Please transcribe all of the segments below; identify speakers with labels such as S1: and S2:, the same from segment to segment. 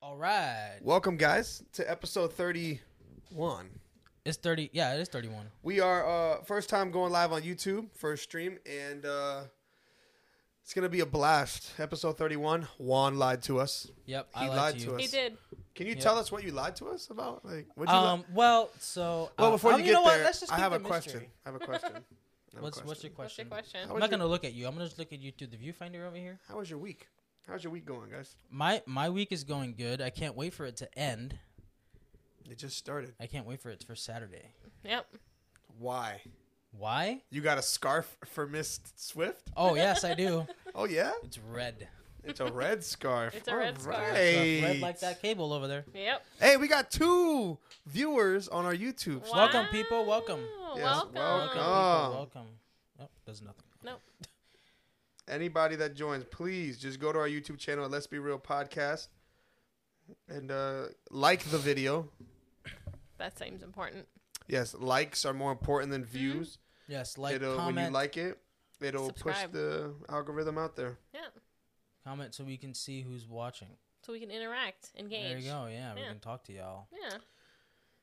S1: All right.
S2: Welcome, guys, to episode 31.
S1: It's 30. Yeah, it is 31.
S2: We are uh, first time going live on YouTube, first stream, and uh, it's going to be a blast. Episode 31, Juan lied to us.
S1: Yep.
S2: He
S1: I lied, to you.
S2: us.
S3: He did.
S2: Can you
S1: Yep.
S2: tell us what you lied to us about? Like, what you
S1: Um,
S2: li-
S1: well, so.
S2: Well,
S1: uh,
S2: before
S1: um,
S2: you
S1: know
S2: get
S1: what?
S2: there,
S1: Let's just
S2: I
S1: keep
S2: have
S1: the
S2: a question.
S1: mystery.
S2: I have a question. I have a
S1: What's, what's your
S2: question.
S3: What's your
S1: question?
S3: question?
S1: I'm
S2: How was
S1: not
S2: your-
S1: going to look at you. I'm going to just look at you through the viewfinder over here.
S2: How was your week? How's your week going, guys?
S1: My my week is going good. I can't wait for it to end.
S2: It just started.
S1: I can't wait for it for Saturday.
S3: Yep.
S2: Why?
S1: Why?
S2: You got a scarf for Miss Swift?
S1: Oh, yes, I do.
S2: Oh yeah,
S1: It's red.
S2: it's a red scarf.
S3: It's a red scarf.
S1: So
S2: Hey,
S1: it's red like that cable over there.
S3: Yep.
S2: Hey, we got two viewers on our YouTube.
S1: Wow. Welcome, people, welcome.
S3: Wow,
S2: Yes,
S3: Welcome.
S1: Welcome,
S2: welcome.
S1: people. Welcome. Oh, there's nothing.
S2: Anybody that joins, please just go to our YouTube channel, Let's Be Real Podcast, and uh, like the video.
S3: That seems important.
S2: Yes, likes are more important than
S3: Mm-hmm.
S2: views.
S1: Yes, like,
S2: it'll, when you
S1: comment,
S2: like it, it'll push
S3: Subscribe.
S2: the algorithm out there.
S3: Yeah.
S1: comment so we can see who's watching.
S3: So we can interact, engage.
S1: There you go. Yeah, we
S3: Yeah.
S1: can talk to y'all.
S3: Yeah.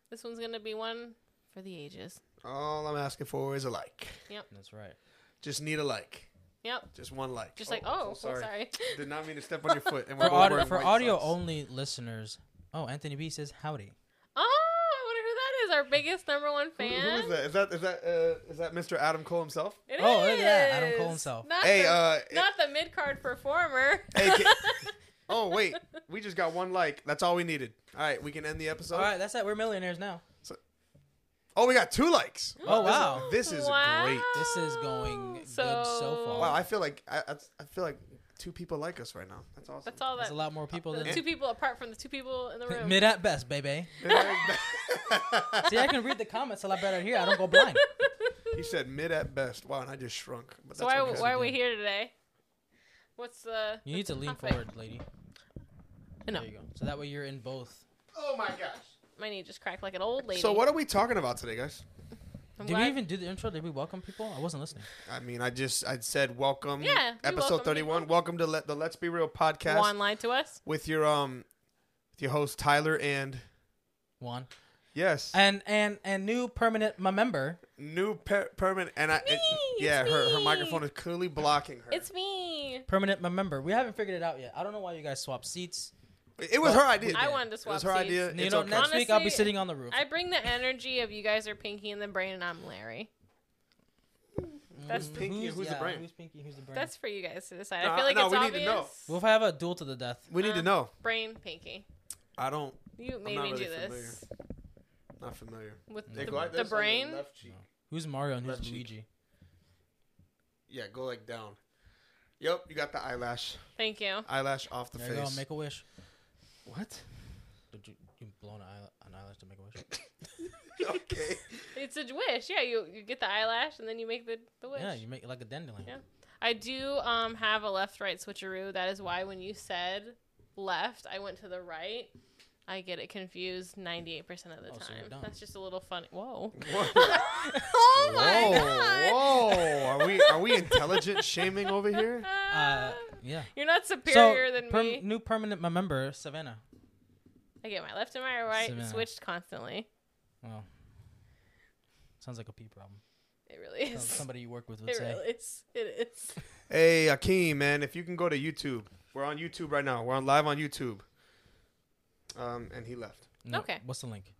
S3: This one's gonna be one for the ages.
S2: All I'm asking for is a like.
S1: That's right.
S2: Just need a like.
S3: Yep.
S2: Just one like.
S3: Just like, oh, sorry. sorry.
S2: Did not mean to step on your foot. And we're
S1: For,
S2: both
S1: aud-
S2: wearing
S1: for
S2: white
S1: audio
S2: socks.
S1: only listeners. Oh, Anthony B says howdy.
S3: oh, I wonder who that is. Our biggest number one
S2: Who-
S3: fan.
S2: Who is that? Is that is that uh, is that Mr. Adam Cole himself?
S3: It
S1: Oh, look at that. Adam
S3: is.
S1: Cole himself.
S3: Not
S2: Hey,
S3: the,
S2: uh,
S3: not the mid card performer.
S2: Hey, ca- oh wait, we just got one like. That's all we needed. All right, we can end the episode.
S1: All right, that's it. We're millionaires now.
S2: Oh, we got two likes.
S1: Oh, wow.
S2: this is
S3: Wow.
S2: great.
S1: This is going
S3: So-
S1: good so far.
S2: Wow, I feel like I, I I feel like two people like us right now. That's awesome.
S3: That's all
S1: There's
S3: that.
S1: a lot more people
S3: The
S1: than
S3: two people apart from the two people in the room.
S1: mid at best, baby. See, I can read the comments a lot better here. I don't go blind.
S2: he said mid at best. Wow, and I just shrunk. But
S3: So
S2: that's
S3: why,
S2: okay.
S3: why are we here today? What's the?
S1: You need to lean
S3: topic?
S1: forward, lady.
S3: I know.
S1: There you go. So that way you're in both.
S2: Oh my gosh.
S3: My knee just cracked like an old lady.
S2: So what are we talking about today, guys?
S3: I'm
S1: Did
S3: glad-
S1: we even do the intro? Did we welcome people? I wasn't listening.
S2: I mean, I just I said welcome.
S3: Yeah, we
S2: episode
S3: welcome
S2: thirty one.
S3: people.
S2: Welcome to let the Let's Be Real podcast
S3: Juan lied to us?
S2: with your um, with your host Tyler and
S1: Juan.
S2: yes,
S1: And and and new permanent my member.
S2: new per- permanent and I and-
S3: it's
S2: yeah her her
S3: me.
S2: microphone is clearly blocking her.
S3: It's me.
S1: Permanent my member. We haven't figured it out yet. I don't know why you guys swapped seats.
S2: it was her idea.
S3: I wanted to
S2: It was
S3: swap
S2: her
S3: seats.
S2: idea.
S1: You
S2: it's
S1: know,
S2: okay.
S1: next week I'll be
S3: Honestly,
S1: sitting on the roof.
S3: I bring the energy of you guys are Pinky and the Brain, and I'm Larry. That's
S1: Mm,
S2: Pinky and who's the brain?
S1: Who's Pinky? Who's the brain?
S3: that's for you guys to decide.
S2: No,
S3: I feel like
S2: no,
S3: it's
S2: we need
S3: obvious.
S2: to know.
S1: We'll have a duel to the death.
S2: we need to
S3: Um,
S2: know.
S3: Brain, Pinky.
S2: I don't
S3: You made
S2: not
S3: me
S2: really
S3: do this
S2: not familiar.
S3: with
S2: They
S3: the,
S2: go like
S3: the
S2: this on your
S3: brain.
S2: left cheek.
S1: Who's Mario and
S2: Left
S1: who's
S2: cheek.
S1: Luigi?
S2: Yeah, go like down. Yep, you got the eyelash.
S3: Thank you.
S2: Eyelash off the
S1: There you go.
S2: face.
S1: Make a wish.
S2: what?
S1: Did you, you blow an, eyel- an eyelash to make a wish?
S2: okay.
S3: It's a wish. Yeah, you, you get the eyelash and then you make the, the wish.
S1: Yeah, you make it like a dandelion.
S3: Yeah. I do um have a left right switcheroo. That is why when you said left, I went to the right. I get it confused 98% of the
S1: Oh, so you're
S3: time.
S1: dumb.
S3: That's just a little funny. Whoa.
S2: Whoa,
S3: oh my god.
S2: whoa! Are we are we intelligent shaming over here?
S1: Uh, yeah.
S3: Ah, You're not superior
S1: so,
S3: than
S1: per-
S3: me.
S1: new permanent member, Savannah.
S3: I get my left and my right
S1: Savannah.
S3: switched constantly.
S1: Well, sounds like a pee problem.
S3: It really
S1: Sounds
S3: is.
S1: Oh, Somebody you work with would
S3: It
S1: say.
S3: really is. It is.
S2: Hey, Akeem, man, if you can go to YouTube, we're on YouTube right now. We're on live on YouTube. Um, and he left.
S1: No,
S3: Okay.
S1: What's the link?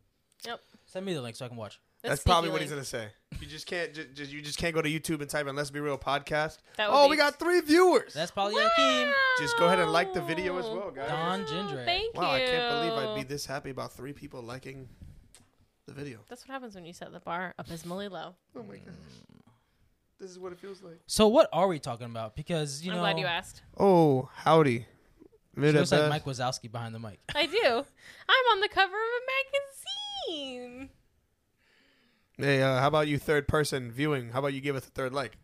S3: Yep.
S1: Send me the link so I can watch.
S2: That's,
S3: sneaky
S2: probably what
S3: link.
S2: he's gonna say. You just can't. Just, just you just can't go to YouTube and type in "Let's Be Real" podcast.
S3: That would
S2: Oh,
S3: be-
S2: we got three viewers.
S1: That's probably Akeem.
S2: Just go ahead and like the video as well,
S3: Wow.
S2: guys.
S1: Don Gindray.
S3: Thank you.
S2: wow, I can't believe I'd be this happy about three people liking the video.
S3: That's what happens when you set the bar abysmally low.
S2: Oh my gosh, this is what it feels like.
S1: So what are we talking about? Because you
S3: I'm
S1: know,
S3: glad you asked.
S2: Oh, howdy.
S1: she
S2: Mid uh,
S1: looks like Mike Wazowski behind the mic.
S3: I do. I'm on the cover of a magazine.
S2: Hey, uh, how about you third person viewing? How about you give us a third like?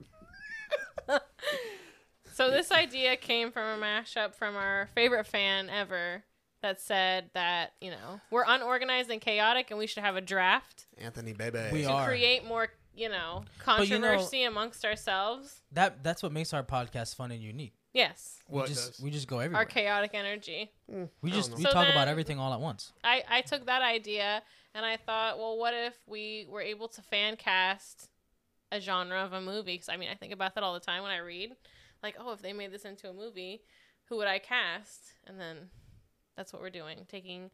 S3: So this idea came from a mashup from our favorite fan ever that said that, you know, we're unorganized and chaotic and we should have a draft
S2: Anthony Bebe.
S1: We
S3: to
S1: are.
S3: create more, you
S1: you know-
S3: know, controversy amongst ourselves.
S1: That that's what makes our podcast fun and unique.
S3: Yes,
S2: What
S1: we just
S2: does?
S1: we just go everywhere.
S3: our chaotic energy.
S1: We
S2: I
S1: just
S2: don't
S1: we
S3: know. So
S1: talk about
S3: then-
S1: everything all at once.
S3: I, I took that idea and I thought, well, what if we were able to fan cast a genre of a movie? 'Cause, I mean, I think about that all the time when I read. Like, oh, if they made this into a movie, who would I cast? And then that's what we're doing taking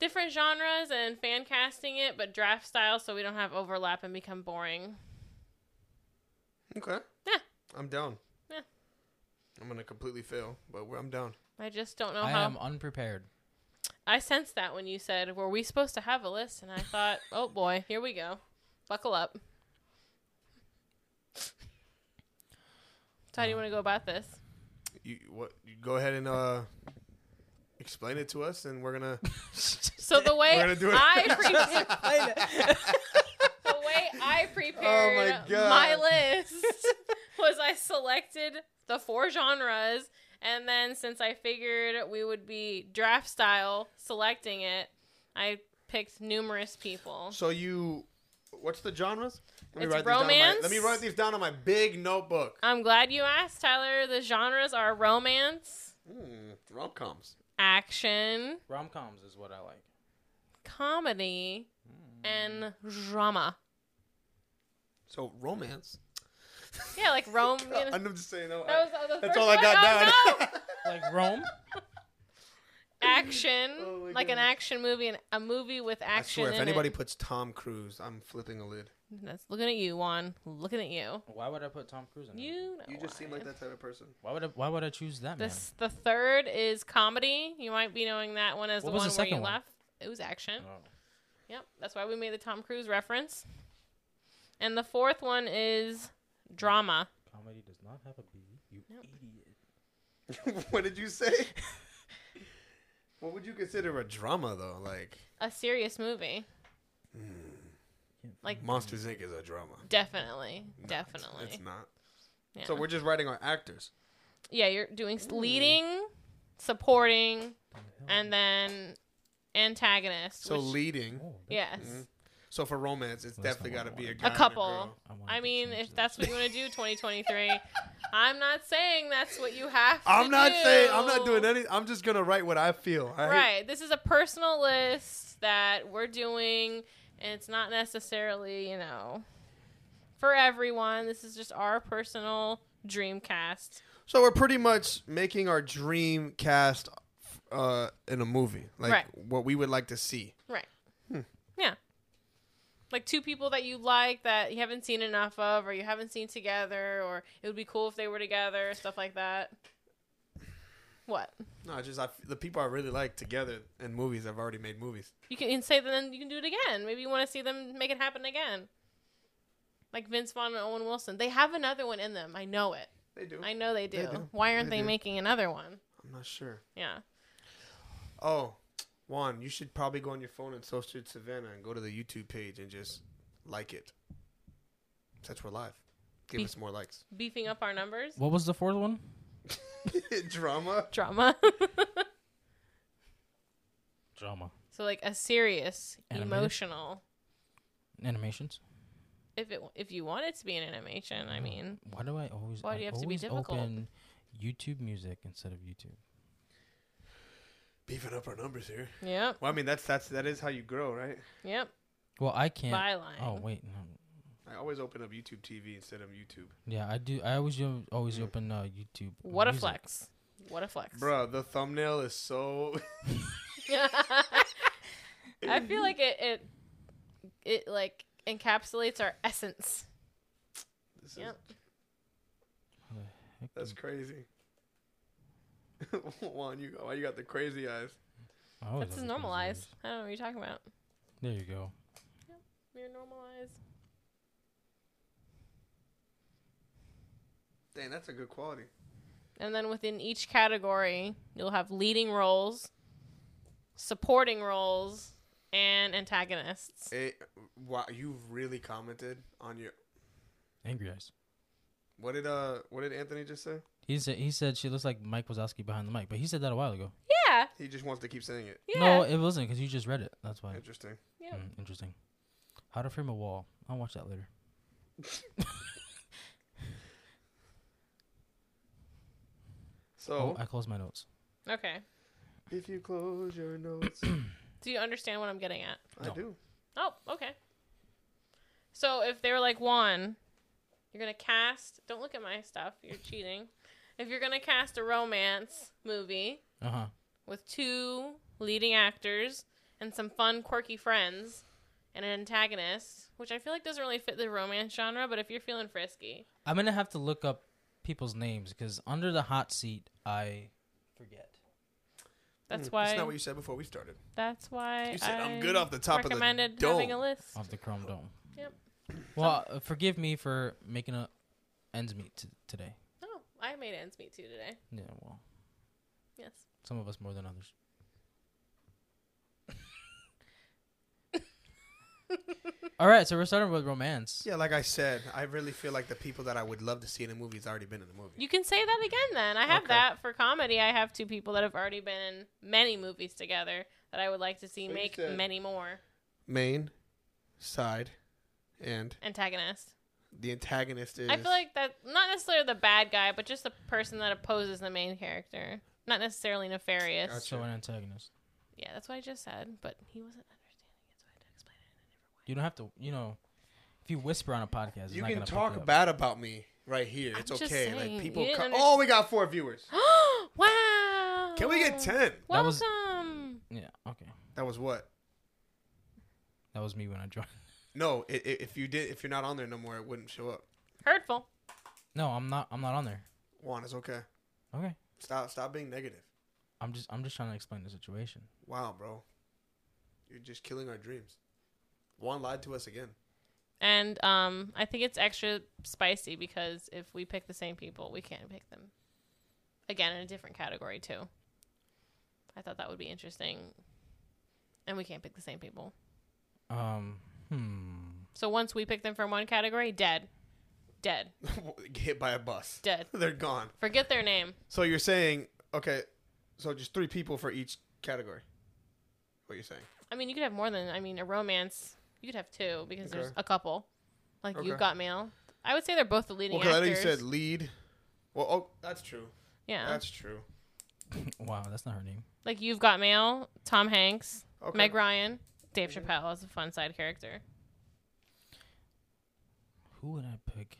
S3: different genres and fan casting it, but draft style so we don't have overlap and become boring.
S2: Okay.
S3: Yeah.
S2: I'm down.
S3: Yeah.
S2: I'm gonna completely fail, but we're- I'm down.
S3: I just don't know
S1: I
S3: how.
S1: am unprepared.
S3: I sensed that when you said, were we supposed to have a list? And I thought, oh boy, here we go. Buckle up. So how do you want to go about this?
S2: You what? You go ahead and uh, explain it to us, and we're gonna.
S3: So the way
S2: We're gonna do it.
S3: I pre- the way I prepared
S2: Oh my Oh God.
S3: my list was I selected the four genres, and then since I figured we would be draft style selecting it, I picked numerous people.
S2: So you, what's the genres? Let
S3: It's
S2: write these down on my-
S3: romance.
S2: let me write these down on my big notebook.
S3: I'm glad you asked, Tyler. The genres are romance,
S2: Mm, rom coms.
S3: action,
S1: Rom coms is what I like.
S3: comedy, and drama.
S2: So romance.
S3: Yeah, like Rome. You know,
S2: I'm just saying. No,
S3: that was the- the
S2: that's
S3: first
S2: all I
S3: one.
S2: got
S3: Oh,
S2: down.
S3: no!
S1: Like Rome.
S3: Action,
S2: Oh my
S3: like an
S2: goodness.
S3: action movie, and a movie with
S2: I
S3: action.
S2: swear, if
S3: in
S2: anybody
S3: it.
S2: puts Tom Cruise, I'm flipping a lid.
S3: that's looking at you, Juan, looking at you.
S1: Why would I put Tom Cruise in? it?
S3: You. Know
S2: You just seem
S3: why.
S2: like that type of person.
S1: Why would I, Why would I choose that man?
S3: This the third is comedy. You might be knowing that one as
S1: What
S3: the
S1: was
S3: one
S1: the
S3: where you
S1: second one?
S3: left. It was action.
S1: Oh.
S3: Yep, that's why we made the Tom Cruise reference. And the fourth one is drama.
S1: Comedy does not have a B. You idiot.
S2: what did you say? what would you consider a drama though? Like
S3: a serious movie. Like
S2: Monsters Inc. is a drama.
S3: definitely,
S2: It's-
S3: definitely.
S2: It's not.
S3: yeah.
S2: So we're just writing our actors.
S3: yeah, you're doing s- leading, supporting, and then antagonist.
S2: So
S3: which-
S2: leading.
S1: Oh, that-
S3: yes.
S2: So for romance, it's
S1: Well, that's not
S2: definitely got to
S1: what I
S2: be a
S1: wanted.
S2: guy and
S3: couple.
S2: girl.
S1: wanted
S3: I
S1: to
S3: mean,
S1: change
S3: if
S1: that.
S3: that's what you want to do, 2023. I'm not saying that's what you have. to
S2: I'm not saying I'm not
S3: do.
S2: doing any. I'm just gonna write what I feel. I hate-
S3: Right. This is a personal list that we're doing, and it's not necessarily, you know, for everyone. This is just our personal dreamcast.
S2: So we're pretty much making our dream cast uh, in a movie, like
S3: Right.
S2: what we would like to see.
S3: Right.
S2: Hmm.
S3: Yeah. Like two people that you like that you haven't seen enough of, or you haven't seen together, or it would be cool if they were together, stuff like that. What?
S2: No, it's just I, the people I really like together in movies. I've already made movies.
S3: You can you can say that then you can do it again. Maybe you want to see them make it happen again. Like Vince Vaughn and Owen Wilson. They have another one in them. I know it.
S2: They do.
S3: I know they do.
S2: They do.
S3: Why aren't
S2: They
S3: they,
S2: do.
S3: making another one?
S2: I'm not sure.
S3: Yeah.
S2: Oh, Juan, you should probably go on your phone and search should Savannah and go to the YouTube page and just like it. Since we're live, give
S3: Be-
S2: us more likes.
S3: Beefing up our numbers.
S1: What was the fourth one?
S2: Drama.
S3: Drama.
S1: Drama.
S3: so like a serious,
S1: Animated?
S3: emotional.
S1: Animations.
S3: If it if you want it to be an animation, I mean.
S1: Why do I always?
S3: Why do
S1: I
S3: you have to be
S1: always
S3: difficult?
S1: Open YouTube Music instead of YouTube.
S2: Beefing up our numbers here.
S3: Yep.
S2: Well, I mean that's that's that is how you grow, right?
S3: Yep.
S1: Well, I can't.
S3: Byline.
S1: Oh wait, no.
S2: I always open up YouTube TV instead of YouTube.
S1: Yeah, I do. I always do, always open uh, YouTube.
S3: What a
S1: Music.
S3: flex. What a flex.
S2: Bruh, the thumbnail is so.
S3: I feel like it it it like encapsulates our essence.
S2: this is,
S3: Yep.
S1: Heck,
S2: That's crazy. Juan, you why you got the crazy eyes?
S1: I always
S3: That's
S1: have those
S3: normalized.
S1: videos.
S3: I don't know what you're talking about.
S1: There you go.
S3: You're normalized.
S2: Dang, that's a good quality.
S3: And then within each category, you'll have leading roles, supporting roles, and antagonists.
S2: It, wow, you really commented on your.
S1: Angry eyes.
S2: What did uh? What did Anthony just say?
S1: He said. He said she looks like Mike Wazowski behind the mic, but he said that a while ago.
S3: Yeah.
S2: He just wants to keep saying it.
S3: Yeah.
S1: No, it wasn't because you just read it. That's why.
S2: Interesting.
S3: yeah.
S1: Mm, interesting. How to frame a wall. I'll watch that later. Oh,
S2: So
S1: I closed my notes.
S3: Okay.
S2: if you close your notes,
S3: Do you understand what I'm getting at?
S2: I
S1: No.
S2: do.
S3: Oh, okay. So if they were like Juan, you're gonna cast. Don't look at my stuff. You're cheating. If you're gonna cast a romance movie
S1: Uh huh.
S3: with two leading actors and some fun, quirky friends and an antagonist, which I feel like doesn't really fit the romance genre, but if you're feeling frisky,
S1: I'm gonna have to look up people's names because under the hot seat, I forget.
S3: that's
S2: Mm,
S3: why.
S2: That's not what you said before we started.
S3: that's why.
S2: You said
S3: I
S2: I'm good off the top of the
S3: recommended having a
S2: dome.
S3: list.
S1: Off the Chrome Dome.
S3: Yep.
S1: Well, uh, forgive me for making a ends meet t- today.
S3: Oh, I made ends meet too today.
S1: Yeah, well,
S3: Yes.
S1: some of us more than others. All right, so we're starting with romance.
S2: Yeah, like I said, I really feel like the people that I would love to see in a movie has already been in the movie.
S3: You can say that again then. I have
S2: Okay.
S3: that for comedy. I have two people that have already been in many movies together that I would like to see
S2: So you
S3: make
S2: said-
S3: many more.
S2: Main, side, and
S3: Antagonist.
S2: the antagonist is.
S3: I feel like that not necessarily the bad guy, but just the person that opposes the main character. Not necessarily nefarious.
S2: Gotcha.
S1: So an antagonist.
S3: Yeah, that's what I just said, but he wasn't understanding it, so I had to explain it in a different way.
S1: You don't have to, you know, if you whisper on a podcast, it's
S2: you
S1: not
S2: can
S1: gonna pick
S2: talk
S1: it up.
S2: bad about me right here.
S3: I'm
S2: It's
S3: just
S2: okay.
S3: saying,
S2: like
S3: you
S2: people.
S3: didn't
S2: Co-
S3: under-
S2: oh, we got four viewers.
S3: wow.
S2: Can we get ten?
S1: That was-
S3: Welcome.
S1: Yeah, okay.
S2: That was what?
S1: That was me when I joined.
S2: No, i i if you did, if you're not on there no more, it wouldn't show up.
S3: Hurtful.
S1: No, I'm not. I'm not on there.
S2: Juan, it's okay.
S1: Okay.
S2: Stop, stop being negative.
S1: I'm just. I'm just trying to explain the situation.
S2: Wow, bro, you're just killing our dreams. Juan lied to us again.
S3: And um, I think it's extra spicy because if we pick the same people, we can't pick them again in a different category too. I thought that would be interesting, and we can't pick the same people.
S1: Um. Hmm.
S3: So once we pick them from one category, dead, dead,
S2: Hit by a bus.
S3: dead.
S2: They're gone.
S3: Forget their name.
S2: So you're saying okay, so just three people for each category. What you're saying?
S3: I mean, you could have more than. I mean, a romance. You could have two because there's
S2: Okay.
S3: a couple. Like you've
S2: Okay.
S3: got mail. I would say they're both the leading
S2: Well, 'cause I know you
S3: actors.
S2: said lead. Well, oh, that's true.
S3: yeah,
S2: That's true.
S1: Wow, that's not her name.
S3: like you've got mail. Tom Hanks,
S2: Okay.
S3: Meg Ryan, Dave Chappelle is a fun side character.
S1: Who would I pick?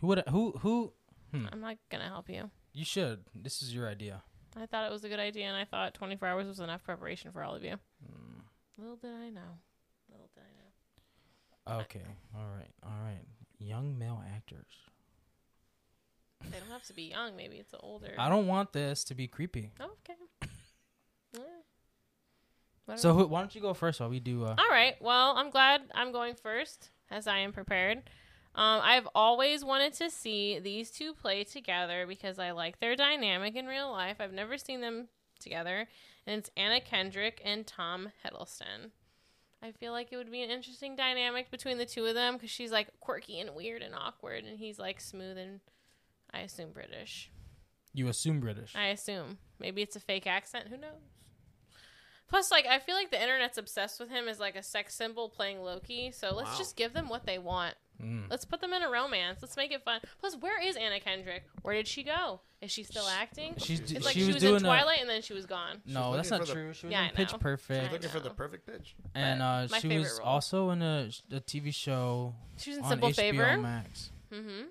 S1: Who would I, who who?
S3: I'm not gonna help you.
S1: You should. This is your idea.
S3: I thought it was a good idea, and I thought 24 hours was enough preparation for all of you. Little did I know. Little did I know.
S1: Okay. All right. All right. Young male actors.
S3: They don't have to be young. Maybe it's an older.
S1: I don't want this to be creepy.
S3: Oh, okay. Yeah. Whatever.
S1: So who, why don't you go first while we do? Uh,
S3: All right. Well, I'm glad I'm going first, as I am prepared. Um, I've always wanted to see these two play together because I like their dynamic in real life. I've never seen them together, and it's Anna Kendrick and Tom Hiddleston. I feel like it would be an interesting dynamic between the two of them because she's like quirky and weird and awkward, and he's like smooth and I assume British.
S1: you assume British.
S3: I assume. Maybe it's a fake accent. Who knows? Plus, like, I feel like the internet's obsessed with him as like a sex symbol playing Loki. So let's
S2: Wow.
S3: just give them what they want.
S1: Mm.
S3: Let's put them in a romance. Let's make it fun. Plus, where is Anna Kendrick? Where did she go? Is she still
S1: She-
S3: acting?
S1: She's d-
S3: It's
S1: she,
S3: like
S1: was,
S3: in
S1: doing uh, a,
S3: Twilight and then she was gone.
S1: No, that's
S2: She's looking
S1: not
S2: for the-
S1: true. She was
S3: Yeah,
S1: in
S3: I
S1: Pitch
S3: know.
S1: Perfect.
S3: I
S2: Looking for
S3: know.
S2: the perfect pitch.
S1: and uh,
S3: my
S1: she
S3: favorite
S1: was
S3: role.
S1: also in a, sh- a TV show
S3: She was in
S1: on
S3: Simple
S1: HBO
S3: Favor.
S1: Max.
S3: hmm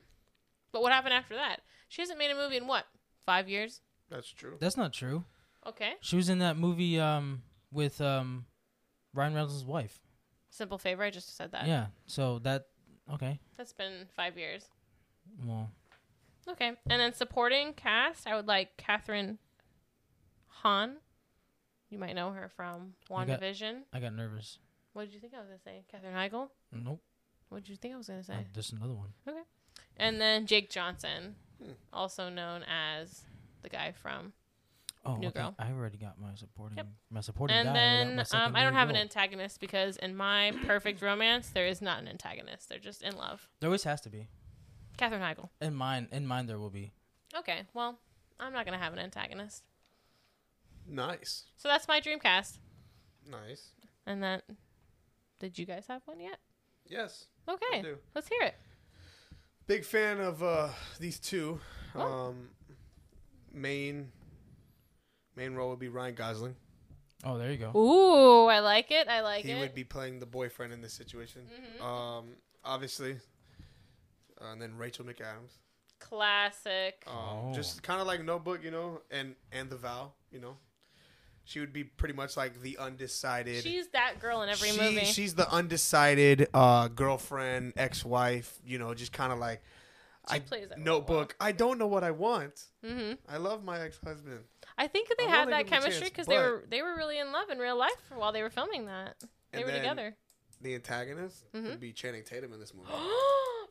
S3: But what happened after that? She hasn't made a movie in what? Five years?
S2: That's true.
S1: That's not true.
S3: Okay.
S1: She was in that movie um, with um, Ryan Reynolds' wife.
S3: Simple favor. I just said that.
S1: yeah. So that okay.
S3: That's been five years.
S1: Well,
S3: Okay. And then supporting cast, I would like Catherine Hahn. You might know her from
S1: I got-
S3: WandaVision.
S1: I got nervous.
S3: What did you think I was going to say? Catherine Heigl?
S1: Nope.
S3: What did you think I was going to
S1: Uh,
S3: say?
S1: there's another one.
S3: And then Jake Johnson,
S2: Hmm.
S3: also known as the guy from.
S1: Oh,
S3: New
S1: okay.
S3: girl. I
S1: I already got my supporting
S3: Yep.
S1: my supporting
S3: And
S1: guy.
S3: then um, I don't have an antagonist because in my perfect romance, there is not an antagonist. They're just in love.
S1: There always has to be.
S3: Catherine Heigl.
S1: In mine, in mine, there will be.
S3: Okay. Well, I'm not going to have an antagonist.
S2: Nice,
S3: So that's my dream cast.
S2: nice.
S3: And that. Did you guys have one yet?
S2: Yes, I
S3: Okay.
S2: do.
S3: Let's hear it.
S2: Big fan of uh, these two.
S3: Oh.
S2: Um, main main role would be Ryan Gosling.
S1: Oh, there you go.
S3: Ooh, I like it. I like
S2: he
S3: it. Mm-hmm.
S2: would be playing the boyfriend in this situation. Um, obviously, Uh, and then Rachel McAdams.
S3: Classic.
S2: Um,
S1: Oh.
S2: Just kind of like Notebook, you know, and and The Vow, you know. She would be pretty much like the undecided.
S3: She's that girl in every
S2: she,
S3: movie.
S2: She's the undecided uh, girlfriend, ex-wife, you know, just kind of like
S3: She
S2: I
S3: plays that role
S2: Notebook. I don't know what I want.
S3: hmm
S2: I love my ex-husband.
S3: I think that they
S2: I
S3: had
S2: wanna
S3: that
S2: give him a
S3: chemistry
S2: chance,
S3: because they
S2: but-
S3: were they were really in love in real life while they were filming that. They
S2: And
S3: were
S2: then-
S3: together.
S2: The antagonist
S3: Mhm.
S2: would be Channing Tatum in this movie.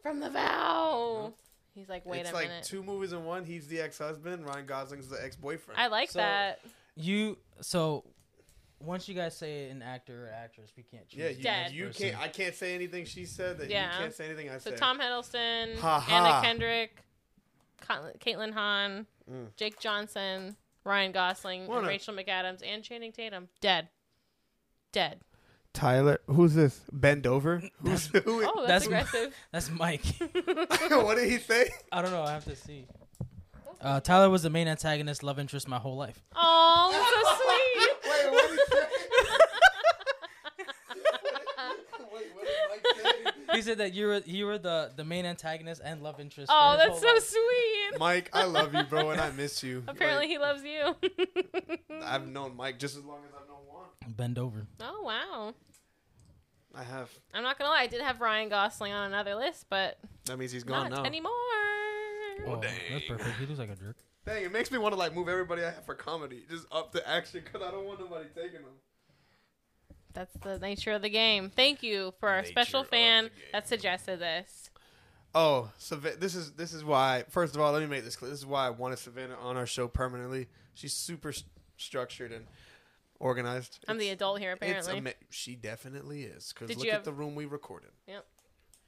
S3: From the vow. He's like, wait
S2: it's
S3: a
S2: like
S3: minute.
S2: two movies in one. He's the ex-husband. Ryan Gosling's the ex-boyfriend.
S3: I like
S1: So-
S3: that.
S1: You so once you guys say an actor or actress, we can't choose.
S2: yeah, you,
S3: Dead.
S2: you
S1: person.
S2: can't. I can't say anything she said. That
S3: Yeah.
S2: you can't say anything I
S3: So
S2: said.
S3: Tom Hiddleston,
S2: Ha ha.
S3: Anna Kendrick, Con- Caitlin Hahn,
S2: Mm.
S3: Jake Johnson, Ryan Gosling, and
S2: Wanna-
S3: Rachel McAdams, and Channing Tatum. Dead. Dead.
S2: Tyler, who's this? Bend over. Who's who?
S3: Oh,
S1: That's-
S3: that's, aggressive.
S1: That's Mike.
S3: Oh.
S2: what did he say?
S1: I don't know. I have to see. Uh, Tyler was the main antagonist, love interest, my whole life.
S3: Oh, that's so sweet.
S2: Wait, what did he say? Wait, what did Mike say?
S1: He said that you were you were the, the main antagonist and love interest. for
S3: Oh,
S1: his
S3: that's
S1: whole
S3: so
S1: life.
S3: sweet.
S2: Mike, I love you, bro, and I miss you.
S3: Apparently, he loves you.
S2: Like, I've known Mike just as long as I've known Juan.
S1: Bend over.
S3: oh wow!
S2: I have.
S3: I'm not gonna lie, I did have Ryan Gosling on another list, but
S2: That means he's
S3: not
S2: gone now.
S3: anymore.
S1: Oh,
S2: dang.
S1: that's perfect. He looks like a jerk.
S2: Dang, it makes me want to like move everybody I have for comedy just up to action because I don't want nobody taking them.
S3: That's the nature of the game. Thank you for our special
S2: Nature of
S3: fan
S2: the game.
S3: that suggested this.
S2: Oh, Savannah, this is this is why. First of all, let me make this clear. This is why I wanted Savannah on our show permanently. She's super st- structured and organized.
S3: I'm the
S2: It's-
S3: adult here,
S2: it's
S3: apparently.
S2: ama- she definitely is. Because
S3: Did
S2: look
S3: you
S2: at
S3: have-
S2: the room we recorded.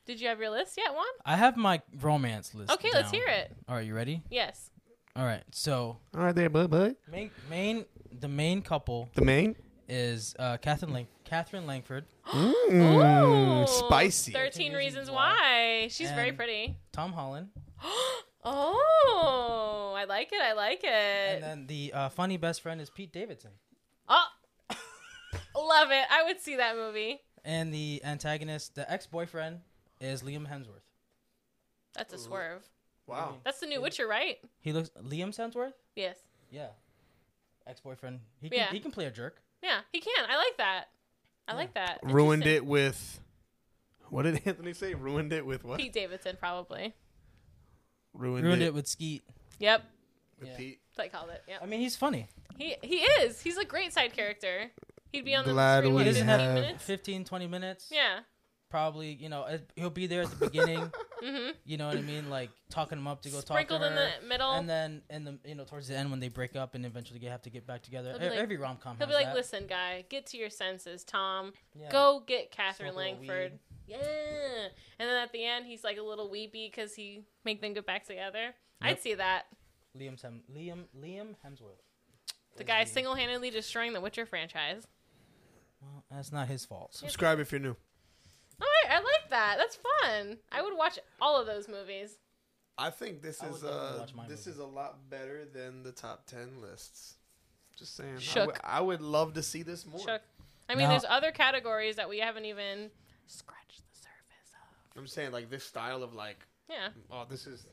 S3: Did you have your list yet, Juan?
S1: I have my romance list.
S3: Okay, let's
S1: down.
S3: hear it.
S1: All right, you ready?
S3: Yes.
S1: All right. So
S2: All right, there, bud, bud.
S1: main main the main couple
S2: The main.
S1: is uh, Catherine Lang- Catherine Langford,
S3: Ooh,
S2: Mmm, spicy.
S3: 13 Reasons Why. She's very
S1: And-
S3: pretty.
S1: Tom Holland,
S3: oh, I like it. I like
S1: and
S3: it.
S1: then the uh, funny best friend is Pete Davidson,
S3: Oh, love it. I would see that movie.
S1: and the antagonist, the ex boyfriend, is Liam Hemsworth.
S3: That's a swerve.
S2: Wow.
S3: That's the new Witcher, right?
S1: He looks Liam Hemsworth.
S3: Yes.
S1: Yeah, ex boyfriend. He can,
S3: Yeah.
S1: he can play a jerk.
S3: Yeah, he can. I like that. I like that.
S2: Ruined
S3: Interesting.
S2: it with. What did Anthony say? Ruined it with what?
S3: Pete Davidson, probably.
S2: Ruined,
S1: Ruined it with Skeet.
S3: Yep.
S2: with
S1: Yeah.
S2: Pete.
S3: That's what I called it. Yep.
S1: I mean, he's funny.
S3: He he is. He's a great side character. He'd be on the
S2: Glad
S3: screen
S2: we
S3: what,
S1: He doesn't
S3: 15
S1: have
S3: minutes.
S1: 15, 20 minutes.
S3: Yeah.
S1: Probably, you know, it, he'll be there at the beginning.
S3: Mm-hmm.
S1: you know what I mean? Like talking him up to go
S3: Sprinkled
S1: talk
S3: in
S1: to her.
S3: the middle.
S1: and then in the you know towards the end when they break up and eventually get, have to get back together.
S3: He'll be
S1: E-
S3: like-
S1: Every rom com.
S3: He'll be like, "Listen, guy, get to your senses, Tom.
S1: yeah.
S3: Go get Catherine
S1: Smoke a little
S3: Langford." Yeah. And then at the end, he's like a little weepy because he make them get back together. I'd
S1: Yep.
S3: see that.
S1: Liam Hem- Liam Liam Hemsworth.
S3: The
S1: is
S3: guy single handedly destroying the Witcher franchise.
S1: Well, that's not his fault. So
S2: Subscribe if you're new.
S3: All right, I like that. That's fun. I would watch all of those movies.
S2: I think this
S1: I would
S2: is
S1: definitely
S2: uh
S1: watch my
S2: this
S1: movie.
S2: is a lot better than the top ten lists. Just saying. I
S3: Shook.
S2: would- I would love to see this more.
S3: Shook. I mean,
S1: Now-
S3: there's other categories that we haven't even scratched the surface of.
S2: I'm saying like this style of like
S3: Yeah.
S2: oh this is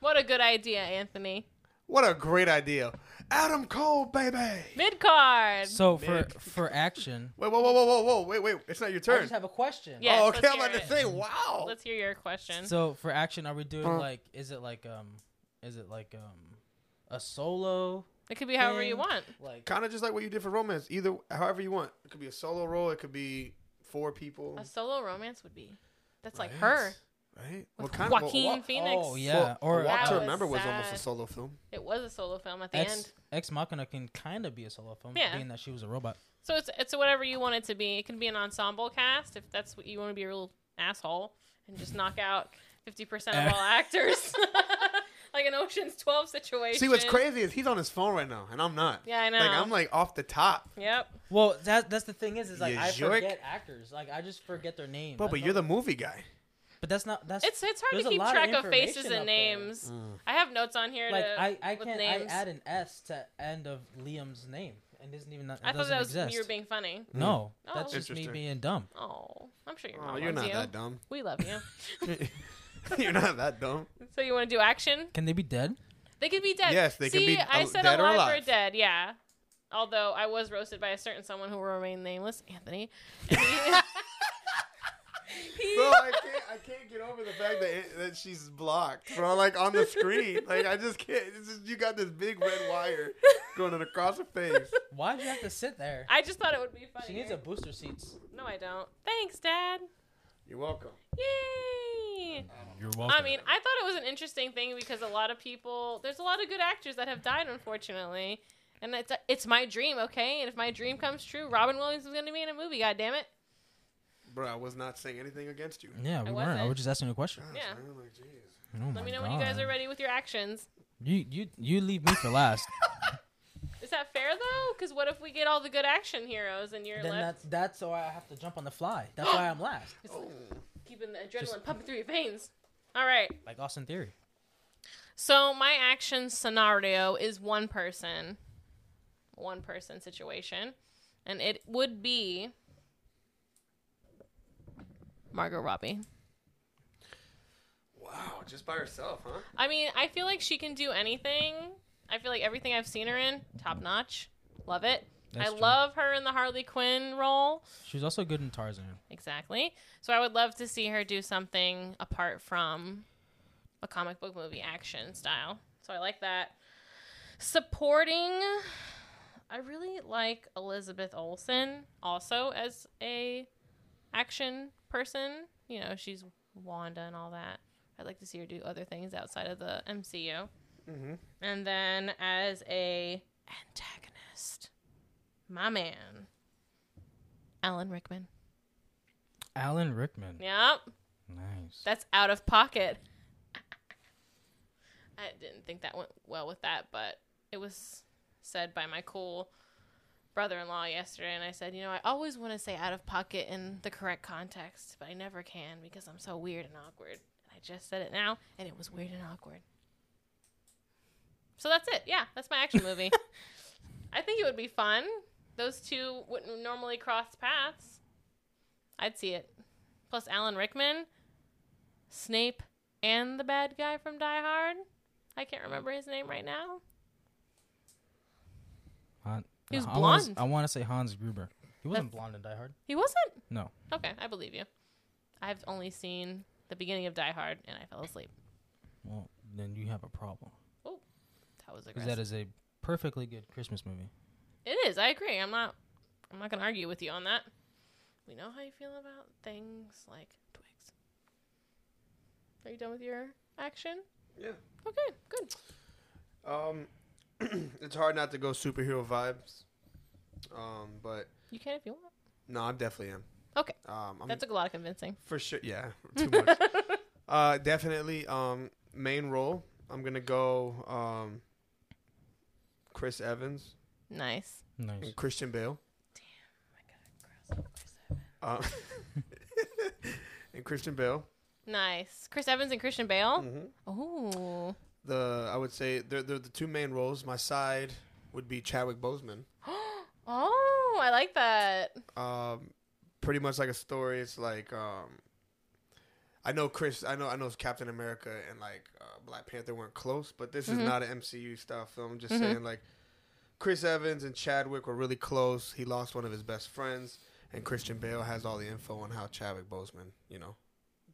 S3: What a good idea, Anthony.
S2: what a great idea. Adam Cole, baby.
S3: Mid card.
S1: so for
S2: Mick.
S1: for action,
S2: Wait, whoa, whoa, whoa, whoa, whoa, wait, wait. It's not your
S1: I
S2: turn.
S1: just have a question.
S3: Yeah. Yes,
S2: oh, okay.
S3: let's
S2: I'm about
S3: hear
S2: to
S3: it.
S2: say, wow.
S3: Let's hear your question.
S1: So for action, are we doing
S2: Uh.
S1: like? Is it like um? Is it like um? A solo
S3: it could be however you
S1: thing.
S3: want.
S1: like.
S2: Kind of just like what you did for romance. Either however you want. It could be a solo role. It could be four people.
S3: A solo romance would be. That's like her
S2: right?
S3: with
S2: well,
S3: Joaquin
S2: Wa-
S3: Phoenix.
S1: Oh yeah,
S2: well,
S1: or
S2: Walk
S3: That
S2: to
S3: was
S2: Remember was almost a
S3: sad.
S2: solo film.
S3: It was a solo film at the end.
S1: Ex, Ex Machina can kind of be a solo film,
S3: Yeah.
S1: being that she was a robot.
S3: So it's it's whatever you want it to be. It can be an ensemble cast if that's what you want to be a real asshole and just knock out fifty percent of all actors, like an Ocean's Twelve situation.
S2: See, what's crazy is he's on his phone right now, and I'm not.
S3: Yeah, I know.
S2: Like I'm like off the top.
S3: Yep.
S1: Well, that that's the thing is, is like
S2: You
S1: I
S2: jerk.
S1: forget actors, like I just forget their names.
S2: Bro,
S1: That's
S2: but you're
S1: all.
S2: the movie guy.
S1: But that's not that's
S3: It's it's hard
S1: There's a
S3: to keep
S1: lot of
S3: track of faces
S1: information
S3: and
S1: up there.
S3: names.
S2: Mm.
S3: I have notes on here.
S1: like
S3: to,
S1: I I
S3: uh, with
S1: can't
S3: names.
S1: I add an S to end of Liam's name and isn't even it
S3: I thought
S1: doesn't
S3: that was
S1: exist.
S3: you were being funny.
S1: no,
S3: Oh.
S1: that's just me
S2: Hmm. Interesting.
S1: being dumb.
S3: Oh, I'm sure your mom
S2: Oh, you're
S3: loves
S2: not
S3: you.
S2: that dumb.
S3: We love you.
S2: you're not that dumb.
S3: so you want to do action?
S1: Can they be dead?
S3: They could be dead.
S2: Yes, they could
S3: See,
S2: be
S3: I
S2: al-
S3: said
S2: dead or
S3: alive
S2: alive.
S3: dead. Yeah. Although I was roasted by a certain someone who will remain nameless, Anthony. And he- he-
S2: Bro, I can't, I can't get over the fact that it, that she's blocked, bro. Like on the screen, like I just can't. It's just, you got this big red wire going across her face.
S1: Why'd you have to sit there?
S3: I just thought it would be funny.
S1: She needs a booster seats.
S3: No, I don't. Thanks, Dad.
S2: You're welcome.
S3: Yay!
S1: You're welcome.
S3: I mean, I thought it was an interesting thing because a lot of people, there's a lot of good actors that have died, unfortunately. And it's, it's my dream, okay? And if my dream comes true, Robin Williams is going to be in a movie, God damn it.
S2: Bro, I was not saying anything against you.
S1: yeah, we weren't. I
S3: wasn't.
S1: was just asking you a question.
S2: Gosh,
S3: Yeah.
S2: man, like, jeez.
S1: Oh my
S3: Let me know when you guys
S1: God.
S3: are ready with your actions.
S1: You you you leave me for last.
S3: Is that fair though? Because what if we get all the good action heroes and you're
S1: then
S3: left
S1: that's that's why I have to jump on the fly. That's why I'm last.
S2: Oh.
S3: keeping the adrenaline
S1: Just-
S3: pumping through your veins? All right.
S1: Like Austin Theory.
S3: So my action scenario is one person, one person situation, and it would be Margot Robbie.
S2: Wow, just by herself, huh?
S3: I mean, I feel like she can do anything. I feel like everything I've seen her in, top notch. Love it.
S1: That's
S3: I
S1: true.
S3: love her in the Harley Quinn role.
S1: She was also good in Tarzan.
S3: Exactly. So I would love to see her do something apart from a comic book movie action style. So I like that. Supporting, I really like Elizabeth Olsen also as a action person. You know, she's Wanda and all that. I'd like to see her do other things outside of the MCU.
S2: Mm-hmm.
S3: And then as a antagonist, my man, Alan Rickman.
S1: Alan Rickman.
S3: Yep.
S1: Nice.
S3: That's out of pocket. I didn't think that went well with that, but it was said by my cool brother in law yesterday. And I said, you know, I always want to say out of pocket in the correct context, but I never can because I'm so weird and awkward. And I just said it now, and it was weird and awkward. So that's it. Yeah, that's my action movie. I think it would be fun. Those two wouldn't normally cross paths. I'd see it. Plus, Alan Rickman. Snape and the bad guy from Die Hard. I can't remember his name right now.
S1: Han-
S3: He was
S1: I wanna s-
S3: blonde.
S1: I want to say Hans Gruber. He wasn't
S3: That's-
S1: blonde in Die Hard.
S3: He wasn't?
S1: No.
S3: Okay, I believe you. I've only seen the beginning of Die Hard and I fell asleep.
S1: Well, then you have a problem.
S3: That was
S1: Because
S3: aggressive.
S1: that is a perfectly good Christmas movie.
S3: it is. I agree. I'm not I'm not going to argue with you on that. We know how you feel about things like Twigs. Are you done with your action?
S2: Yeah.
S3: Okay, good.
S2: Um, it's hard not to go superhero vibes. Um, but
S3: You can if you want.
S2: no, I definitely am.
S3: Okay.
S2: Um, I'm
S3: That took a lot of convincing.
S2: for sure. Yeah, too much. uh, definitely. Um, main role. I'm gonna go. Um, Chris Evans
S3: Nice.
S1: Nice.
S2: and Christian Bale. Uh, and Christian Bale.
S3: Nice. Chris Evans and Christian Bale.
S2: hmm
S3: Ooh.
S2: The I would say they're, they're the two main roles. My side would be Chadwick Boseman.
S3: oh, I like that.
S2: um, pretty much like a story. It's like um, I know Chris, I know I know Captain America and like uh, Black Panther weren't close, but this
S3: Mhm.
S2: is not an MCU style film. I'm just
S3: Mhm.
S2: saying like Chris Evans and Chadwick were really close. He lost one of his best friends, and Christian Bale has all the info on how Chadwick Boseman, you know,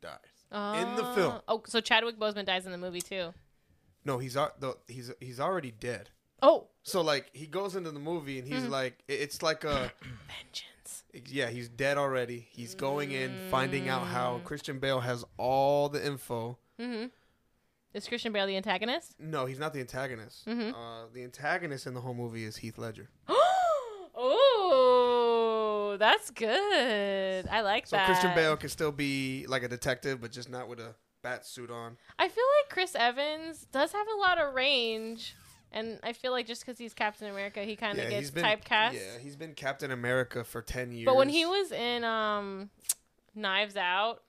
S2: dies. In the film.
S3: Ah. Oh, so Chadwick Boseman dies in the movie too.
S2: No, he's al- though he's he's already dead.
S3: Oh,
S2: So like he goes into the movie and he's like it- it's like a
S3: vengeance.
S2: Yeah, he's dead already. He's going in, finding out
S3: Mm.
S2: how Christian Bale has all the info.
S3: Mm-hmm. Is Christian Bale the antagonist?
S2: No, he's not the antagonist.
S3: Mhm.
S2: Uh, the antagonist in the whole movie is Heath Ledger.
S3: oh, that's good. I like
S2: So
S3: that.
S2: Christian Bale can still be like a detective, but just not with a bat suit on.
S3: I feel like Chris Evans does have a lot of range, and I feel like just because he's Captain America, he kind of gets
S2: he's been
S3: typecast.
S2: Yeah, he's been Captain America for ten years.
S3: But when he was in um, Knives Out,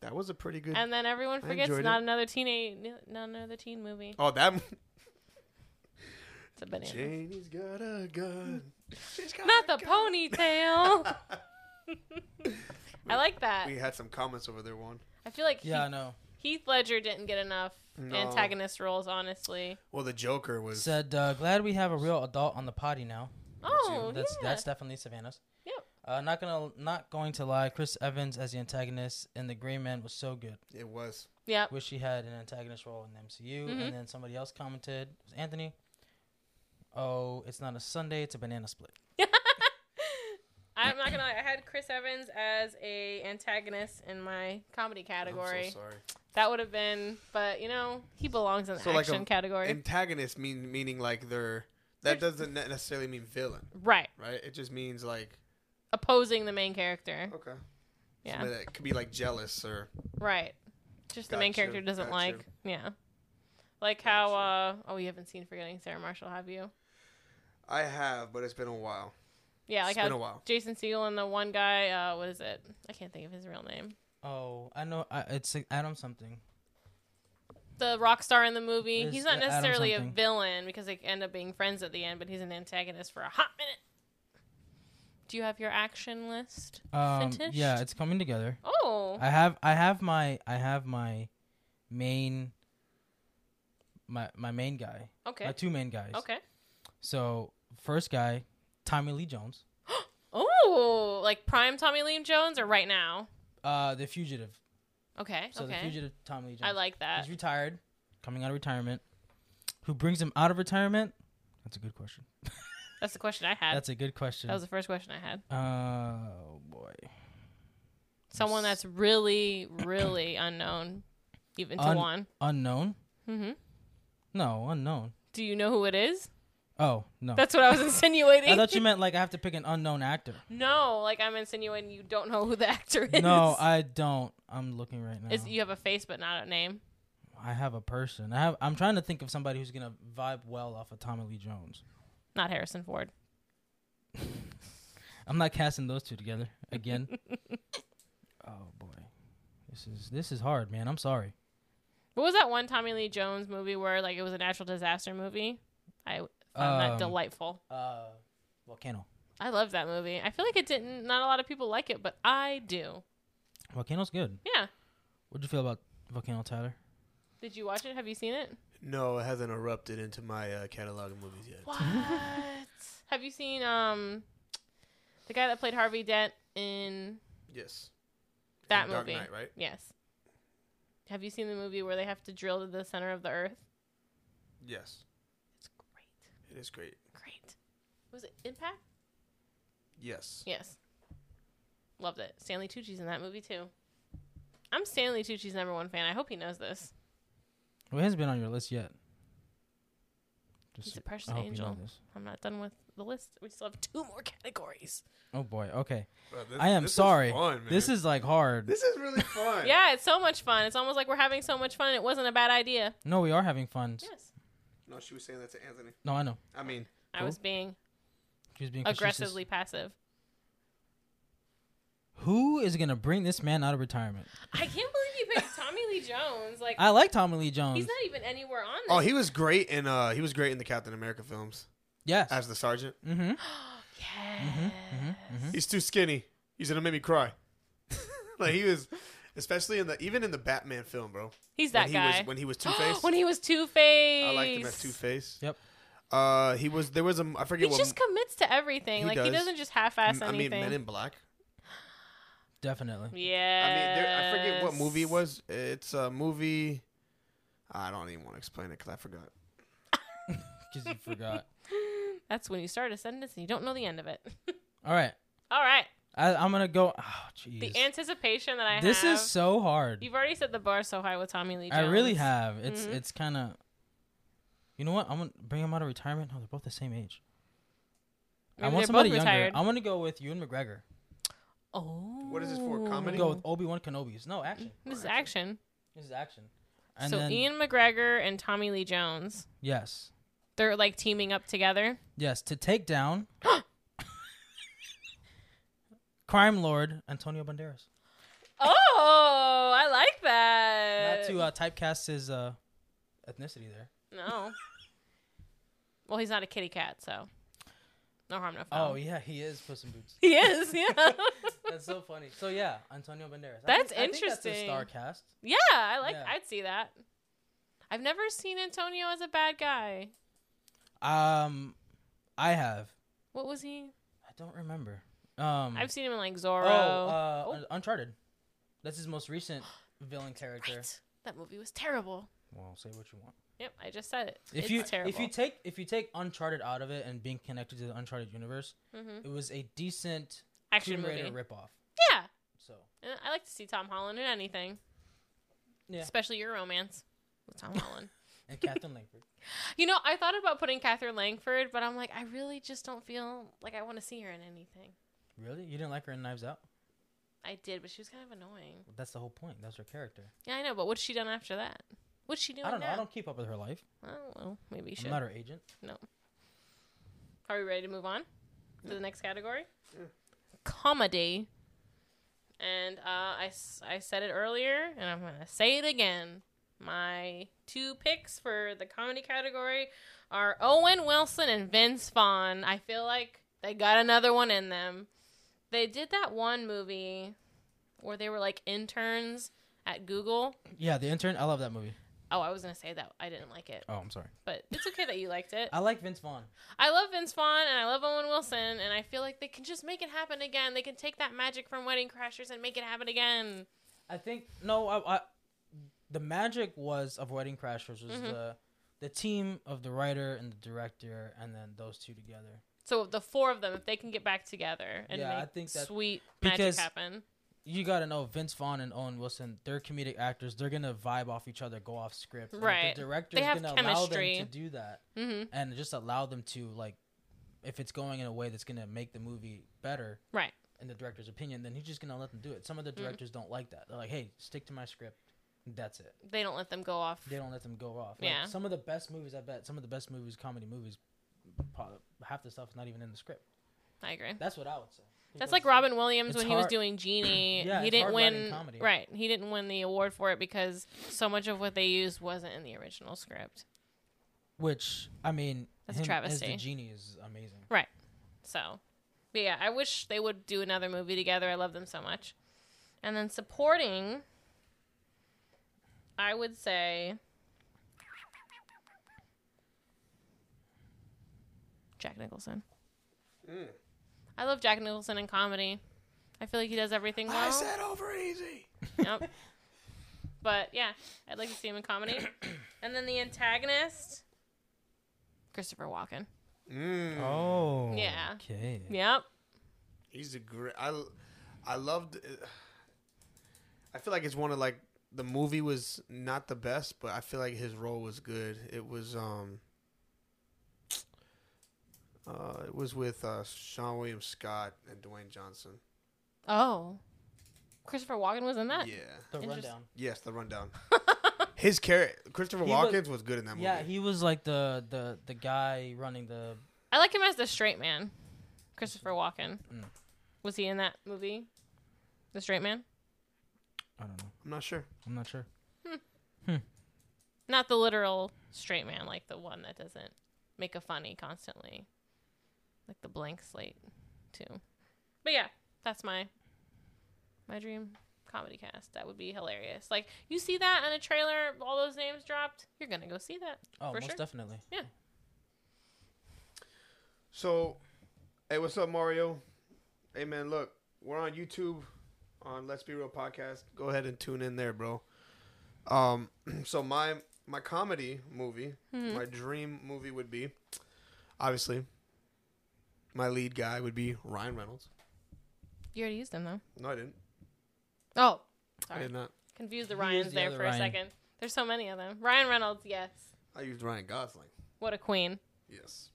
S2: That was a pretty good.
S3: And then everyone
S2: I
S3: forgets
S2: enjoyed
S3: not
S2: it.
S3: another teenage, not another teen movie.
S2: oh, that.
S3: It's a banana.
S2: Janie's got a gun. She's got
S3: Not
S2: a
S3: the
S2: gun.
S3: ponytail. I like that.
S2: We had some comments over there. One.
S3: I feel like
S1: Yeah, I
S3: Heath,
S1: know.
S3: Heath Ledger didn't get enough
S2: No.
S3: antagonist roles, honestly.
S2: Well, the Joker was.
S1: Said, uh, glad we have a real adult on the potty now.
S3: Oh,
S1: that's
S3: yeah.
S1: that's definitely Savannah's.
S3: Yep.
S1: Uh, not gonna not going to lie, Chris Evans as the antagonist in The Gray Man was so good.
S2: It was.
S3: yep.
S1: Wish he had an antagonist role in the MCU.
S3: Mhm.
S1: And then somebody else commented, it was Anthony. Oh, it's not a Sunday, it's a banana split.
S3: I'm not gonna. lie, I had Chris Evans as a antagonist in my comedy category.
S2: I'm so sorry.
S3: That would have been, but you know, he belongs in the
S2: So, like, um,
S3: action
S2: a-
S3: category,
S2: Antagonist mean meaning like they're. That doesn't ne- necessarily mean villain,
S3: right?
S2: right? It just means like
S3: Opposing the main character,
S2: okay,
S3: yeah,
S2: somebody that could be like jealous or
S3: right. Just the main
S2: Gotcha,
S3: character doesn't
S2: gotcha.
S3: like, yeah. Like how? uh Oh, you haven't seen Forgetting Sarah Marshall, have you?
S2: I have, but it's been a while.
S3: Yeah, like
S2: it's been a
S3: how
S2: while.
S3: Jason Segel and the one guy. Uh, what is it? I can't think of his real name.
S1: Oh, I know. I, it's uh, Adam something.
S3: The rock star in the movie.
S1: Is
S3: he's not
S1: the Adam
S3: necessarily a
S1: something.
S3: villain because they end up being friends at the end, but he's an antagonist for a hot minute. Do you have your action list?
S1: Um,
S3: Finished?
S1: yeah, it's coming together.
S3: Oh,
S1: I have I have my I have my main my my main guy. My
S3: okay,
S1: two main guys.
S3: okay.
S1: So first guy, Tommy Lee Jones.
S3: Oh, like prime Tommy Lee Jones or right now?
S1: Uh the fugitive.
S3: Okay,
S1: So the
S3: okay.
S1: fugitive Tommy Lee Jones.
S3: I like that.
S1: He's retired, coming out of retirement. Who brings him out of retirement? That's a good question.
S3: That's the question I had.
S1: That's a good question.
S3: that was the first question I had.
S1: oh boy.
S3: Someone that's really, really unknown, even to
S1: Un-
S3: one.
S1: Unknown?
S3: Mhm.
S1: No, unknown.
S3: Do you know who it is?
S1: Oh, no.
S3: That's what I was insinuating.
S1: I thought you meant like I have to pick an unknown actor.
S3: no, like I'm insinuating you don't know who the actor is.
S1: No, I don't. I'm looking right now.
S3: Is you have a face but not a name?
S1: I have a person. I have. I'm trying to think of somebody who's gonna vibe well off of Tommy Lee Jones.
S3: Not Harrison Ford.
S1: I'm not casting those two together again. oh boy, this is this is hard, man. I'm sorry.
S3: What was that one Tommy Lee Jones movie where like it was a natural disaster movie? I found that
S1: Um,
S3: delightful.
S1: Uh, Volcano.
S3: I love that movie. I feel like it didn't. Not a lot of people like it, but I do.
S1: Volcano's good.
S3: Yeah.
S1: What'd you feel about Volcano, Tyler?
S3: Did you watch it? Have you seen it?
S2: No, it hasn't erupted into my uh, catalog of movies yet.
S3: What? Have you seen um the guy that played Harvey Dent in
S2: Yes.
S3: that
S2: Dark
S3: movie?
S2: Knight, right?
S3: Yes. Have you seen the movie where they have to drill to the center of the earth?
S2: Yes.
S3: It's great.
S2: It is great.
S3: Great. Was it Impact?
S2: Yes.
S3: Yes. Loved it. Stanley Tucci's in that movie too. I'm Stanley Tucci's number one fan. I hope he knows this.
S1: Well, it hasn't been on your list yet.
S3: He's
S1: Just
S3: a precious
S1: I hope you
S3: angel.
S1: know this.
S3: I'm not done with the list. We still have two more categories.
S1: Oh boy. Okay.
S2: Bro, this-
S1: I am
S2: this is
S1: sorry.
S2: fun, man.
S1: This is like hard.
S2: this is really fun.
S3: Yeah, it's so much fun. It's almost like we're having so much fun. It wasn't a bad idea.
S1: No, we are having fun.
S3: Yes.
S2: No, she was saying that to Anthony.
S1: No, I know.
S2: I mean,
S3: I was being
S1: She was being facetious.
S3: aggressively passive.
S1: Who is gonna bring this man out of retirement?
S3: I can't believe you picked Tommy Lee Jones. Like
S1: I like Tommy Lee Jones.
S3: he's not even anywhere on this.
S2: oh, he was great in uh he was great in the Captain America films
S1: yes.
S2: as the sergeant.
S1: mm-hmm.
S3: yes.
S2: Mm-hmm, He's too skinny. He's gonna make me cry. like he was, especially in the even in the Batman film, bro.
S3: He's that
S2: when
S3: guy.
S2: He was, when he was Two Face.
S3: when he was Two Face.
S2: I liked him as Two Face.
S1: Yep.
S2: Uh, he was there was a I
S3: He
S2: forget what
S3: just commits to everything.
S2: He
S3: like he
S2: does.
S3: doesn't just half-ass
S2: I mean
S3: anything.
S2: Men in Black.
S1: Definitely.
S3: yeah.
S2: I mean, there, I forget what movie it was. It's a movie. I don't even want to explain it because I forgot.
S1: Because you forgot.
S3: That's when you start a sentence and you don't know the end of it.
S1: All right.
S3: All right.
S1: I, I'm going to go. Oh, jeez.
S3: The anticipation that I
S1: This
S3: have.
S1: is so hard.
S3: You've already set the bar so high with Tommy Lee
S1: I
S3: Jones.
S1: really have. It's
S3: Mhm.
S1: it's kind of. You know what? I'm going to bring him out of retirement. No, they're both the same age. I
S3: Maybe
S1: want
S3: they're
S1: somebody
S3: both
S1: younger.
S3: retired.
S1: I'm going to go with Ewan McGregor.
S3: Oh.
S2: What is this for,
S1: I'm
S2: comedy?
S1: going to go with Obi Wan Kenobi's. No, action.
S3: This is action.
S1: This is action. And
S3: so
S1: then,
S3: Ian McGregor and Tommy Lee Jones,
S1: Yes.
S3: they're like teaming up together.
S1: Yes. To take down. Crime Lord Antonio Banderas.
S3: Oh, Oh, I like that.
S1: Not to uh, typecast his uh, ethnicity there.
S3: No. well, he's not a kitty cat, so no harm, no foul.
S1: Oh yeah, he is Puss in Boots.
S3: He is, yeah.
S1: That's so funny. So yeah, Antonio Banderas.
S3: That's
S1: I think that's a
S3: interesting.
S1: star cast.
S3: yeah, I like.
S1: Yeah.
S3: I'd see that. I've never seen Antonio as a bad guy.
S1: Um, I have.
S3: What was he?
S1: I don't remember. Um,
S3: I've seen him in like
S1: oh,
S3: Zorro.
S1: uh,
S3: Oh.
S1: Un- Uncharted. That's his most recent villain character.
S3: right. That movie was terrible.
S1: Well, say what you want.
S3: Yep, I just said it.
S1: If
S3: it's
S1: you
S3: terrible.
S1: if you take if you take Uncharted out of it and being connected to the Uncharted universe,
S3: Mhm.
S1: it was a decent
S3: action
S1: Tomb
S3: movie,
S1: Raider ripoff.
S3: yeah.
S1: So
S3: And I like to see Tom Holland in anything.
S1: Yeah.
S3: Especially your romance with Tom Holland.
S1: and Catherine Langford.
S3: you know, I thought about putting Catherine Langford, but I'm like, I really just don't feel like I want to see her in anything.
S1: Really, you didn't like her in Knives Out?
S3: I did, but she was kind of annoying.
S1: That's the whole point. That's her character.
S3: Yeah, I know, but what's she done after that? What's she doing
S1: I don't know.
S3: now?
S1: I don't keep up with her life.
S3: I don't know. Oh, Maybe you
S1: I'm
S3: should.
S1: not her agent.
S3: Are we ready to move on to the next category?
S2: Yeah.
S3: Comedy. And uh, I, s- I said it earlier, and I'm going to say it again. My two picks for the comedy category are Owen Wilson and Vince Vaughn. I feel like they got another one in them. They did that one movie where they were like interns at Google.
S1: Yeah, The Intern. I love that movie.
S3: Oh, I was going to say that I didn't like it,
S1: Oh, I'm sorry.
S3: but it's okay that you liked it.
S1: I like Vince Vaughn.
S3: I love Vince Vaughn and I love Owen Wilson, and I feel like they can just make it happen again. They can take that magic from Wedding Crashers and make it happen again.
S1: I think no. I, I the magic was of Wedding Crashers was
S3: Mhm.
S1: the the team of the writer and the director, and then those two together.
S3: So the four of them, if they can get back together and
S1: Yeah, I
S3: make
S1: think that-
S3: sweet magic
S1: because-
S3: happen.
S1: You gotta know Vince Vaughn and Owen Wilson. They're comedic actors. They're gonna vibe off each other, go off script. Like,
S3: Right.
S1: the director's
S3: They have
S1: gonna allow
S3: chemistry.
S1: them to do that
S3: hmm
S1: and just allow them to like, if it's going in a way that's gonna make the movie better.
S3: Right. Mm-hmm.
S1: In the director's opinion, then he's just gonna let them do it. Some of the directors don't like that. They're like, "Hey, stick to my script. That's it."
S3: They don't let them go off.
S1: they don't let them go off.
S3: Yeah.
S1: Like, some of the best movies, I bet, some of the best movies, comedy movies, probably, half the stuff is not even in the script.
S3: I agree.
S1: That's what I would say.
S3: That's
S1: Because-
S3: like Robin Williams
S1: it's
S3: when he was
S1: hard-
S3: doing Genie.
S1: Yeah,
S3: he
S1: it's
S3: didn't
S1: hard writing
S3: win.
S1: comedy.
S3: Right. He didn't win the award for it because so much of what they used wasn't in the original script.
S1: Which, I mean,
S3: That's a
S1: him as
S3: travesty.
S1: the genie is amazing.
S3: So, but yeah, I wish they would do another movie together. I love them so much. And then supporting, I would say Jack Nicholson.
S2: Mm.
S3: I love Jack Nicholson in comedy. I feel like he does everything
S2: I
S3: well.
S2: said over easy.
S3: Yep. But yeah, I'd like to see him in comedy. And then the antagonist, Christopher Walken.
S2: Mm.
S1: Oh.
S3: Yeah.
S1: Okay.
S3: Yep.
S2: He's a great. I, I loved. I feel like it's one of like the movie was not the best, but I feel like his role was good. It was um. Uh, it was with uh, Sean William Scott and Dwayne Johnson.
S3: Oh. Christopher Walken was in that?
S2: Yeah.
S1: The
S3: Interest-
S1: rundown.
S2: Yes, the rundown. His character, Christopher
S1: He was-
S2: Walken, was, good in that movie.
S1: Yeah, he was like the the the guy running the.
S3: I like him as the straight man, Christopher Walken.
S1: Mm.
S3: Was he in that movie, The Straight Man?
S1: I don't know.
S2: I'm not sure.
S1: I'm not sure.
S3: Not the literal straight man, like the one that doesn't make a funny constantly, like the blank slate, too. But yeah, that's my my dream comedy cast. That would be hilarious. Like you see that in a trailer, all those names dropped. You're gonna go see that.
S1: Oh,
S3: For
S1: most
S3: sure.
S1: definitely.
S2: So, hey, what's up, Mario? Hey, man, look, we're on YouTube on Let's Be Real podcast. Go ahead and tune in there, bro. Um, so my my comedy movie,
S3: Hmm.
S2: my dream movie would be, obviously, my lead guy would be Ryan Reynolds.
S3: You already used them though.
S2: No, I didn't.
S3: Oh,
S2: I
S3: sorry,
S2: did not.
S3: confused the
S1: He is
S3: Ryan's
S1: the
S3: there
S1: other
S3: for a
S1: Ryan.
S3: second. There's so many of them. Ryan Reynolds, yes.
S2: I used Ryan Gosling.
S3: What a queen.
S2: Yes.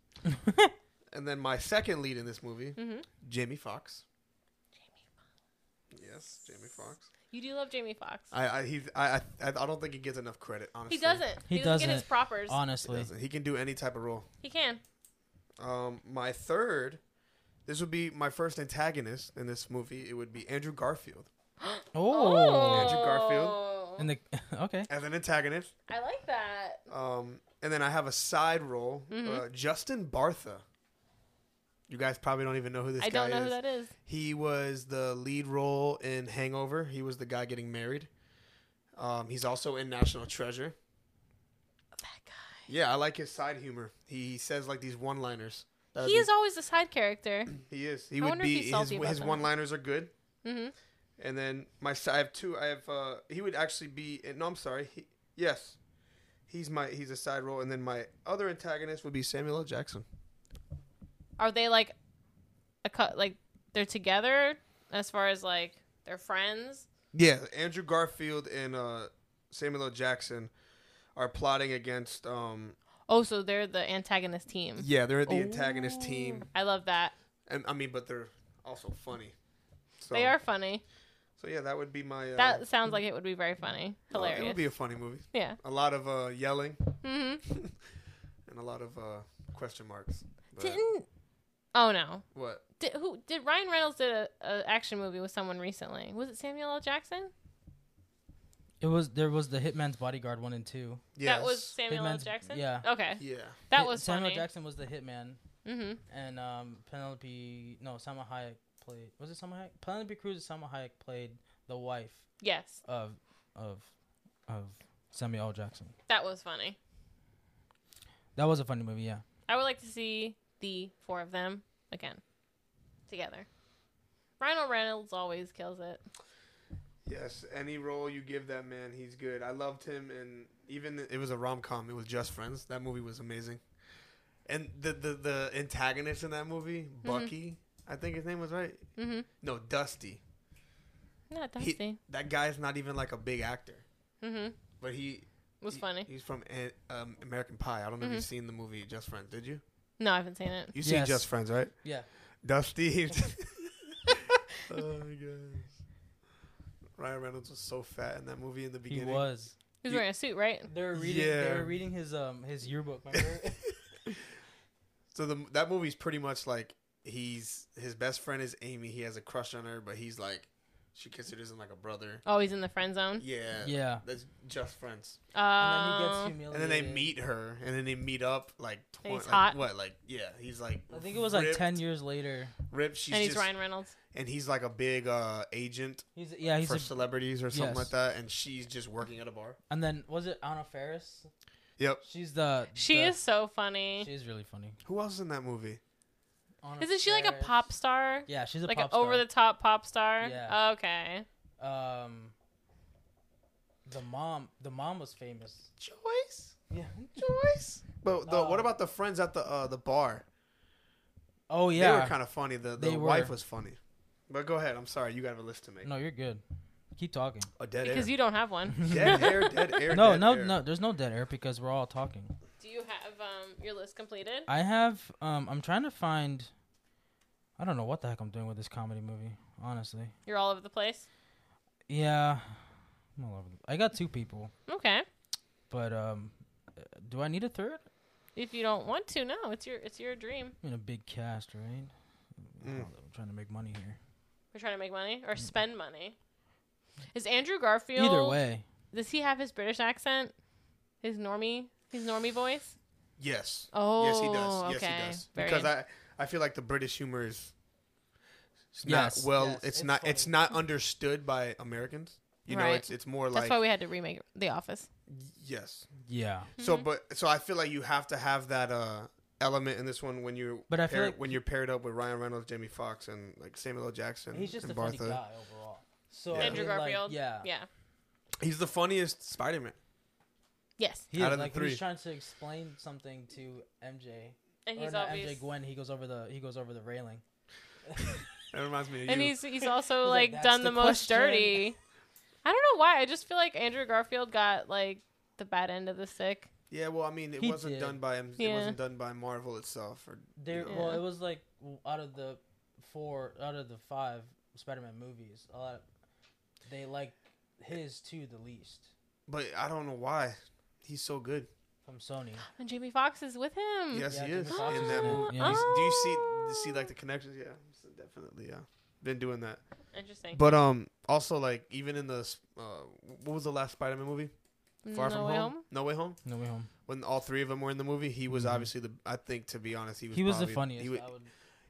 S2: and then my second lead in this movie,
S3: Mm-hmm.
S2: Jamie Fox. Yes, Jamie Fox.
S3: You do love Jamie Fox.
S2: I I, he's, I I I don't think he gets enough credit. Honestly,
S3: He doesn't. He,
S1: He
S3: doesn't, get his
S1: doesn't.
S3: propers.
S2: He,
S1: Honestly.
S2: doesn't. He can do any type of role.
S3: he can.
S2: Um, my third, this would be my first antagonist in this movie. It would be Andrew Garfield.
S1: Oh.
S2: Andrew Garfield.
S1: And the okay.
S2: as an antagonist.
S3: I like that.
S2: Um, and then I have a side role,
S3: Mm-hmm.
S2: uh, Justin Bartha. You guys probably don't even know who this
S3: I
S2: guy
S3: don't know
S2: is.
S3: who that is.
S2: He was the lead role in Hangover. He was the guy getting married. Um, he's also in National Treasure.
S3: That guy.
S2: Yeah, I like his side humor. He says like these one-liners. That would
S3: He is always the side character.
S2: be- he is. He
S3: I
S2: would
S3: wonder if
S2: be.
S3: he's salty
S2: his
S3: about
S2: his
S3: that.
S2: one-liners are good.
S3: hmm
S2: And then my s- I have two. I have uh he would actually be no I'm sorry. He, yes. He's my he's a side role and then my other antagonist would be Samuel L. Jackson.
S3: Are they like a cut? Like they're together as far as like they're friends.
S2: Yeah, Andrew Garfield and uh Samuel L. Jackson are plotting against um
S3: Oh, so they're the antagonist team.
S2: yeah, they're the antagonist team.
S3: I love that.
S2: And I mean but they're also funny. So,
S3: They are funny.
S2: So yeah, that would be my uh,
S3: That sounds like it would be very funny.
S2: uh,
S3: Hilarious.
S2: it would be a funny movie.
S3: yeah.
S2: A lot of uh yelling
S3: hmm
S2: and a lot of uh question marks. But-
S3: Didn't? Oh no.
S2: what?
S3: Did who? Did Ryan Reynolds did a, a action movie with someone recently? Was it Samuel L. Jackson?
S1: It was there was the Hitman's Bodyguard one and two.
S2: Yes.
S3: That was Samuel L.
S1: Hitman's-
S3: Jackson.
S1: yeah.
S3: Okay.
S2: Yeah.
S3: That
S1: Hit-
S3: was
S1: Samuel
S3: funny.
S1: Jackson was the hitman,
S3: Mm-hmm.
S1: and um, Penelope no Salma Hayek played was it Salma Hayek? Penelope Cruz and Salma Hayek played the wife
S3: Yes,
S1: of of of Samuel L. Jackson.
S3: that was funny.
S1: That was a funny movie, yeah.
S3: I would like to see the four of them again together. Ryan Reynolds always kills it.
S2: Yes, any role you give that man, he's good. I loved him, and even it was a rom com. It was Just Friends. That movie was amazing, and the the, the antagonist in that movie, Bucky, I think his name was right.
S3: Mm-hmm.
S2: No, Dusty.
S3: Not
S2: He-
S3: Dusty.
S2: that guy's not even like a big actor,
S3: mm-hmm.
S2: but he
S3: Was
S2: he-
S3: funny. Mm-hmm.
S2: He's from An- um, American Pie. I don't know if you've seen the movie Just Friends. Did you?
S3: No, I haven't seen it.
S2: You seen
S1: Yes.
S2: Just Friends, right?
S1: Yeah.
S2: Dusty. oh my gosh. Ryan Reynolds was so fat in that movie in the
S1: He
S2: beginning.
S1: was.
S3: He was
S2: You-
S3: wearing a suit, right?
S1: They were reading they
S2: Yeah.
S1: were reading his um his yearbook, remember?
S2: So the that movie's pretty much like he's his best friend is Amy. He has a crush on her, but he's like she considers him like a brother.
S3: Oh, he's in the friend zone.
S2: Yeah.
S1: yeah.
S2: That's just friends.
S1: And then he gets
S3: Um,
S1: humiliated.
S2: And then they meet her, and then they meet up like
S3: And
S2: twenty.
S3: he's
S2: Like,
S3: hot.
S2: What? Like yeah, he's like.
S1: I think it was like
S2: ripped-
S1: ten years later.
S2: Ripped. She's
S3: and he's
S2: just,
S3: Ryan Reynolds.
S2: and he's like a big uh, agent
S1: He's yeah, he's
S2: for
S1: a,
S2: celebrities or something
S1: Yes.
S2: like that, and she's just working at a bar.
S1: and then was it Anna Ferris?
S2: Yep.
S1: She's the
S3: She
S1: the-
S3: is so funny.
S1: She's really funny.
S2: Who else is in that movie?
S1: Anna
S3: Isn't she like a
S1: Faris.
S3: pop star?
S1: Yeah, she's a
S3: like
S1: pop
S3: an
S1: star.
S3: over the top pop star?
S1: Yeah.
S3: Okay.
S1: Um, the mom, the mom was famous.
S2: Joyce.
S1: Yeah.
S2: Joyce. But the, what
S1: No.
S2: about the friends at the uh, the bar?
S1: Oh
S2: They
S1: yeah.
S2: were kind of funny. The, the
S1: They were.
S2: wife was funny. But go ahead. I'm sorry. You got a list to make.
S1: no, you're good. Keep talking.
S2: A dead
S3: Because you don't have one.
S2: dead air. Dead air.
S1: No,
S2: dead
S1: no,
S2: air.
S1: no. There's no dead air because we're all talking.
S3: Do you have um your list completed?
S1: I have. Um, I'm trying to find. I don't know what the heck I'm doing with this comedy movie. Honestly.
S3: You're all over the place.
S1: Yeah. I'm all over. The, I got two people,
S3: Okay.
S1: but um, uh, do I need a third?
S3: If you don't want to, no, it's your it's your dream.
S1: I'm in a big cast, right?
S2: Mm.
S1: I'm trying to make money here.
S3: We're trying to make money or
S2: Mm-hmm.
S3: spend money. Is Andrew Garfield?
S1: Either way,
S3: Does he have his British accent? His normie, his normie voice.
S2: Yes.
S3: Oh,
S2: yes, he does. Yes,
S3: okay.
S2: he does.
S3: Very
S2: because
S3: in-
S2: I, I feel like the British humor is. It's
S1: Yes,
S2: not well.
S1: yes,
S2: it's,
S1: it's
S2: not.
S1: funny.
S2: It's not understood by Americans. You know,
S3: Right.
S2: it's it's more
S3: That's
S2: like
S3: why we had to remake The Office.
S2: yes.
S1: yeah.
S2: So,
S3: Mm-hmm.
S2: but so I feel like you have to have that uh element in this one when you're
S1: But I feel
S2: paired-
S1: like-
S2: when you're paired up with Ryan Reynolds, Jamie Foxx, and like Samuel L. Jackson.
S1: He's just
S2: and
S1: a
S2: Bartha.
S1: funny guy overall. So I
S3: Andrew
S1: mean, like,
S3: Garfield.
S1: yeah.
S3: Yeah.
S2: He's the funniest Spider Man.
S3: Yes.
S1: He
S2: Out
S1: is,
S2: of the
S1: like when
S2: three.
S1: he's trying to explain something to MJ.
S3: And
S1: or
S3: he's
S1: not
S3: obvious.
S1: MJ Gwen, he goes over the he goes over the railing.
S2: That reminds me of
S3: and
S2: you.
S3: he's he's also
S1: He's like,
S3: like,
S1: "That's
S3: done
S1: the
S3: the, most
S1: question."
S3: dirty. I don't know why. I just feel like Andrew Garfield got like the bad end of the stick.
S2: Yeah, well, I mean, it
S1: He
S2: wasn't
S1: did.
S2: done by him. It
S3: Yeah.
S2: wasn't done by Marvel itself. Or
S1: There
S3: Yeah.
S1: well, it was like w- out of the four out of the five Spider Man movies, a lot of, they like his two the least
S2: but I don't know why he's so good.
S1: from Sony.
S3: And Jamie Foxx is with him.
S2: Yes,
S1: Yeah,
S2: he is
S1: Jamie Foxx
S2: in
S1: is
S2: that
S3: Oh.
S1: in it.
S2: movie.
S1: Yeah.
S2: Do you see do you see like the connections? Yeah, so definitely. Yeah. been doing that.
S3: Interesting.
S2: But um, also like even in the s- uh, what was the last Spider-Man movie? Far
S3: Mm, No
S2: from
S3: Way
S2: home? No Way Home.
S1: No way home.
S2: When all three of them were in the movie, he was
S1: Mhm.
S2: obviously the. I think to be honest, he was.
S1: He was the
S2: probably-
S1: funniest.
S2: He was,
S1: I would,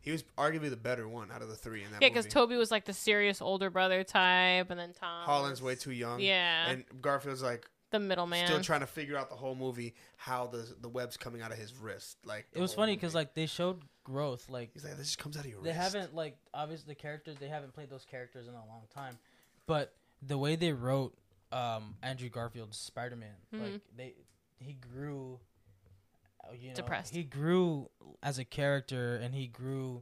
S2: he was arguably the better one out of the three in that
S3: Yeah,
S2: movie.
S3: because Toby was like the serious older brother type, and then Tom.
S2: Holland's way
S3: was-
S2: too young.
S3: Yeah, Oh,
S2: And Garfield's like
S3: the middleman.
S2: still trying to figure out the whole movie how the the web's coming out of his wrist. Like the
S1: it was
S2: whole
S1: funny because
S2: movie.
S1: like they showed growth. Like
S2: he's like this just comes out of your
S1: they
S2: wrist.
S1: haven't like obviously the characters they haven't played those characters in a long time, but the way they wrote um, Andrew Garfield's Spider Man, like they he grew. uh, You know,
S3: Depressed.
S1: He grew as a character, and he grew.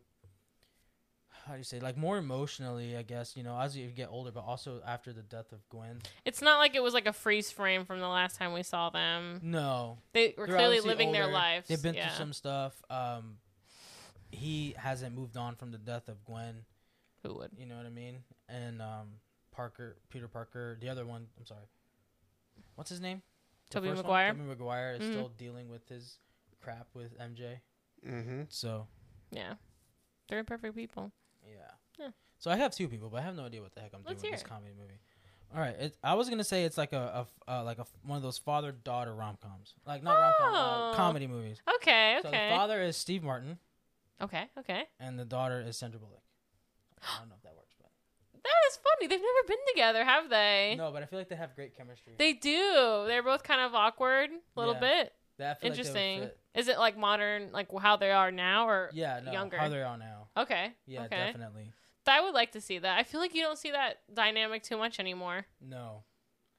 S1: How do you say like more emotionally? I guess you know as you get older, but also after the death of Gwen.
S3: it's not like it was like a freeze frame from the last time we saw them.
S1: No,
S3: They were
S1: They're
S3: clearly
S1: obviously
S3: living their
S1: older.
S3: lives.
S1: They've been
S3: yeah.
S1: through some stuff. Um, he hasn't moved on from the death of Gwen.
S3: Who would?
S1: You know what I mean? And um, Parker, Peter Parker, the other one. I'm sorry. What's his name? The
S3: Tobey
S1: first one?
S3: Maguire?
S1: Tobey Maguire is
S3: Mhm.
S1: still dealing with his crap with MJ.
S2: Mm-hmm.
S1: So
S3: Yeah, they're imperfect people.
S1: yeah.
S3: Yeah.
S1: So I have two people, but I have no idea what the heck I'm doing
S3: Let's
S1: with
S3: hear
S1: this
S3: it.
S1: comedy movie. All right, it, I was gonna say it's like a, a uh, like a one of those father daughter rom coms, like not rom com
S3: Oh.
S1: uh, comedy movies.
S3: Okay,
S1: So the
S3: okay,
S1: father is Steve Martin.
S3: okay, okay.
S1: and the daughter is Sandra Bullock. I don't know if that works, but
S3: That is funny. They've never been together, have they?
S1: no, but I feel like they have great chemistry.
S3: They do. They're both kind of awkward, a little
S1: Yeah.
S3: bit.
S1: That- I feel like they would
S3: Interesting.
S1: fit.
S3: Is it like modern, like how they are now, or
S1: yeah, no,
S3: Younger.
S1: how they are now.
S3: okay?
S1: Yeah,
S3: okay.
S1: definitely.
S3: I would like to see that. I feel like you don't see that dynamic too much anymore.
S1: No,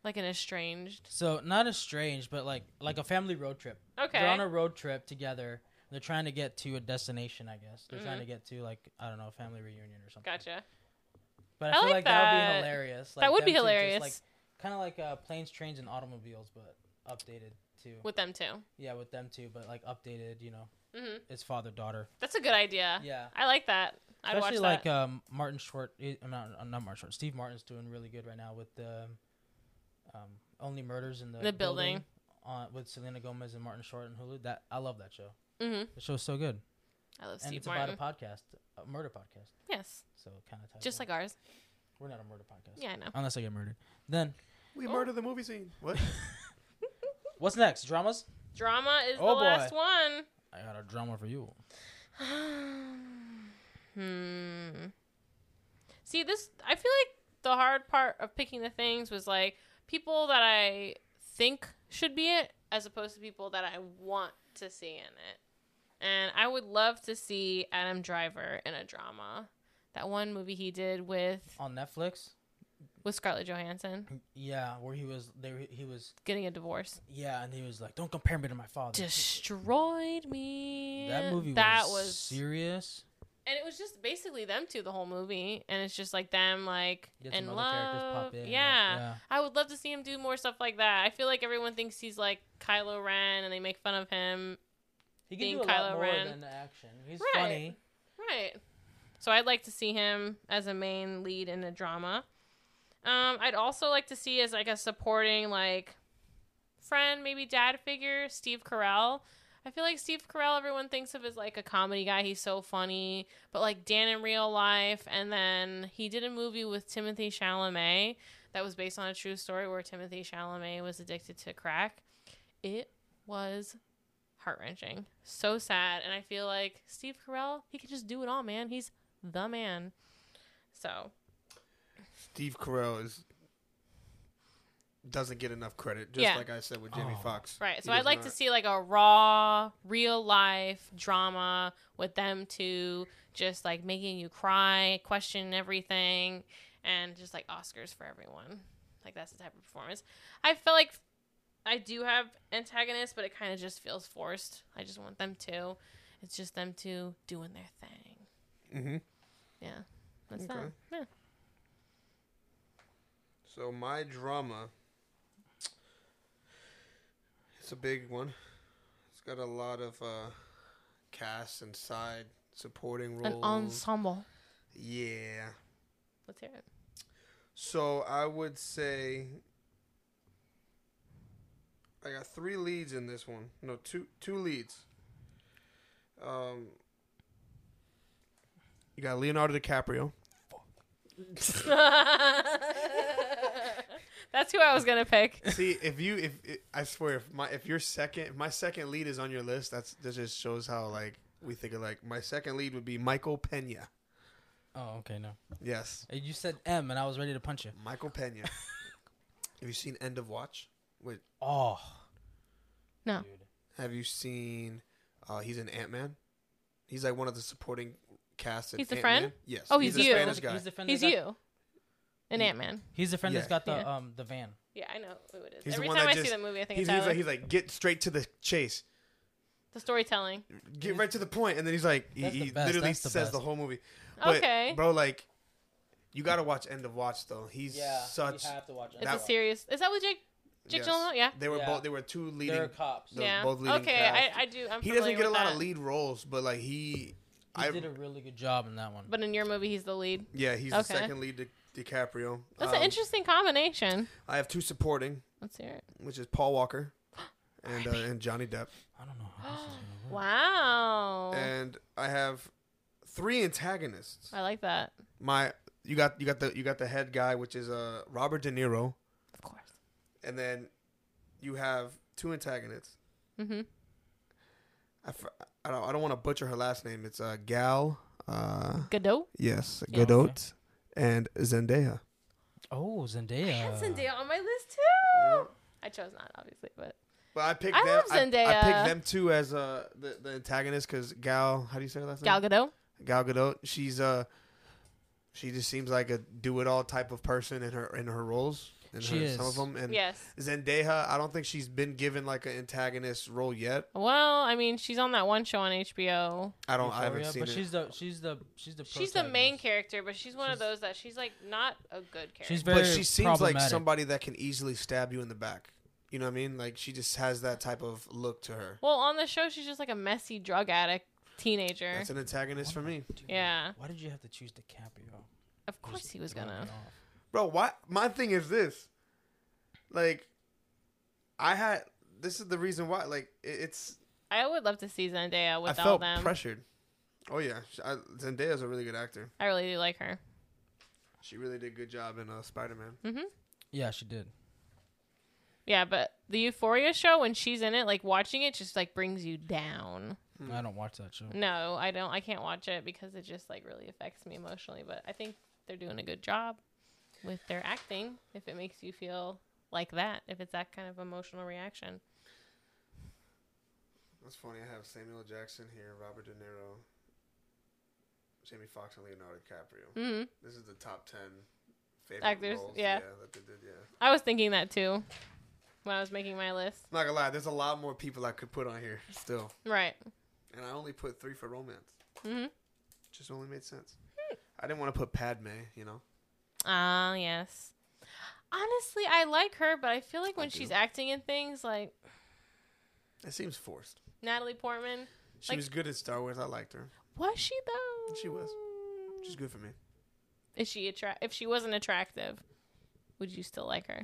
S3: Like an estranged.
S1: so not estranged, but like like a family road trip.
S3: Okay.
S1: They're on a road trip together. They're trying to get to a destination, I guess. They're trying
S3: Mhm.
S1: to get to like I don't know, a family reunion or something.
S3: gotcha.
S1: But I,
S3: I
S1: feel
S3: like
S1: like that would
S3: that.
S1: be hilarious.
S3: That would be
S1: them two just,
S3: hilarious.
S1: like kind of like uh, planes, trains, and automobiles, but updated too.
S3: With them too.
S1: yeah, with them too, but like updated. You know,
S3: hmm
S1: it's father daughter.
S3: That's a good idea.
S1: Yeah.
S3: I like that. I'd watch
S1: Especially like
S3: that.
S1: um, Martin Short. eh, I'm not, I'm not Martin Short. Steve Martin's doing really good right now with the um, only murders in the,
S3: The Building.
S1: on, with Selena Gomez and Martin Short and Hulu. That I love that show.
S3: hmm
S1: The show's so good,
S3: I love
S1: and
S3: Steve
S1: it's
S3: Martin.
S1: about a podcast, a murder podcast.
S3: yes.
S1: So kind of
S3: Just like ours.
S1: we're not a murder podcast.
S3: Yeah, I know.
S1: Unless I get murdered, then
S2: We
S3: Oh.
S2: murder the movie scene. What?
S1: what's next? Dramas.
S3: Drama is
S1: Oh,
S3: the
S1: boy.
S3: last one.
S1: I got a drama for you.
S3: hmm. See, this I feel like the hard part of picking the things was like people that I think should be it as opposed to people that I want to see in it. And I would love to see Adam Driver in a drama. That one movie he did with
S1: on Netflix.
S3: with Scarlett Johansson
S1: Yeah, where he was there. He was
S3: getting a divorce.
S1: yeah, and he was like, "Don't compare me to my father."
S3: Destroyed me.
S1: that movie
S3: that
S1: was,
S3: was
S1: serious.
S3: and it was just basically them two the whole movie and it's just like them like
S1: Get
S3: in
S1: some other characters
S3: love
S1: pop in. like,
S3: yeah.
S1: yeah.
S3: i would love to see him do more stuff like that i feel like everyone thinks he's like kylo ren and they make fun of him
S1: He can
S3: being
S1: do a
S3: Kylo
S1: lot more
S3: Ren.
S1: than the action. He's
S3: Right.
S1: funny.
S3: right so i'd like to see him as a main lead in a drama um i'd also like to see as like a supporting like friend maybe dad figure steve carell I feel like Steve Carell, everyone thinks of as like a comedy guy. He's so funny, but like Dan in real life. And then he did a movie with Timothy Chalamet that was based on a true story where Timothy Chalamet was addicted to crack. It was heart wrenching, so sad. And I feel like Steve Carell, he could just do it all, man. He's the man. So
S2: Steve Carell is doesn't get enough credit. Just
S3: Yeah.
S2: like I said with Jamie
S1: Oh.
S2: Foxx.
S3: Right. So
S2: He
S3: I'd
S2: does
S3: like to
S2: not.
S3: see like a raw, real life drama with them two just like making you cry, question everything, and just like Oscars for everyone. Like that's the type of performance. I feel like I do have antagonists, but it kind of just feels forced. I just want them to. It's just them two doing their thing.
S2: Mhm.
S3: Yeah. That's
S2: Okay.
S3: that. Yeah.
S2: So my drama, it's a big one. It's got a lot of uh, cast and side supporting roles.
S3: An ensemble.
S2: yeah.
S3: Let's hear it.
S2: So I would say I got three leads in this one. No, two two leads. Um, you got Leonardo DiCaprio.
S3: That's who I was gonna pick.
S2: See, if you if it, I swear if my if your second if my second lead is on your list, that's that just shows how like we think of like my second lead would be Michael Pena.
S1: Oh, okay, no.
S2: Yes,
S1: Uh, You said M, and I was ready to punch you.
S2: Michael Pena. have you seen End of Watch? Wait,
S1: Oh.
S3: No.
S1: Dude.
S2: have you seen? uh He's an Ant Man. He's like one of the supporting cast. in
S3: He's the
S2: Ant-Man.
S3: friend?
S2: Yes.
S3: Oh,
S2: he's,
S3: he's
S2: a
S3: you.
S2: Spanish guy.
S1: He's the friend.
S3: He's
S1: that got-
S3: you, an Ant Man.
S1: He's the friend that's
S2: Yeah.
S1: got the
S3: Yeah.
S1: um the van.
S3: Hmm. Yeah, I know who it is.
S2: He's the
S3: Every
S2: one
S3: time I
S2: that
S3: see
S2: just-
S3: that movie, I think
S2: He's,
S3: it's Tyler.
S2: he's like he's like get straight to the chase,
S3: the storytelling.
S2: get right to the point, and then he's like he,
S1: That's the
S2: he
S1: best,
S2: literally
S1: that's the
S2: says
S1: best.
S2: the whole movie. But,
S3: Okay.
S2: bro, like you gotta watch End of Watch though. He's such.
S1: have to watch.
S3: It's
S2: that-
S3: a serious. Is that with Jake? Jake
S2: yes.
S3: Gyllenhaal? Yeah.
S2: They were
S1: Yeah.
S2: both. They were two leading.
S1: They're cops.
S2: the-
S3: yeah.
S2: both leading
S3: okay,
S2: cast.
S3: I, I do. I'm
S2: he doesn't
S3: familiar
S2: get a
S3: with
S2: lot
S3: that.
S2: of lead roles, but like
S1: He
S2: he, I
S1: did a really good job in that one.
S3: But in your movie, he's the lead.
S2: yeah, he's the
S3: Okay.
S2: second lead to DiCaprio.
S3: That's
S2: Um,
S3: an interesting combination.
S2: I have two supporting,
S3: Let's hear it.
S2: which is Paul Walker and uh, and Johnny Depp,
S1: I don't know. How this is gonna work.
S3: Wow.
S2: and I have three antagonists.
S3: I like that.
S2: My you got you got the you got the head guy, which is uh Robert De Niro,
S3: Of course.
S2: and then you have two antagonists.
S3: Mm-hmm.
S2: I, fr- I don't I don't want to butcher her last name. It's uh Gal. Uh,
S3: Godot.
S2: yes,
S1: Yeah,
S2: Godot,
S1: okay.
S2: and Zendaya.
S1: Oh, Zendaya.
S3: I had Zendaya on my list too.
S2: Yeah.
S3: I chose not, obviously, but
S2: But I picked
S3: I
S2: them.
S3: love
S2: I, I
S3: Zendaya.
S2: picked them two as uh the, the antagonist because Gal, how do you say her last
S3: Gal
S2: name?
S3: Gadot.
S2: Gal Gadot. She's uh, she just seems like a do it all type of person in her in her roles. In
S1: She
S2: her,
S1: is.
S2: Some of them and
S3: Yes.
S2: Zendaya. I don't think she's been given like an antagonist role yet.
S3: Well, I mean, she's on that one show on HBO.
S2: I don't.
S1: Euphoria,
S2: I haven't seen
S1: but
S2: it.
S1: she's the she's the she's the
S3: She's the main
S1: protagonist.
S3: character, but she's one of
S1: She's-
S3: those that she's like not a good character.
S1: She's very
S2: but she seems like
S1: problematic.
S2: somebody that can easily stab you in the back. You know what I mean? Like she just has that type of look to her.
S3: well, on the show, she's just like a messy drug addict teenager.
S2: That's an antagonist for me,
S1: Dude,
S3: Yeah.
S1: Why did you have to choose DiCaprio? Of
S3: of course, he was gonna.
S2: bro. Why? My thing is this. Like, I had. This is the reason why. Like, it, it's
S3: I would love to see Zendaya with
S2: I
S3: all
S2: felt
S3: them.
S2: pressured. Oh yeah, Sh- I, Zendaya's a really good actor.
S3: I really do like her.
S2: She really did a good job in uh, Spider Man.
S1: Yeah, she did.
S3: Mm-hmm. Yeah, but the Euphoria show when she's in it, like watching it, just like brings you down.
S2: Hmm.
S1: I don't watch that show.
S3: No, I don't. I can't watch it because it just like really affects me emotionally. But I think they're doing a good job with their acting. If it makes you feel like that, if it's that kind of emotional reaction.
S2: That's funny. I have Samuel Jackson here, Robert De Niro, Jamie Foxx, and Leonardo DiCaprio.
S3: hmm
S2: This is the top ten favorite
S3: Actors,
S2: roles,
S3: yeah.
S2: that they did. Yeah,
S3: I was thinking that too when I was making my list.
S2: not gonna lie. There's a lot more people I could put on here still,
S3: Right.
S2: and I only put three for romance.
S3: Mm-hmm.
S2: Just only made sense. I didn't want to put Padme. You know.
S3: Ah, yes. Honestly, I like her, but I feel like
S2: I
S3: when she's
S2: do.
S3: acting in things like
S2: It seems forced.
S3: Natalie Portman,
S2: She
S3: Like-
S2: was good at Star Wars. I liked her.
S3: was she though?
S2: She was. She's good for me.
S3: Is she attract? If she wasn't attractive, would you still like her?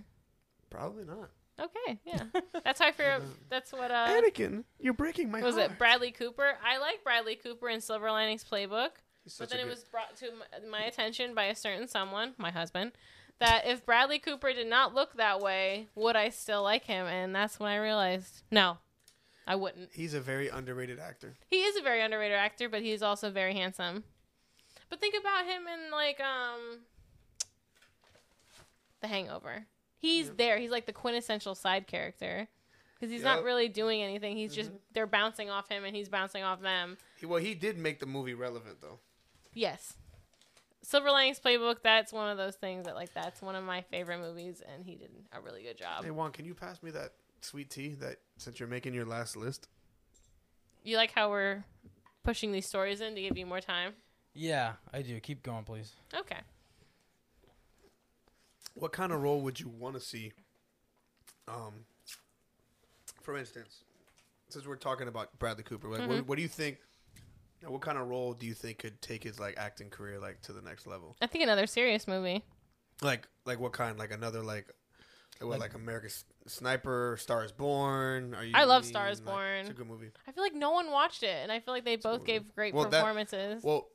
S2: Probably not.
S3: Okay, yeah. That's how I feel. That's what uh,
S2: Anakin, you're breaking my
S3: was
S2: heart.
S3: it Bradley Cooper? I like Bradley Cooper in Silver Linings Playbook.
S2: He's such
S3: But then
S2: a
S3: it
S2: good-
S3: was brought to m- my attention by a certain someone, my husband, that if Bradley Cooper did not look that way, would I still like him? And that's when I realized, no, I wouldn't.
S2: He's a very underrated actor.
S3: He is a very underrated actor, but he's also very handsome. But think about him in like um The Hangover. He's
S2: Yeah.
S3: there. He's like the quintessential side character. Because he's
S2: Yup. Mm-hmm.
S3: not really doing anything. He's just, they're bouncing off him and he's bouncing off them.
S2: He, well, he did make the movie relevant though.
S3: Yes. Silver Linings Playbook, that's one of those things that, like, that's one of my favorite movies, and he did a really good job.
S2: Hey Juan, can you pass me that sweet tea that since you're making your last list?
S3: You like how we're pushing these stories in to give you more time?
S1: Yeah, I do. Keep going, please.
S3: Okay.
S2: What kind of role would you want to see? Um, for instance, since we're talking about Bradley Cooper, like,
S3: Mm-hmm.
S2: what, what do you think? What kind of role do you think could take his like acting career like to the next level?
S3: I think another serious movie.
S2: Like, like what kind? Like another like, like what,
S1: Like-
S2: like American Sniper, Star is Born? Are you?
S3: I love Star is
S2: like,
S3: Born.
S2: It's a good movie.
S3: I feel like no one watched it, and I feel like they both
S2: movie.
S3: gave great
S2: Well, that-
S3: performances.
S2: Well,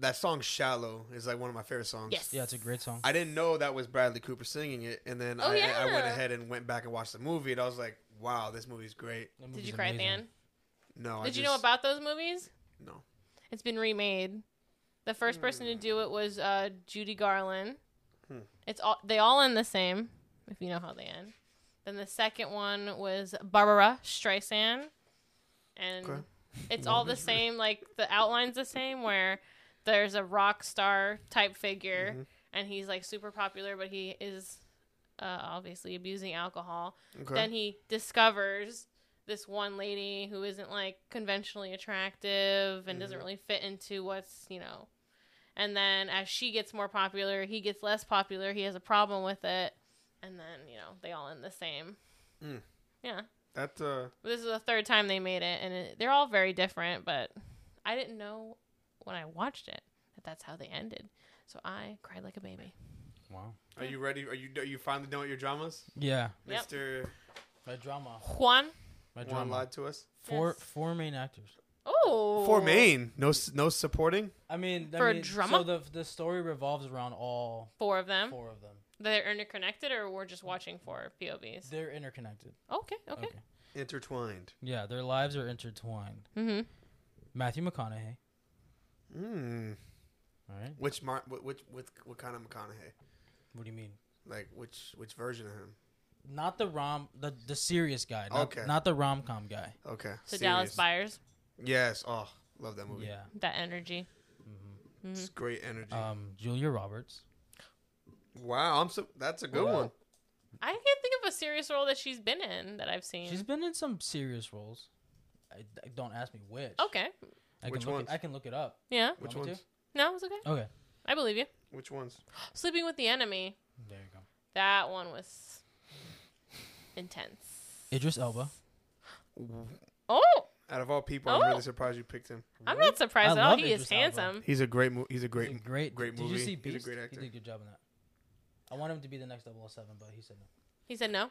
S2: that song "Shallow" is like one of my favorite songs.
S3: Yes.
S1: Yeah, it's a great song.
S2: I didn't know that was Bradley Cooper singing it, and then
S3: Oh,
S2: I, I went
S3: yeah.
S2: ahead and went back and watched the movie, and I was like, "Wow, this movie's great."
S1: That
S3: Did
S1: movie's
S3: you cry at the
S1: amazing.
S3: end?
S2: No, I
S3: Did you know
S2: just-
S3: about those movies?
S2: No.
S3: It's been remade. The first person to do it was uh, Judy Garland.
S2: Hmm.
S3: It's all they all end the same, if you know how they end. Then the second one was Barbara Streisand, and
S2: Okay.
S3: it's all the same. Like the outline's the same, where there's a rock star type figure,
S2: Mhm.
S3: and he's like super popular, but he is uh, obviously abusing alcohol
S2: Okay.
S3: then he discovers this one lady who isn't like conventionally attractive and doesn't
S2: Mhm.
S3: really fit into what's you know and then as she gets more popular he gets less popular he has a problem with it and then you know they all end the same
S2: Mm.
S3: yeah
S2: that uh,
S3: but this is the third time they made it and it, they're all very different but i didn't know when i watched it that that's how they ended so i cried like a baby
S1: Wow.
S2: are you ready? Are you are you finally done with your dramas,
S1: Yeah,
S3: Yep.
S2: Mister?
S1: my drama,
S3: juan
S1: my
S2: Juan
S1: drama.
S2: lied to us.
S1: Four
S3: Yes.
S1: four main actors.
S3: oh
S2: For Maine, no s- no supporting.
S1: I mean, I
S3: For a
S1: mean,
S3: drama?
S1: So the the story revolves around all
S3: four of them
S1: four of them.
S3: They're interconnected, or we're just watching for POVs.
S1: They're interconnected.
S3: Okay, okay.
S2: Intertwined.
S1: Yeah, their lives are intertwined.
S3: Mm-hmm.
S1: Matthew McConaughey.
S2: Mm.
S1: All right.
S2: Which mar- wh- which with what kind of McConaughey?
S1: What do you mean?
S2: Like which which version of him?
S1: Not the rom, the the serious guy. Not,
S2: Okay.
S1: Not the rom com guy.
S2: Okay.
S3: So
S2: serious.
S3: Dallas Buyers,
S2: Yes. Oh, love that movie.
S1: Yeah.
S3: that energy.
S1: hmm
S3: Mm-hmm.
S2: It's great energy.
S1: Um, Julia Roberts.
S2: wow, I'm so that's a good
S1: Wow.
S2: one.
S3: I can't think of a serious role that she's been in that I've seen.
S1: She's been in some serious roles. I, I- don't ask me which.
S3: okay.
S1: I
S2: Which
S1: can look
S2: ones?
S1: it, I can look it up.
S3: Yeah.
S2: Which
S1: Want me
S2: ones?
S3: No, it's okay.
S1: to? Okay.
S3: I believe you.
S2: Which ones?
S3: Sleeping with the Enemy.
S1: There you go.
S3: That one was intense.
S1: Idris Elba.
S3: Oh,
S2: Out of all people,
S3: Oh.
S2: I'm really surprised you picked him.
S3: I'm not surprised
S1: I
S3: at all.
S1: love
S3: He is
S1: Idris Elba.
S3: handsome.
S2: He's a great. Mo- he's a
S1: He's a
S2: great.
S1: great,
S2: great
S1: did
S2: movie.
S1: you see
S2: He's a
S1: Beast?
S2: great actor.
S1: He did a good job in that. I want him to be the next 007, but he said no.
S3: He said no.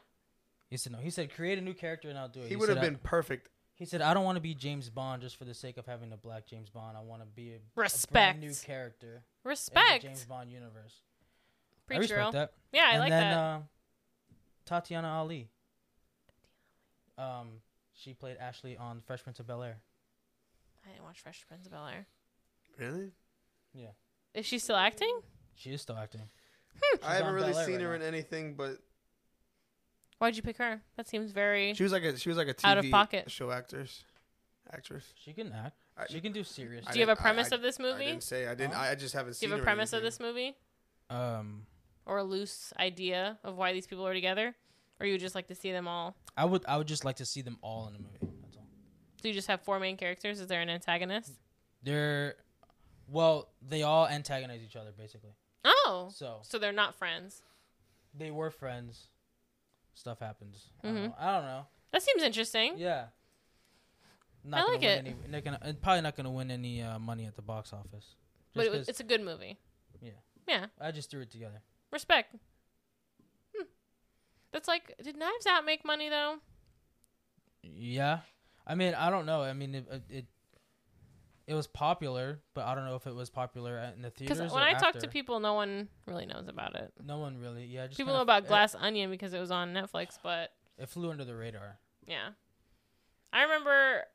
S1: He said no. He said create a new character and I'll do it.
S2: He would have
S1: said, I-
S2: been perfect.
S1: he said I don't want to be James Bond just for the sake of having a black James Bond. I want to be a, a
S3: Respect.
S1: brand new character
S3: Respect.
S1: in the James Bond universe. I
S3: Preach
S1: respect
S3: girl.
S1: that.
S3: Yeah, I
S1: and
S3: like
S1: then
S3: that.
S1: Um, Tatiana Ali. Um, she played Ashley on Fresh Prince of Bel Air.
S3: I didn't watch Fresh Prince of Bel Air.
S2: Really?
S3: Is she still acting?
S1: She is still acting.
S2: I haven't
S1: on
S2: really
S1: Bel Air
S2: seen
S1: right
S2: her
S1: now.
S2: in anything, but
S3: Why'd you pick her? That seems very.
S2: she was like a she was like a TV
S3: Out of pocket.
S2: show actress, actress.
S1: She can act.
S2: I,
S1: She can do serious.
S2: I
S3: Do you have a
S2: didn't- I-
S3: premise
S2: I-
S3: of this
S2: I
S3: movie?
S2: didn't say I didn't.
S1: Huh?
S2: I just haven't
S3: Do
S2: seen.
S3: you have
S2: her
S3: a
S2: in
S3: premise of
S2: anything.
S3: this movie
S1: Um,
S3: or a loose idea of why these people are together? Or you would just like to see them all?
S1: I would. I would just like to see them all in a movie. That's all.
S3: Do you just have four main characters? Is there an antagonist?
S1: They're, well, they all antagonize each other basically.
S3: Oh,
S1: So
S3: so they're not friends.
S1: they were friends. Stuff happens. I,
S3: Mhm.
S1: don't know. I don't know.
S3: That seems interesting.
S1: Yeah. Not
S3: I
S1: gonna
S3: like
S1: win
S3: it.
S1: Any, they're gonna, and probably not going to win any uh, money at the box office.
S3: but
S1: Just
S3: it, was-
S1: 'cause
S3: it's a good movie.
S1: I just threw it together.
S3: Respect. Hmm. That's like, did Knives Out make money though?
S1: Yeah, I mean, I don't know. I mean, it it- it, it was popular, but I don't know if it was popular at- in the
S3: Because
S1: theaters.
S3: when
S1: or
S3: I talk to
S1: after.
S3: people, no one really knows about it.
S1: no one really. Yeah, just
S3: People
S1: kinda
S3: know about
S1: f- eh.
S3: Glass Onion because it was on Netflix, but
S1: It, it flew under the radar.
S3: Yeah. I remember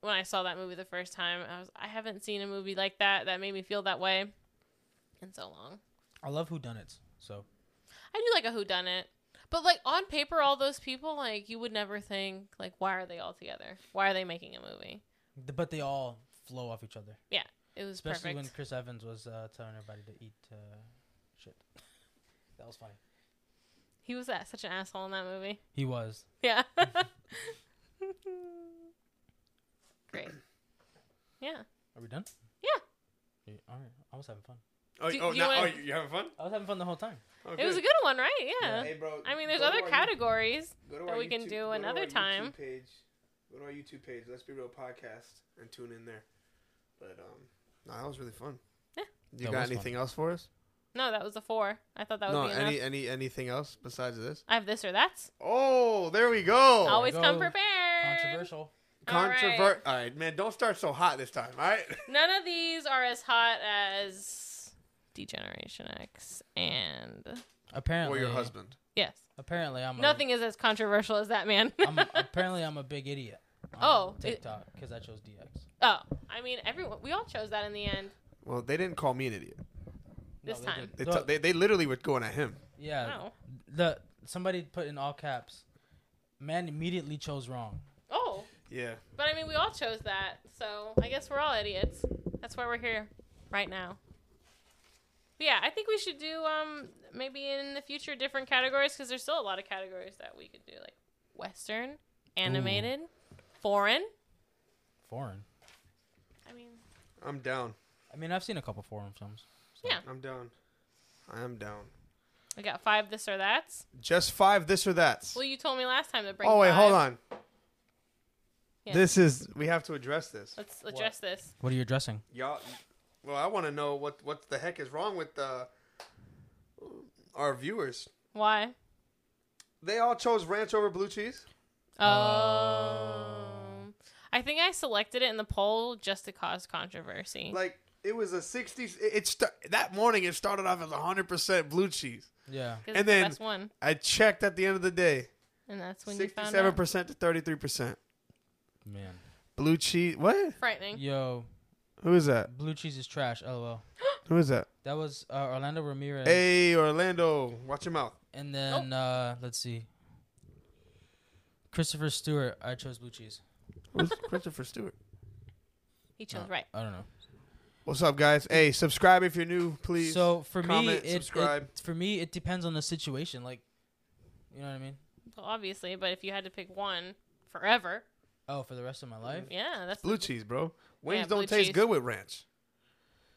S3: when I saw that movie the first time, I was I haven't seen a movie like that that made me feel that way in so long.
S1: I love Who Done It. So
S3: I do like a whodunit. But like on paper all those people, like you would never think like why are they all together? Why are they making a movie?
S1: Th- but they all flow off each other,
S3: It was
S1: especially
S3: perfect.
S1: when Chris Evans was uh, telling everybody to eat uh, shit. that was funny.
S3: he was that, such an asshole in that movie.
S1: He was.
S3: Yeah. Great. Yeah.
S1: Are we done?
S3: Yeah.
S1: Yeah, All right. I was having fun.
S2: Oh,
S3: Do-
S2: oh,
S3: do you
S2: now,
S3: wanna-
S2: oh, you- you having fun?
S1: I was having fun the whole time.
S2: Oh,
S3: It was a good one, right? Yeah.
S2: Hey, bro.
S3: I mean, there's
S2: go to
S3: other
S2: our
S3: categories.
S2: Go to
S3: that
S2: our
S3: we can
S2: YouTube-
S3: do
S2: go to our
S3: another
S2: YouTube
S3: time.
S2: Page, go to our YouTube page. Let's be real podcast and tune in there. But um, no, that was really fun.
S3: Yeah.
S2: You
S1: That
S2: got
S1: was fun.
S2: anything else for us?
S3: No, that was the four. I thought that would
S2: no,
S3: be enough.
S2: any any anything else besides this?
S3: I have this or that.
S2: Oh, there we go.
S1: Always
S3: Always come
S1: go.
S3: prepared.
S1: Controversial.
S3: All right.
S2: Controvert. All, right. man. Don't start so hot this time. All right.
S3: None of these are as hot as Degeneration X and
S2: Or
S1: Apparently,
S2: your husband.
S3: yes.
S1: Apparently, I'm a,
S3: Nothing is as controversial as that man.
S1: I'm, apparently, I'm a big idiot. on
S3: Oh, it-
S1: TikTok because I chose DX.
S3: oh, I mean, everyone. We all chose that in the end.
S2: Well, they didn't call me an idiot.
S1: No,
S3: This
S1: they
S3: time.
S1: did.
S2: They,
S1: No,
S2: t- they, they literally were going at him.
S1: yeah,
S3: Oh,
S1: the somebody put in all caps. Man immediately chose wrong.
S3: oh,
S2: Yeah.
S3: but I mean, we all chose that, so I guess we're all idiots. That's why we're here right now. But yeah, I think we should do um maybe in the future different categories because there's still a lot of categories that we could do like Western, animated, foreign.
S1: Foreign.
S3: I mean,
S2: I'm down.
S1: I mean, I've seen a couple foreign films.
S3: Yeah.
S2: I'm down. I am down.
S3: we got five this or that's.
S2: Just five this or that's.
S3: Well, you told me last time to bring.
S2: Oh wait, hold
S3: five.
S2: on.
S3: Yeah.
S2: This is we have to address this.
S3: Let's address this.
S1: What are you addressing?
S2: Y'all well, I want to know what what the heck is wrong with uh, our viewers.
S3: Why?
S2: They all chose ranch over blue cheese.
S1: Oh.
S3: Um, I think I selected it in the poll just to cause controversy.
S2: Like it was a 60 it, it sta- that morning it started off as 100% blue cheese.
S1: Yeah.
S3: 'Cause
S2: and
S3: it's the
S2: then-
S3: best one,
S2: I checked at the end of the day.
S3: and that's when you found out.
S2: 67% to 33%.
S1: Man.
S2: Blue cheese. What?
S3: Frightening.
S1: Yo,
S2: Who is that?
S1: blue cheese is trash. LOL.
S2: Who is that?
S1: That was uh, Orlando Ramirez.
S2: Hey Orlando, watch your mouth.
S1: And then uh, let's see. Christopher Stewart. I chose blue cheese.
S2: Who's Christopher Stewart?
S3: He chose right.
S1: I don't know.
S2: What's up, guys? Hey, subscribe if you're new, please.
S1: so for me,
S2: comment,
S1: it,
S2: subscribe.
S1: it- for me it depends on the situation. Like, you know what I mean?
S3: Well, obviously, but if you had to pick one forever,
S1: Oh, for the rest of my life.
S3: yeah, that's
S2: blue cheese, bro. Wings
S3: Yeah, blue
S2: don't taste
S3: cheese.
S2: good with ranch.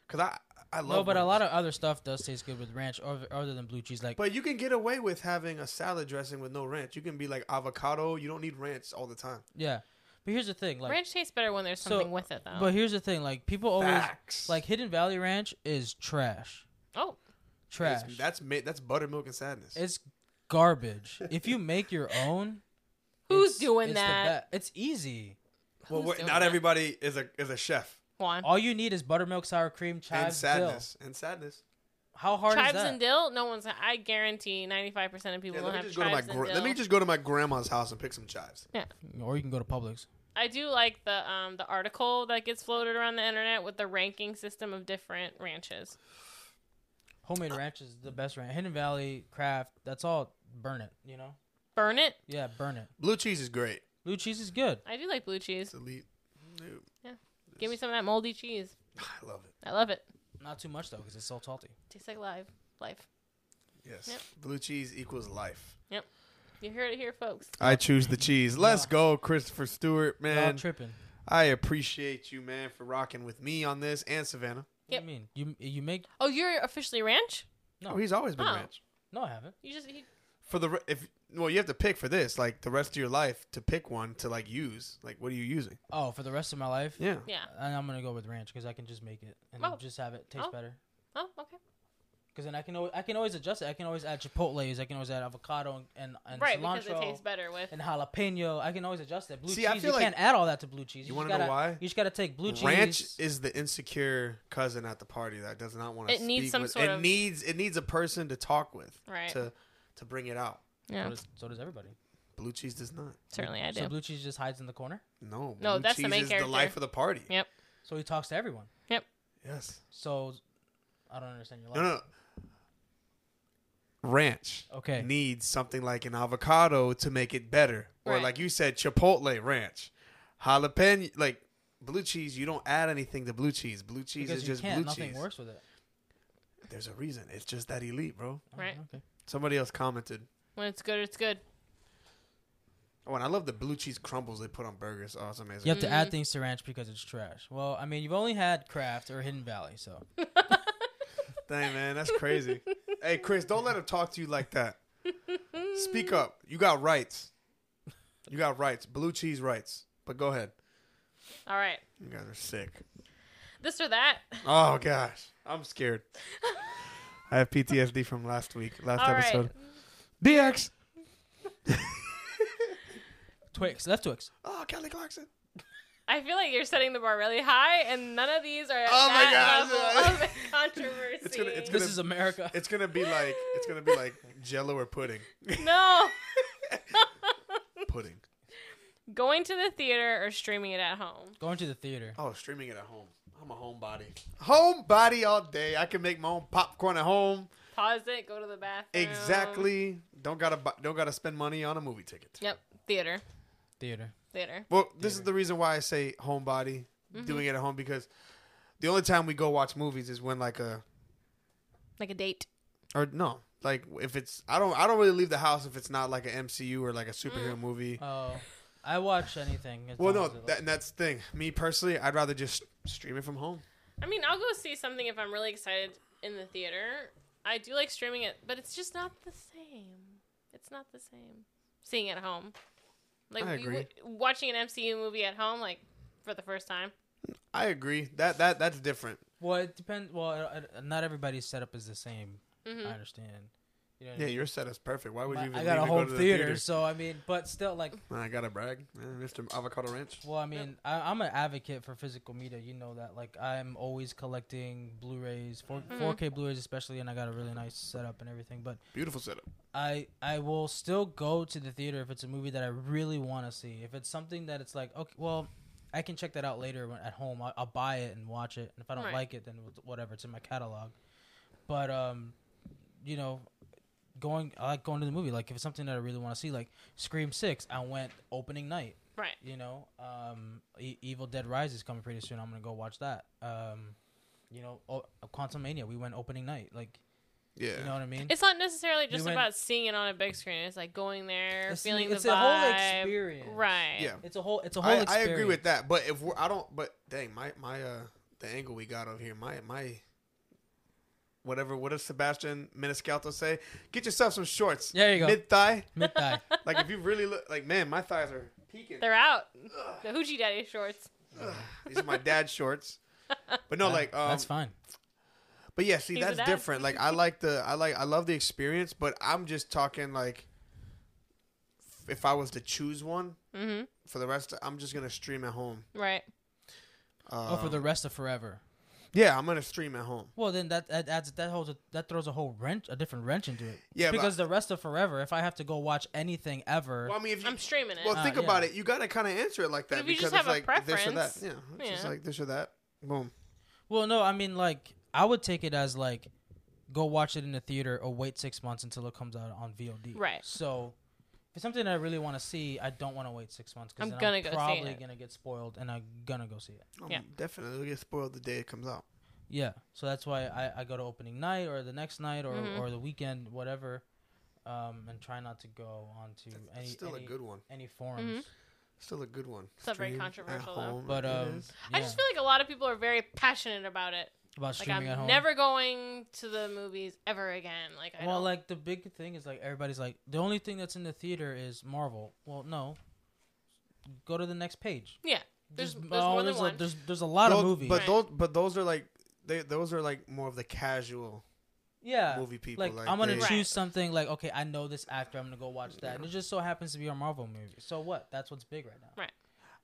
S2: Cause I I love.
S1: No, but a
S2: ranch.
S1: lot of other stuff does taste good with ranch, other other than blue cheese. Like,
S2: But you can get away with having a salad dressing with no ranch. You can be like avocado. You don't need ranch all the time.
S1: yeah. But here's the thing, like,
S3: ranch tastes better when there's
S1: So,
S3: something with it, though.
S1: but here's the thing, like, people always
S2: Facts.
S1: like Hidden Valley Ranch is trash,
S3: oh,
S1: trash.
S2: It's- that's ma- that's buttermilk and sadness.
S1: It's garbage. if you make your own,
S3: Who's
S1: it's-
S3: doing
S1: it's the
S3: that?
S1: be- it's easy.
S2: well,
S3: who's
S2: we're-
S3: doing
S2: not
S3: that?
S2: everybody is a is a chef.
S3: Juan.
S1: All you need is buttermilk, sour cream,
S2: And
S1: chives, dill.
S2: sadness and sadness.
S1: How hard is
S3: chives
S1: that?
S3: and dill. No one's. I guarantee ninety-five percent of people
S2: Yeah,
S3: don't
S2: let me
S3: have
S2: just go to my
S3: chives and
S2: gra-
S3: dill.
S2: let me just go to my grandma's house and pick some chives.
S1: or you can go to Publix.
S3: I do like the um the article that gets floated around the internet with the ranking system of different ranches.
S1: Homemade ranch is the best ranch. Hidden Valley, Craft, that's all. Burn it, you know.
S3: Burn it.
S1: Yeah, burn it.
S2: Blue cheese is great.
S1: Blue cheese is good.
S3: I do like blue cheese.
S2: It's elite. Dude,
S3: Give me some of that moldy cheese.
S2: I love it.
S3: I love it.
S1: Not too much though, because it's so salty.
S3: Tastes like live life.
S2: Yes.
S3: Yep.
S2: Blue cheese equals life.
S3: You heard it here, folks.
S2: I choose the cheese. Let's go, Christopher Stewart,
S1: Y'all
S2: man.
S1: tripping.
S2: I appreciate you, man, for rocking with me on this and Savannah.
S1: What
S3: Yep.
S1: do you mean? You you make
S3: Oh, you're officially ranch.
S1: No.
S2: Oh, he's always been
S3: Oh.
S2: ranch.
S1: no, I haven't.
S3: You just he,
S2: For the re- if well, you have to pick for this like the rest of your life to pick one to like use. Like, what are you using?
S1: Oh, for the rest of my life,
S2: Yeah.
S3: yeah.
S1: and I'm gonna go with ranch because I can just make it and
S3: Oh.
S1: just have it taste
S3: Oh.
S1: better.
S3: Oh, okay.
S1: Because then I can always, I can always adjust it. I can always add chipotles. I can always add avocado and and, and
S3: right, because it
S1: cilantro
S3: tastes better with.
S1: and jalapeno. I can always adjust it. Blue
S2: See, I
S1: cheese,
S2: feel
S1: you
S2: like-
S1: can't add all that to blue cheese.
S2: You
S1: just
S2: wanna know
S1: gotta-
S2: why?
S1: You just gotta take blue cheese.
S2: Ranch is the insecure cousin at the party that does not want to.
S3: It needs
S2: speak
S3: some
S2: with-
S3: sort
S2: it
S3: of-
S2: needs it needs a person to talk with
S3: Right.
S2: to to bring it out.
S1: So
S3: Yeah,
S1: does, so does everybody.
S2: Blue cheese does not.
S3: certainly I do.
S1: So blue cheese just hides in the corner.
S2: No,
S3: No,
S2: blue
S3: that's the
S2: cheese
S3: main
S2: is
S3: character.
S2: the life of the party.
S3: Yeah.
S1: So he talks to everyone.
S2: Yes.
S1: So I don't understand your
S2: No,
S1: logic.
S2: no. Ranch
S1: Okay.
S2: needs something like an avocado to make it better, or
S3: Right.
S2: like you said, chipotle ranch, jalapeno, like blue cheese. You don't add anything to blue cheese. Blue cheese
S1: because
S2: is
S1: you
S2: just
S1: can't.
S2: blue
S1: nothing
S2: cheese.
S1: works with it.
S2: There's a reason. It's just that elite, bro.
S1: Oh,
S3: Right.
S1: Okay.
S2: Somebody else commented.
S3: when it's good, it's good.
S2: Oh, and I love the blue cheese crumbles they put on burgers. Oh, it's amazing.
S1: You have to
S3: Mm-hmm.
S1: add things to ranch because it's trash. Well, I mean, you've only had Kraft or Hidden Valley, so
S2: Dang, man, that's crazy. hey, Chris, don't let him talk to you like that. Speak up. You got rights. You got rights. Blue cheese rights. But go ahead.
S3: All right,
S2: You guys are sick.
S3: this or that.
S2: Oh gosh, I'm scared. I have PTSD from last week, last
S3: All right,
S2: episode. DX.
S1: Twix, left Twix.
S2: Oh, Kelly Clarkson.
S3: I feel like you're setting the bar really high, and none of these are at
S2: Oh my
S3: that
S2: gosh.
S3: level of controversy.
S2: It's gonna- it's
S1: This is America.
S2: It's gonna be like it's gonna be like Jello or pudding.
S3: no.
S2: pudding.
S3: Going to the theater or streaming it at home.
S1: Going to the theater.
S2: Oh, streaming it at home. I'm a homebody. Homebody all day. I can make my own popcorn at home.
S3: Pause it. Go to the bathroom.
S2: Exactly. Don't gotta bu- don't gotta spend money on a movie ticket.
S3: Yep. Theater.
S1: Theater.
S3: Theater.
S2: Well, this is the reason why I say homebody, doing it at home because the only time we go watch movies is when like a
S3: Like a date.
S2: or no like if it's I don't I don't really leave the house if it's not like an MCU or like a superhero movie.
S1: Oh, I watch anything. as
S2: Well,
S1: long
S2: no,
S1: as it
S2: that, and that's the thing. Me personally, I'd rather just stream it from home.
S3: I mean, I'll go see something if I'm really excited in the theater. I do like streaming it, but it's just not the same. It's not the same. Seeing it at home. Like
S2: I
S3: you
S2: agree.
S3: would- watching an MCU movie at home, like for the first time.
S2: I agree. That that that's different.
S1: Well, it depends. Well, uh, uh, not everybody's setup is the same.
S3: Mhm.
S1: I understand. You know what I
S2: Yeah,
S1: mean?
S2: your setup's perfect. Why would you
S1: My-
S2: even?
S1: I got a
S2: leave and go
S1: home
S2: to the
S1: theater, so I mean, but still, like,
S2: And I gotta brag, man, Mr. Avocado Ranch.
S1: well, I mean, I, I'm an advocate for physical media. You know that. Like, I'm always collecting Blu-rays, 4,
S3: Mhm.
S1: 4K Blu-rays especially, and I got a really nice setup and everything. But
S2: Beautiful setup.
S1: I I will still go to the theater if it's a movie that I really want to see. If it's something that it's like, okay, well, I can check that out later when, at home. I'll, I'll buy it and watch it. And if I don't
S3: Right.
S1: like it, then wh- whatever, it's in my catalog. But um, you know, going I like going to the movie. Like if it's something that I really want to see, like Scream Six, I went opening night.
S3: Right.
S1: You know, um, e- Evil Dead Rise is coming pretty soon. I'm gonna go watch that. Um, you know, o- Quantum Mania, we went opening night. Like,
S2: Yeah.
S1: you know what I mean?
S3: It's not necessarily just
S1: went-
S3: about seeing it on a big screen. It's like going there,
S1: It's-
S3: feeling
S1: it's
S3: the
S1: a
S3: vibe.
S1: whole experience.
S3: Right.
S2: yeah.
S1: It's a whole. It's a whole.
S2: I, I
S1: experience.
S2: agree with that, but if we're, I don't, but dang, my my uh, the angle we got over here, my my, whatever. What does Sebastian Maniscalco say? Get yourself some shorts.
S1: There you go.
S2: Mid thigh.
S1: Mid thigh.
S2: Like if you really look, like man, my thighs are peeking.
S3: They're out. The Hoochie Daddy shorts.
S2: These are my dad's shorts. But no, like um,
S1: that's fine.
S2: But yeah, see,
S3: He's a
S2: that's
S3: dad.
S2: different. Like I like the I like I love the experience, but I'm just talking like if I was to choose one
S3: hmm
S2: for the rest, I'm just gonna stream at home.
S3: Right.
S2: Um,
S1: oh, for the rest of forever.
S2: yeah, I'm gonna stream at home.
S1: Well, then that that adds, that holds a, that throws a whole wrench, a different wrench into it.
S2: Yeah, but-
S1: because the rest of forever, if I have to go watch anything ever,
S2: Well, I mean, if you,
S3: I'm streaming it.
S2: well,
S1: Uh,
S2: think about
S1: yeah.
S2: it. You gotta kind of answer it like that
S3: If you
S2: because
S3: just
S2: it's
S3: have a
S2: like this or that.
S3: preference,
S2: Yeah, it's just
S3: yeah.
S2: like this or that. Boom.
S1: well, no, I mean like I would take it as like go watch it in the theater or wait six months until it comes out on VOD.
S3: Right.
S1: So. If it's something I really want to see, I don't want to wait six months
S3: I'm
S1: because
S3: gonna
S1: I'm
S3: go see
S1: probably
S3: it.
S1: gonna get spoiled, and I'm gonna go see it.
S2: Um,
S3: Yeah.
S2: definitely it'll get spoiled the day it comes out.
S1: Yeah, so that's why I, I go to opening night or the next night or,
S3: Mhm.
S1: or the weekend, whatever, um, and try not to go on to any
S2: still
S1: any,
S2: a good one.
S1: any forums.
S3: Mm-hmm.
S2: Still a good one.
S3: It's not very
S2: Stream at
S3: controversial, though.
S2: home,
S1: But
S2: it
S1: um,
S2: is.
S3: I just feel like a lot of people are very passionate about it.
S1: yeah, about
S3: Like
S1: streaming at
S3: I'm
S1: home.
S3: never going to the movies ever again. Like I
S1: well,
S3: don't.
S1: like the big thing is like everybody's like the only thing that's in the theater is Marvel. Well, no, go to the next page.
S3: yeah. There's,
S1: Just-
S3: there's more than
S1: there's
S3: one.
S1: A, there's there's a lot
S2: those,
S1: of movies.
S2: But
S3: Right.
S2: those but those are like they those are like more of the casual
S1: yeah,
S2: movie people.
S1: like, I'm gonna
S2: they-
S3: Right.
S1: choose something like okay, I know this actor, I'm gonna go watch that, and it just so happens to be a Marvel movie. So what? That's what's big right now.
S3: Right.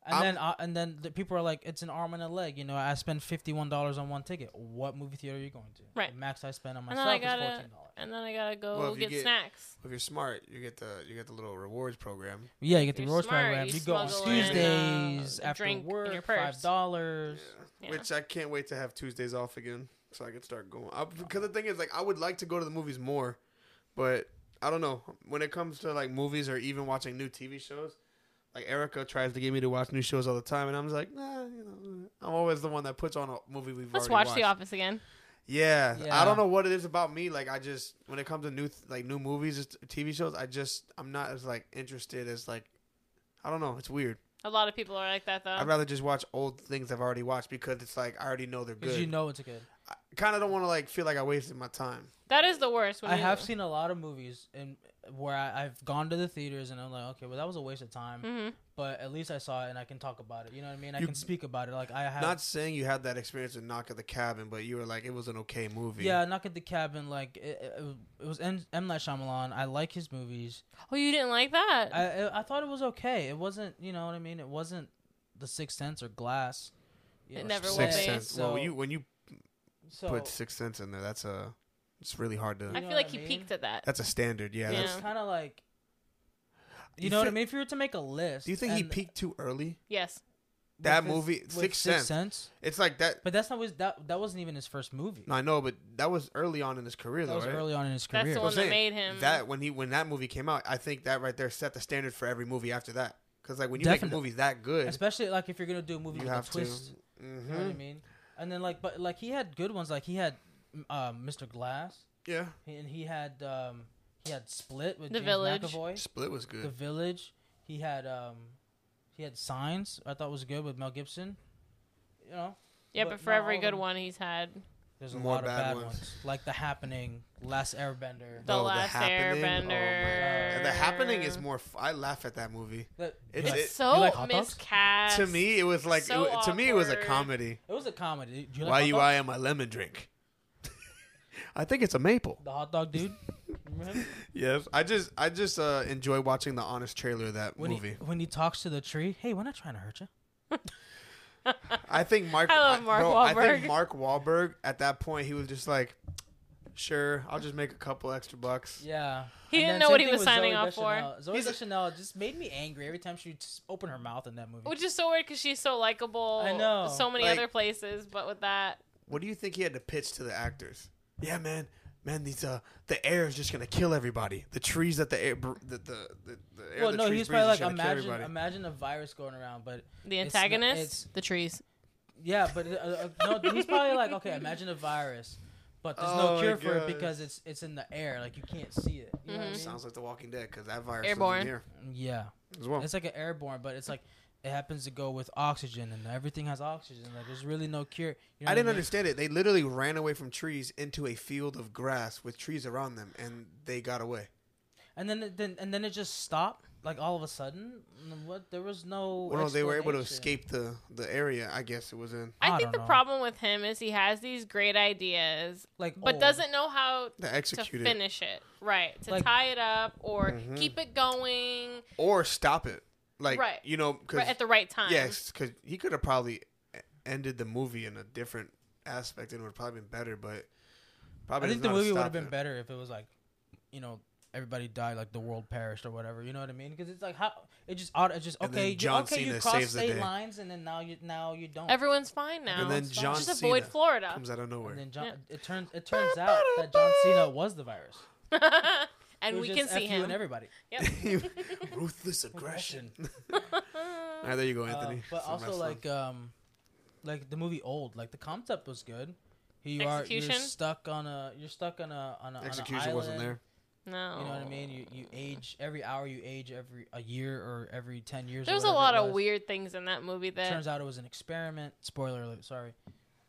S1: And
S2: I'm-
S1: then uh, and then the people are like, it's an arm and a leg. You know, I spend fifty one dollars on one ticket. What movie theater are you going to?
S3: Right.
S1: The max I spend on
S3: And then
S1: myself
S3: I
S1: is
S3: gotta-
S1: fourteen dollars.
S3: and then I gotta go
S2: Well, if you
S3: get,
S2: get-
S3: snacks.
S2: If you're smart, you get the you get the little rewards program.
S1: Yeah, you get the
S3: You're
S1: rewards
S3: smart,
S1: program.
S3: you
S1: You, go on
S3: smuggle in,
S1: Tuesdays
S3: uh, a
S1: after
S3: drink in
S1: work,
S3: your purse.
S1: five dollars.
S3: Yeah.
S2: Which I can't wait to have Tuesdays off again, so I can start going.
S3: Oh.
S2: I, because the thing is, like, I would like to go to the movies more, but I don't know when it comes to like movies or even watching new TV shows. Like Erica tries to get me to watch new shows all the time, and I'm just like, nah, you know, I'm always the one that puts on a movie we've
S3: Let's
S2: already
S3: watch
S2: watched.
S3: The Office again.
S2: Yeah,
S1: Yeah.
S2: I don't know what it is about me. Like I just when it comes to new th- like new movies, t- TV shows, I just I'm not as like interested as like I don't know. It's weird.
S3: A lot of people are like that though.
S2: I'd rather just watch old things I've already watched because it's like I already know they're
S1: Because
S2: good.
S1: you know it's good.
S2: I kind of don't want to like feel like I wasted my time.
S3: that is the worst. When
S1: I
S3: you-
S1: have seen a lot of movies and where I, I've gone to the theaters and I'm like, okay, well that was a waste of time.
S3: Mhm.
S1: but at least I saw it and I can talk about it. You know what I mean? I
S2: You-
S1: can speak about it. Like I have.
S2: Not saying you had that experience with Knock at the Cabin, but you were like it was an okay movie.
S1: yeah, knock at the cabin. Like it, it, it was M, M Night Shyamalan. I like his movies.
S3: Oh, you didn't like that?
S1: I I I thought it was okay. It wasn't. You know what I mean? It wasn't The Sixth Sense or Glass. you
S3: It
S1: know,
S3: never will
S1: Split,
S2: Six
S3: be.
S2: cents.
S1: So,
S2: well, when you when you
S1: so
S2: put six cents in there, that's a it's really hard
S3: I
S1: You
S2: to.
S1: know
S3: feel like
S1: what
S3: he
S1: I mean?
S3: peaked at that.
S2: That's a standard. Yeah.
S1: it's
S2: That's,
S3: Yeah.
S1: kind of like. You,
S2: You
S1: know what I
S2: thi-
S1: mean? If you were to make a list,
S2: Do you think he
S1: and-
S2: peaked too early?
S3: Yes.
S2: That
S1: with his-
S2: movie,
S1: with
S2: Sixth
S1: Sixth
S2: Sense.
S1: Sense.
S2: It's like that.
S1: But that's not was that that wasn't even his first movie.
S2: No, I know, but that was early on in his career,
S1: that
S2: though,
S1: was
S2: right?
S1: early on in his
S3: That's
S1: career.
S3: the one
S2: I'm
S3: that
S2: saying,
S3: made him.
S2: That when he when that movie came out, I think that right there set the standard for every movie after that. Because like when you make a
S1: Definitely.
S2: movie that good,
S1: Especially like if you're gonna do a movie
S2: you
S1: with
S2: have
S1: a
S2: to.
S1: twist. You know what I
S2: Mhm.
S1: mean? And then like, but like he had good ones. Like he had m- um, Mr. Glass,
S2: Yeah,
S1: and he had um, he had Split with
S3: The
S1: James
S3: Village.
S1: McAvoy.
S2: Split was
S1: The
S2: good.
S1: Village. He had um, he had Signs. I thought was good with Mel Gibson. You know,
S3: yeah,
S1: but
S3: but for
S1: not
S3: every
S1: all
S3: good
S1: of 'em.
S3: one he's had.
S2: Oh,
S1: there's a
S2: More
S1: lot
S2: bad
S1: of bad ones.
S2: ones.
S1: like The Happening, Last Airbender.
S3: The
S2: Oh, The
S3: Last
S2: Happening? Oh, my God.
S3: Airbender.
S2: And the happening
S1: Uh,
S2: is more. F- I laugh at that movie.
S1: That-
S2: It's-
S3: It's
S1: like,
S2: it-
S1: You
S3: so
S1: like hot dogs?
S3: miscast.
S2: to me, it was like
S3: so
S2: it wa- to me it was a
S3: awkward.
S2: comedy.
S1: it was a comedy. Do you like
S2: Why
S1: hot
S2: you
S1: dogs?
S2: eyeing my lemon drink? I think it's a maple.
S1: The hot dog dude. Remember him?
S2: Yes, I just I just uh, enjoy watching the honest trailer of that
S1: When
S2: movie.
S1: he when he talks to the tree, hey, we're not trying to hurt you.
S2: I think Mark.
S3: I love Mark
S2: bro, I think
S3: Wahlberg.
S2: Mark Wahlberg at that point he was just like, sure, I'll just make a couple extra bucks.
S1: Yeah.
S3: He
S1: And
S3: didn't
S1: then
S3: know
S1: same
S3: what he
S1: thing
S3: was
S1: with
S3: signing
S1: Zooey
S3: up for.
S1: Deschanel. Zooey
S2: He's a-
S1: Deschanel just made me angry every time she would s- open her mouth in that movie.
S3: Which is so weird because she's so likable.
S1: I know.
S3: So many
S2: Like-
S3: other places, but with that,
S2: What do you think he had to pitch to the actors? Yeah, man, man, these uh, the air is just gonna kill everybody. The trees that the air, br- the the the, the air.
S1: well,
S2: the
S1: no,
S2: trees
S1: he's
S2: breathe is
S1: probably like
S2: gonna kill
S1: imagine
S2: everybody."
S1: imagine a virus going around, but
S3: the
S1: It's not-
S3: antagonist,
S1: it's-
S3: the trees.
S1: yeah, but uh, uh, no, he's probably like okay, imagine a virus, but there's
S2: Oh
S1: no
S2: my
S1: cure for
S2: God.
S1: it because it's it's in the air, like you can't see it. You know what I
S3: Mhm.
S1: mean?
S2: Sounds like The Walking Dead because that virus
S3: Airborne.
S2: was in here
S1: yeah,
S2: as well.
S1: it's like an airborne, but it's like it happens to go with oxygen, and everything has oxygen. Like there's really no cure. You know
S2: I
S1: what
S2: didn't
S1: mean?
S2: understand it. They literally ran away from trees into a field of grass with trees around them, and they got away.
S1: And then it, then and then it just stopped, like all of a sudden. What there was no.
S2: Well, they were able to
S1: explanation.
S2: escape the the area. I guess it was in
S1: I
S3: I think
S1: don't
S3: the
S1: know.
S3: problem with him is he has these great ideas,
S1: Like,
S3: but
S1: oh,
S3: doesn't know how
S2: the
S3: to
S2: executed
S3: finish it. Right. To
S1: Like-
S3: tie it up or
S2: Mhm.
S3: keep it going
S2: or stop it. Like
S3: Right.
S2: you know, because
S3: right, at the right time.
S2: yes, because he could have probably e- ended the movie in a different aspect and it would have probably been better. But
S1: I
S2: probably
S1: think
S2: does
S1: the
S2: not
S1: movie would have
S2: stop
S1: been
S2: it.
S1: better if it was like, you know, everybody died, like the world perished or whatever. You know what I mean? Because it's like how it just auto, it just
S2: And then
S1: okay, you,
S2: John
S1: okay,
S2: Cena
S1: you cross
S2: saves the
S1: state
S2: day.
S1: lines and then now you now you don't.
S3: Everyone's fine now.
S2: And then
S1: It's fine.
S2: John
S3: Just
S2: Cena
S3: avoid Florida.
S2: comes out of nowhere.
S1: and then John,
S3: Yeah.
S1: it turns it turns out that John Cena was the virus, It
S3: and
S1: was
S3: we
S1: just
S3: can see
S1: F you and
S3: him.
S1: everybody.
S2: Ruthless aggression. All right, Ah, there you go,
S1: Uh,
S2: Oh, Anthony.
S1: but
S2: Some
S1: also
S2: wrestling.
S1: like um, like the movie Old, like the concept was good. You are you're
S3: Execution?
S1: stuck on a you're stuck on a on a on a
S2: execution wasn't
S1: island.
S2: there.
S3: No.
S1: You know what I mean? You you age every hour, you age every a year or every ten years. or
S3: There's a
S1: whatever
S3: lot
S1: it
S3: of
S1: was.
S3: weird things in that movie that
S1: Turns out it was an experiment. Spoiler alert, sorry,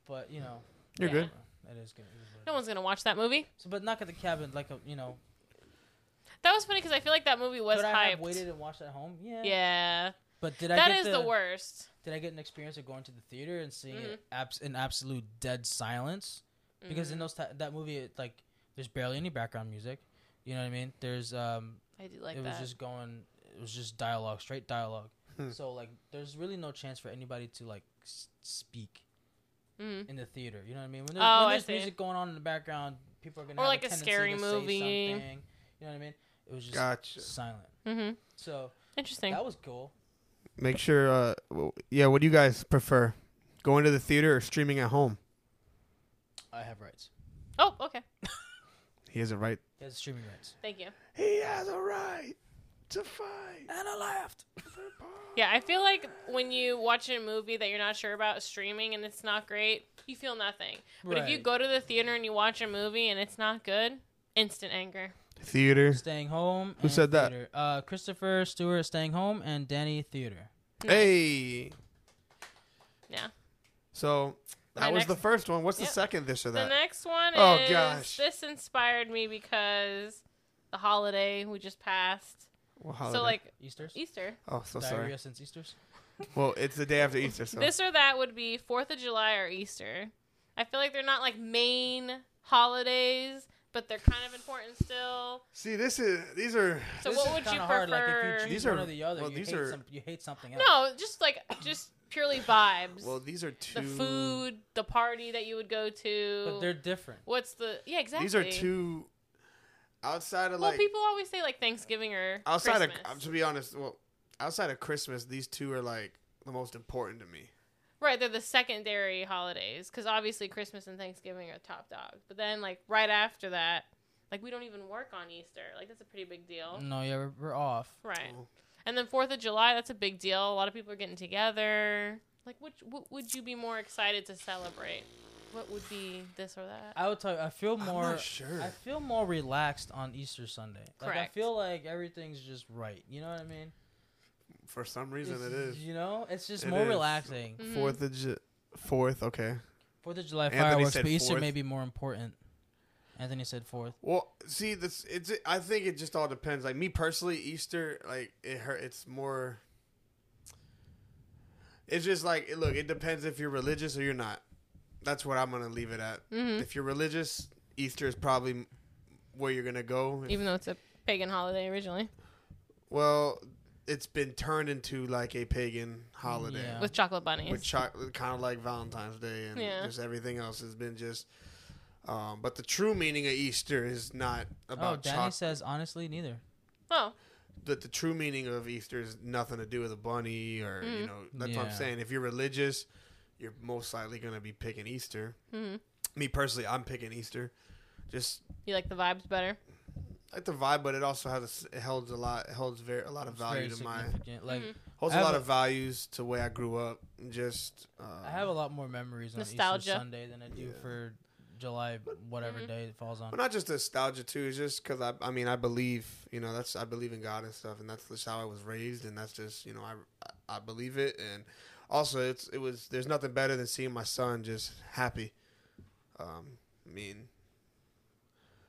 S1: but you know
S2: You're
S3: Yeah.
S2: good.
S1: that is good. It is what it is.
S3: no one's gonna watch that movie.
S1: So, but knock at the cabin, like a you know.
S3: That was funny because I feel like that movie was
S1: could
S3: hyped.
S1: I have waited and watched at home? Yeah.
S3: Yeah,
S1: But did I
S3: that
S1: get
S3: is the, worst.
S1: Did I get an experience of going to the theater and seeing
S3: Mhm.
S1: it abs- in absolute dead silence? Because in
S3: Mm-hmm. Mm.
S1: those ti that movie, it, like there's barely any background music. You know what I mean? There's um,
S3: I do like
S1: it
S3: that.
S1: was just going it was just dialogue straight dialogue
S2: Hmm.
S1: so like there's really no chance for anybody to like s- speak
S3: Mhm.
S1: in the theater you know what i mean when there's,
S3: Oh, I
S1: when there's
S3: see.
S1: music going on in the background people are gonna
S3: Or,
S1: have
S3: like, a
S1: a, tendency
S3: scary
S1: to say
S3: movie.
S1: something. you know what i mean it was just
S2: Gotcha.
S1: silent
S3: Mhm.
S1: so
S3: Interesting.
S1: that was cool
S2: Make sure. Uh, w- yeah. What do you guys prefer? Going to the theater or streaming at home?
S1: i have rights
S3: Oh, okay.
S2: He has a right.
S1: he has streaming rights
S3: Thank you.
S2: He has a right to fight.
S1: and i laughed
S3: Yeah, I feel like when you watch a movie that you're not sure about streaming and it's not great, you feel nothing. But if you
S1: Right.
S3: go to the theater and you watch a movie and it's not good, instant anger.
S2: Theater.
S1: staying home
S2: Who
S1: and
S2: said that?
S1: theater. uh christopher stewart staying home and danny theater
S2: Hey.
S3: Yeah.
S2: So that
S3: My
S2: was the
S3: next-
S2: first one. What's
S3: Yep.
S2: the second this or
S3: The
S2: that?
S3: next one
S2: Oh,
S3: is
S2: gosh.
S3: this inspired me because the holiday we just passed.
S2: Well,
S3: So
S2: holiday.
S3: like
S1: easters
S3: Easter.
S2: Oh, so
S1: diarrhea
S2: sorry.
S1: since easters
S2: Well, it's the day after Easter. So
S3: This or that would be Fourth of July or Easter. I feel like they're not like main holidays, but they're kind of important still.
S2: see, this is these are
S3: So
S1: This
S3: what
S1: is
S3: would you
S1: kinda
S3: prefer?
S1: hard, like, if you choose
S2: These
S1: one
S2: are-
S1: or the other
S2: well,
S1: you,
S2: these
S1: hate
S2: are-
S1: some, you hate something else
S3: No, just like just purely vibes.
S2: Well, these are two.
S3: the food, the party that you would go to.
S1: But they're different.
S3: What's the yeah exactly?
S2: These are two. Outside of
S3: Well,
S2: like
S3: people always say like Thanksgiving or
S2: outside
S3: Christmas.
S2: of to be honest, well, outside of Christmas, these two are like the most important to me.
S3: right, they're the secondary holidays because obviously Christmas and Thanksgiving are top dog. But then like right after that, like we don't even work on Easter. Like that's a pretty big deal,
S1: No, yeah, we're, we're off.
S3: right?
S2: Oh.
S3: And then Fourth of July, that's a big deal. A lot of people are getting together. Like, which what would you be more excited to celebrate? What would be this or that?
S1: I would tell you, I feel more.
S2: I'm not sure.
S1: I feel more relaxed on Easter Sunday. Like
S3: Correct.
S1: I feel like everything's just right. You know what I mean?
S2: For some reason,
S1: It's-
S2: it is
S1: You know, it's just
S2: It
S1: more
S2: is.
S1: relaxing.
S3: Mhm.
S2: fourth of Ju- fourth. Okay.
S1: Fourth of July
S2: Anthony
S1: fireworks,
S2: said
S1: but Easter
S2: fourth.
S1: may be more important. Anthony said fourth.
S2: Well, see, this it's. I think it just all depends. Like me personally, Easter, like it hurt. It's more. It's just like look. It depends if you're religious or you're not. That's what I'm gonna leave it at.
S3: Mhm.
S2: If you're religious, Easter is probably where you're gonna go.
S3: Even though it's a pagan holiday originally,
S2: well, it's been turned into like a pagan holiday.
S1: Yeah.
S3: with chocolate bunnies.
S2: with chocolate, kind of like Valentine's Day, and
S3: Yeah.
S2: just everything else has been just. Um, but the true meaning of Easter is not
S1: Oh,
S2: about
S1: Danny
S2: chocolate.
S1: says honestly neither.
S3: oh,
S2: That the true meaning of Easter is nothing to do with a bunny, or you
S3: Mm.
S2: know, that's what I'm
S1: Yeah.
S2: saying. If you're religious, you're most likely going to be picking Easter.
S3: hmm
S2: Me personally, I'm picking Easter. Just
S3: you like the vibes better.
S2: like the vibe, but it also has a, s- it holds a lot, it holds very a lot of
S1: It's
S2: value
S1: very
S2: to my
S1: significant. Like
S3: Mhm.
S2: holds
S1: I
S2: a
S1: have
S2: lot
S1: a-
S2: of values to the way I grew up. and Just um,
S1: I have a lot more memories on
S3: Nostalgia.
S1: Easter Sunday than I do
S2: Yeah.
S1: for July whatever
S3: Mhm.
S1: day it falls on.
S2: But not just nostalgia too. It's just because I, I mean, I believe, you know, that's I believe in God and stuff, and that's just how I was raised, and that's just, you know, I, I believe it, and also it's it was there's nothing better than seeing my son just happy. Um, I mean,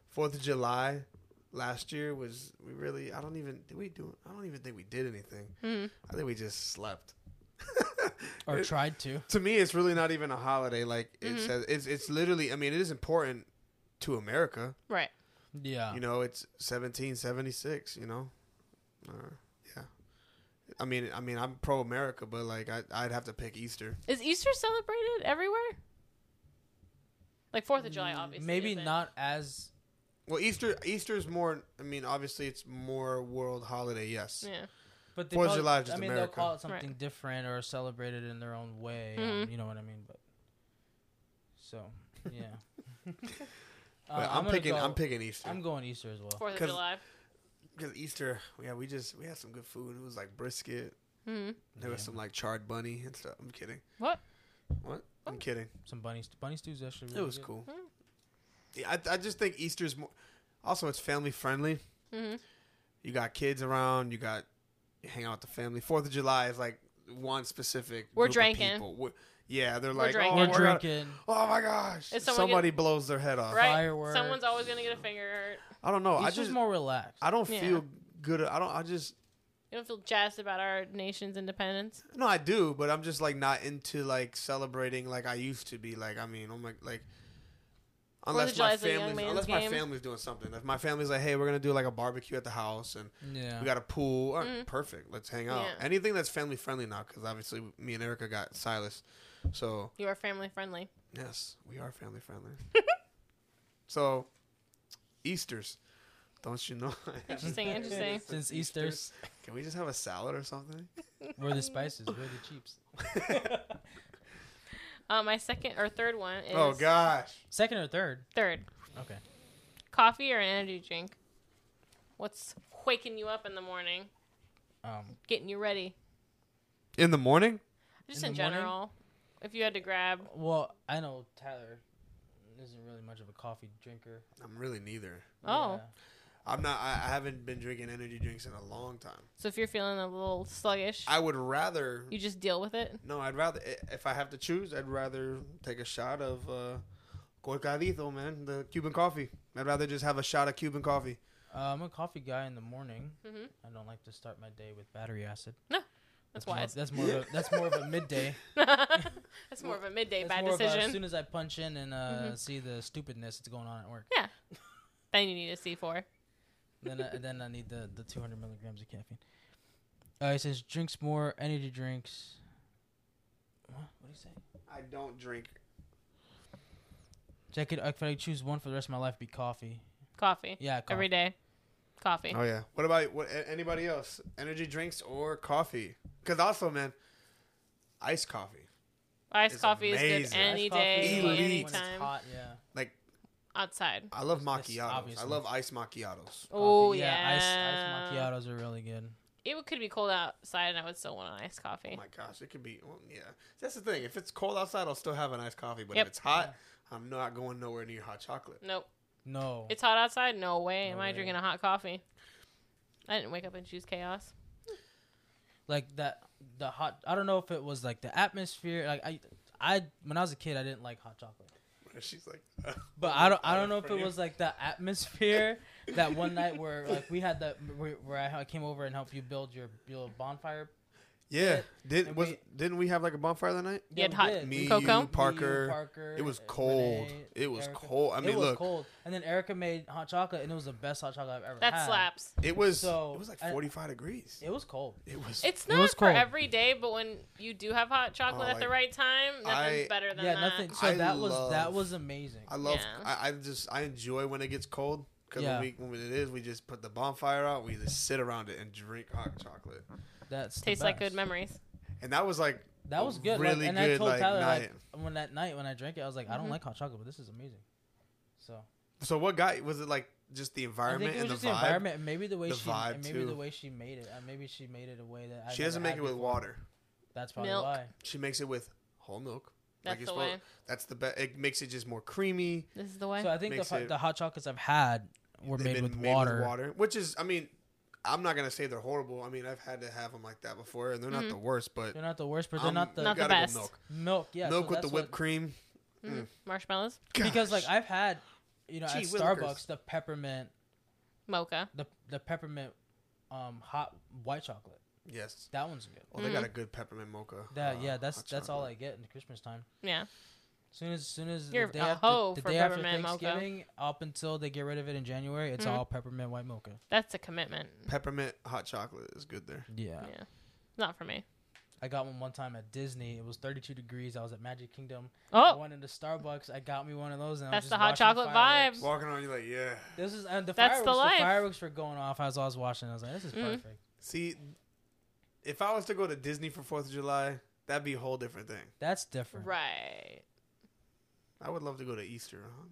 S2: Fourth of July last year was we really I don't even did we do I don't even think we did anything.
S3: hmm
S2: I think we just slept.
S1: or
S2: It-
S1: tried to.
S2: to me, it's really not even a holiday. Like it
S3: Mhm.
S2: says, it's it's literally. I mean, it is important to America
S3: Right.
S1: Yeah.
S2: you know it's 1776 you know uh, yeah i mean i mean i'm pro america but like I, i'd have to pick easter
S3: Is Easter celebrated everywhere? Like Fourth of July,
S1: Mm,
S3: obviously.
S1: Maybe
S3: isn't.
S1: not as
S2: well easter easter is more i mean obviously it's more world holiday yes
S3: Yeah.
S1: but they
S2: Fourth of
S1: call it-
S2: July is just
S1: I mean
S2: America.
S1: they'll call it
S3: Right.
S1: something different or celebrate it in their own way. um,
S3: Mhm.
S1: you know what I mean? But so yeah. Uh,
S2: but i'm,
S1: gonna
S2: picking
S1: go-
S2: i'm picking easter
S1: I'm going Easter as well.
S3: Fourth of
S2: 'Cause-
S3: July.
S2: because easter yeah we just we had some good food it was like brisket
S3: hmm
S2: there was
S1: Yeah.
S2: some like charred bunny and stuff i'm kidding
S3: What?
S2: what i'm kidding
S1: Some bunny st- bunny stews actually.
S2: it
S1: Really
S2: was
S1: good.
S2: cool
S3: Mm.
S2: yeah I, I just think easter's more also it's family friendly
S3: hmm
S2: you got kids around, you got you hang out with the family. Fourth of July is like one specific.
S3: We're
S2: group of
S3: drinking.
S2: people. We're- yeah, they're
S3: We're
S2: like,
S3: drinking.
S2: oh,
S1: We're
S2: we're gonna-
S1: drinking
S2: oh my gosh!
S3: Is someone
S2: Somebody blows their head off.
S3: Right.
S1: Uh, fireworks.
S3: Someone's always gonna get a finger hurt.
S2: I don't know.
S1: Easter's
S2: Oh, I just
S1: more relaxed.
S2: I don't
S3: Yeah.
S2: feel good. I don't. I just
S3: You don't feel jazzed about our nation's independence.
S2: no, I do, but I'm just like not into like celebrating like I used to be. Like I mean, oh my, like. Unless
S3: of
S2: my
S3: July's a young
S2: family's
S3: man's
S2: unless my
S3: game.
S2: family's doing something. If my family's like, hey, we're gonna do like a barbecue at the house and
S1: yeah.
S2: We got a pool. All right,
S3: Mhm.
S2: Perfect. Let's hang out.
S3: Yeah.
S2: Anything that's family friendly now, because obviously me and Erica got Silas. So
S3: You are family friendly.
S2: yes, we are family friendly. so Easter's, don't you know?
S3: Interesting, interesting.
S1: Since Easter's
S2: Can we just have a salad or something?
S1: Where the spices? Where the cheaps?
S3: Uh, my second or third one is
S2: oh gosh.
S1: Second or third?
S3: third
S1: Okay.
S3: coffee or an energy drink. What's waking you up in the morning,
S1: Um,
S3: getting you ready?
S2: In the morning?
S3: Just in,
S1: In the morning?
S3: general, if you had to grab
S1: well, I know Tyler isn't really much of a coffee drinker.
S2: I'm really neither.
S3: Oh.
S1: Yeah.
S2: I'm not. I, I haven't been drinking energy drinks in a long time.
S3: So if you're feeling a little sluggish,
S2: I would rather.
S3: you just deal with it.
S2: No, I'd rather. i- If I have to choose, I'd rather take a shot of uh, Corcadito, man, the Cuban coffee. I'd rather just have a shot of Cuban coffee.
S1: Uh, I'm a coffee guy in the morning.
S3: Mhm.
S1: I don't like to start my day with battery acid.
S3: That's
S1: more,
S3: wise.
S1: That's more of a, that's more of a midday.
S3: that's more of a midday
S1: That's
S3: bad
S1: more of a- as
S3: decision.
S1: soon as I punch in and uh,
S3: Mhm.
S1: see the stupidness that's going on at work,
S3: Then you need a C four.
S1: then I, then I need the, the 200 milligrams of caffeine. Uh, he says drinks more energy drinks. What? What do you say?
S2: I don't drink.
S1: So I could, if I could choose one for the rest of my life, it'd be coffee.
S3: Coffee.
S1: Yeah, coffee.
S3: Every day.
S1: Eh.
S3: Coffee.
S2: Oh yeah. What about what a- anybody else? Energy drinks or coffee? Because also, man, iced coffee.
S3: Iced
S2: It's
S3: coffee is good
S2: amazing.
S3: any
S1: Iced coffee
S3: day,
S1: is like
S2: Elite.
S1: When it's
S3: anytime.
S1: hot, yeah.
S2: Like
S3: Outside.
S2: I love
S1: Yes,
S2: macchiatos. I
S1: obviously.
S2: love iced macchiatos.
S3: Oh,
S1: Coffee,
S3: yeah.
S1: Ice, ice macchiatos are really good.
S3: It could be cold outside and I would still want an iced coffee.
S1: Eh.
S2: Oh my gosh, it could be. Well, yeah, that's the thing. If it's cold outside, I'll still have an iced coffee. But
S3: Yep.
S2: if it's hot, I'm not going nowhere near hot chocolate.
S3: nope.
S1: No.
S3: It's hot outside? No way.
S1: No
S3: Am
S1: way.
S3: I drinking a hot coffee? I didn't wake up and choose chaos.
S1: like that the hot I don't know if it was like the atmosphere like I I when I was a kid I didn't like hot chocolate.
S2: She's like,
S1: But I don't I don't know if it was like the atmosphere that one night where like we had that where, where I came over and helped you build your, your bonfire.
S2: Yeah, did
S1: And
S2: was
S1: we-
S2: didn't we have like a bonfire that night?
S3: You had hot
S1: we did.
S2: Me,
S3: Coco?
S2: you, Parker.
S1: Parker,
S2: It was
S1: Renee,
S2: cold. it was
S1: Erica.
S2: cold. I mean,
S1: it was
S2: look,
S1: cold. And then Erica made hot chocolate and it was the best hot chocolate I've ever
S3: That
S1: had.
S3: slaps.
S2: it was
S1: So,
S2: it was like
S1: I-
S2: 45 degrees. It,
S1: It was cold.
S2: was.
S3: It's
S1: It
S3: not
S1: was
S3: for
S1: cold.
S3: every day, but when you do have hot chocolate
S2: Oh,
S3: at the
S2: like,
S3: right time, nothing's
S2: I-
S3: better than
S1: yeah,
S3: that.
S1: nothing. So
S2: I
S1: that was that
S2: love-
S1: was amazing.
S2: I love.
S3: Yeah.
S2: I, I just I enjoy when it gets cold because
S1: Yeah.
S2: when, we, when it is, we just put the bonfire out. We just sit around it and drink hot chocolate,
S1: That's the
S3: Tastes like good
S1: best.
S3: memories.
S2: and that was like
S1: That was good.
S2: Really
S1: like, and I
S2: good,
S1: told
S2: like,
S1: Tyler
S2: night.
S1: like when that night when I drank it, I was like, I don't
S3: Mhm.
S1: like hot chocolate, but this is amazing. So
S2: So what got was it like just the
S1: I think
S2: environment
S1: it was
S2: and the
S1: just
S2: vibe?
S1: the environment, and maybe the way
S2: The
S1: she,
S2: vibe,
S1: and maybe
S2: too.
S1: the way she made it, and maybe she made it a way that I
S2: She
S1: never
S2: doesn't make
S1: had
S2: it with
S1: before.
S2: water.
S1: That's probably
S3: Milk.
S1: why.
S2: She makes it with whole milk.
S3: That's
S2: you're
S3: the
S2: supposed-
S3: way.
S2: That's the best. It makes it just more creamy.
S3: This is the way.
S1: So I think the,
S2: Makes
S1: fu-
S2: it-
S1: the hot chocolates I've had were
S2: They've
S1: made
S2: been
S1: with, water.
S2: water, which is I mean, I'm not gonna say they're horrible. I mean, I've had to have them like that before, and they're not
S3: Mhm.
S2: the worst, but
S1: They're not the worst, but they're
S2: I'm-
S1: not the
S2: you
S3: Not the
S2: gotta go
S3: best.
S2: Um, Milk,
S1: milk. Yeah, so
S2: milk with the
S1: that's
S2: whipped
S1: what-
S2: cream.
S3: Mhm. Marshmallows,
S1: Because like
S2: Gosh.
S1: I've had, you know, at
S2: Gee willikers.
S1: Starbucks the peppermint,
S3: mocha.
S1: the the peppermint, um, hot white chocolate.
S2: yes,
S1: That one's good.
S2: oh, they got
S3: Mhm.
S2: a good peppermint mocha.
S1: That
S2: uh,
S1: yeah, that's
S2: hot
S1: that's all I
S2: chocolate.
S1: get in Christmas time.
S3: Yeah.
S1: Soon as soon as
S3: You're
S1: the day,
S3: a
S1: after,
S3: hoe
S1: the
S3: for
S1: day after
S3: peppermint mocha.
S1: Thanksgiving, up until they get rid of it in January, it's
S3: Mhm.
S1: all peppermint white mocha.
S3: That's a commitment.
S2: Peppermint hot chocolate is good there.
S1: Yeah.
S3: Yeah. Not for me.
S1: I got one one time at Disney. It was 32 degrees. I was at Magic Kingdom. I
S3: Oh,
S1: went into Starbucks. I got me one of those. And I was
S3: That's
S1: just
S3: the hot
S1: watching
S3: chocolate
S1: fireworks.
S2: Walking on, you're like, yeah.
S1: This is and the
S3: That's the
S1: fireworks.
S3: life.
S1: fireworks were going off as I was watching. I was like, this is
S3: Mhm.
S1: perfect.
S2: See, if I was to go to Disney for Fourth of July, that'd be a whole different thing.
S1: That's different.
S3: right.
S2: I would love to go to Easter huh? Later one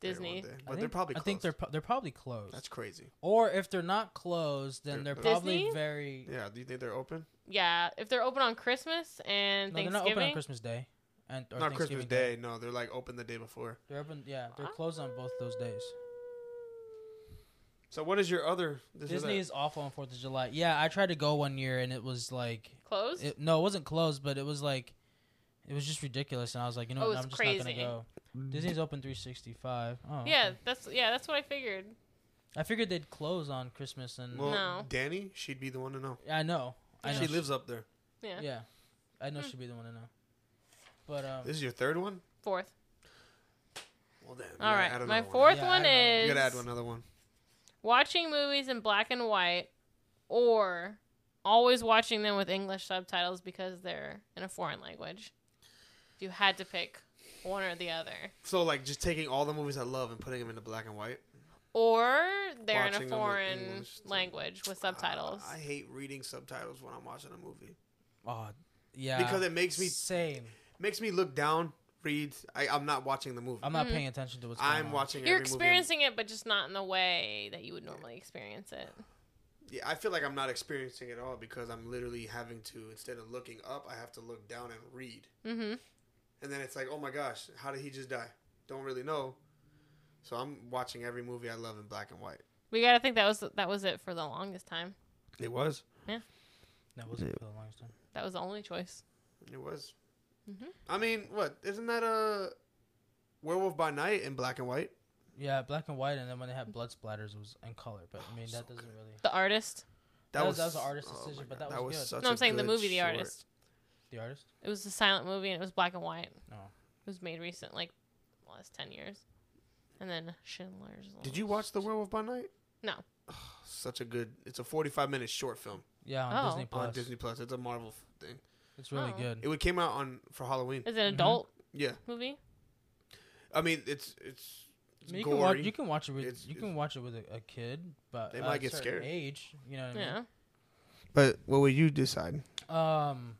S3: Disney.
S2: day,
S1: I
S2: but
S1: think,
S2: they're probably.
S1: I think they're
S2: closed.
S1: pro- they're probably closed.
S2: That's crazy.
S1: or if they're not closed, then
S2: They're-
S1: they're probably
S3: Disney?
S1: very.
S2: Yeah. Do you think they're open?
S3: Yeah. If they're open on Christmas and
S1: No, they're not
S3: Thanksgiving.
S1: open on Christmas Day. And or
S2: Not
S1: Thanksgiving
S2: Christmas Day. No, they're like open the day before.
S1: They're open. Yeah, they're closed on both those days.
S2: So what is your other this is
S1: Disney
S2: a-
S1: is awful on Fourth of July. Yeah, I tried to go one year and it was like,
S3: Closed?
S1: it, no, it wasn't closed, but it was like, it was just ridiculous, and I was like, you know,
S3: Oh,
S1: what,
S3: it's
S1: I'm just not gonna
S3: crazy.
S1: go.
S2: Mm.
S1: Disney's open 365. Oh, okay.
S3: yeah, that's yeah, that's what I figured.
S1: I figured they'd close on Christmas, and
S2: well,
S3: No.
S2: Danny. She'd be the one to know.
S1: Yeah, I know, I know,
S2: She lives up there.
S3: Yeah.
S1: Yeah, I know
S3: Hmm.
S1: she'd be the one to know. But um,
S2: This is your third one.
S3: Fourth.
S2: Well, damn. you
S3: All
S2: gotta
S3: right.
S2: add
S3: My
S2: another one.
S3: fourth
S1: Yeah,
S3: one
S1: add another
S2: You
S3: is
S2: gotta add another one.
S3: watching movies in black and white or always watching them with English subtitles because they're in a foreign language. If you had to pick one or the other.
S2: So like just taking all the movies I love and putting them into black and white.
S3: Or they're
S2: Watching
S3: in a
S2: them with
S3: foreign
S2: English sub- Ah,
S3: language with subtitles.
S2: I hate reading subtitles when I'm watching a movie
S1: oh, yeah,
S2: because it makes me
S1: same.
S2: makes me look down. Read. I, I'm not watching the movie.
S1: I'm not
S3: Mhm.
S1: paying attention to what's going
S2: I'm
S1: on.
S2: watching.
S3: You're
S2: every movie.
S3: experiencing it, but just not in the way that you would normally experience it.
S2: Yeah, I feel like I'm not experiencing it all because I'm literally having to instead of looking up, I have to look down and read.
S3: Mm-hmm.
S2: And then it's like, oh my gosh, how did he just die? Don't really know. So I'm watching every movie I love in black and white.
S3: We gotta think that was that was it for the longest time.
S2: It was.
S1: That wasn't for the longest time.
S3: That was the only choice.
S2: It was.
S1: Mm-hmm.
S3: Mhm.
S2: I mean, what isn't that a Werewolf by Night in black and white?
S1: Yeah, black and white, and then when they had blood splatters, it was in color. But I mean,
S2: Oh, so
S1: that doesn't
S2: good.
S1: really.
S3: The artist.
S1: That was- that was an artist's
S2: Oh my
S1: decision, but
S2: God,
S1: that was good.
S2: such
S3: No,
S2: a
S3: I'm saying the
S2: good
S3: movie, The
S2: short.
S3: Artist.
S1: The artist.
S3: It was a silent movie and it was black and white.
S1: Oh.
S3: It was made recent, like the last ten years. And then Schindler's.
S2: Did you watch The Werewolf by Night?
S3: No.
S2: Such a good. It's a 45 minute short film
S1: Yeah, on
S3: Oh.
S1: Disney Plus.
S2: on Disney Plus. It's a Marvel thing.
S1: It's really
S3: Oh.
S1: good.
S2: It came out on for Halloween.
S3: Is it
S1: Mm-hmm.
S3: an adult
S2: Yeah,
S3: movie?
S2: I mean it's it's,
S1: I
S2: it's
S1: mean, you,
S2: gory.
S1: can watch, you can watch it with
S2: It's-
S1: you
S2: it's-
S1: can watch it with a, a kid, but
S2: They
S1: at
S2: might
S1: a
S2: get
S1: certain
S2: scared.
S1: Age, you know. What I mean?
S3: Yeah.
S2: but what would you decide?
S1: Um,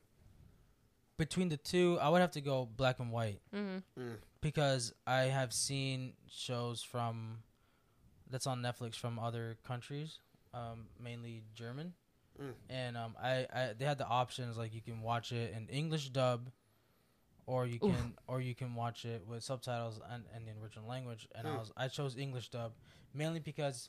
S1: between the two, I would have to go black and white
S3: Mm-hmm.
S2: Mm.
S1: because I have seen shows from that's on Netflix from other countries, um, mainly German,
S2: Mm.
S1: and um, I, I they had the options like you can watch it in English dub, or you
S3: Oof.
S1: can or you can watch it with subtitles and, and the original language. And I
S2: Mm.
S1: was I chose English dub mainly because.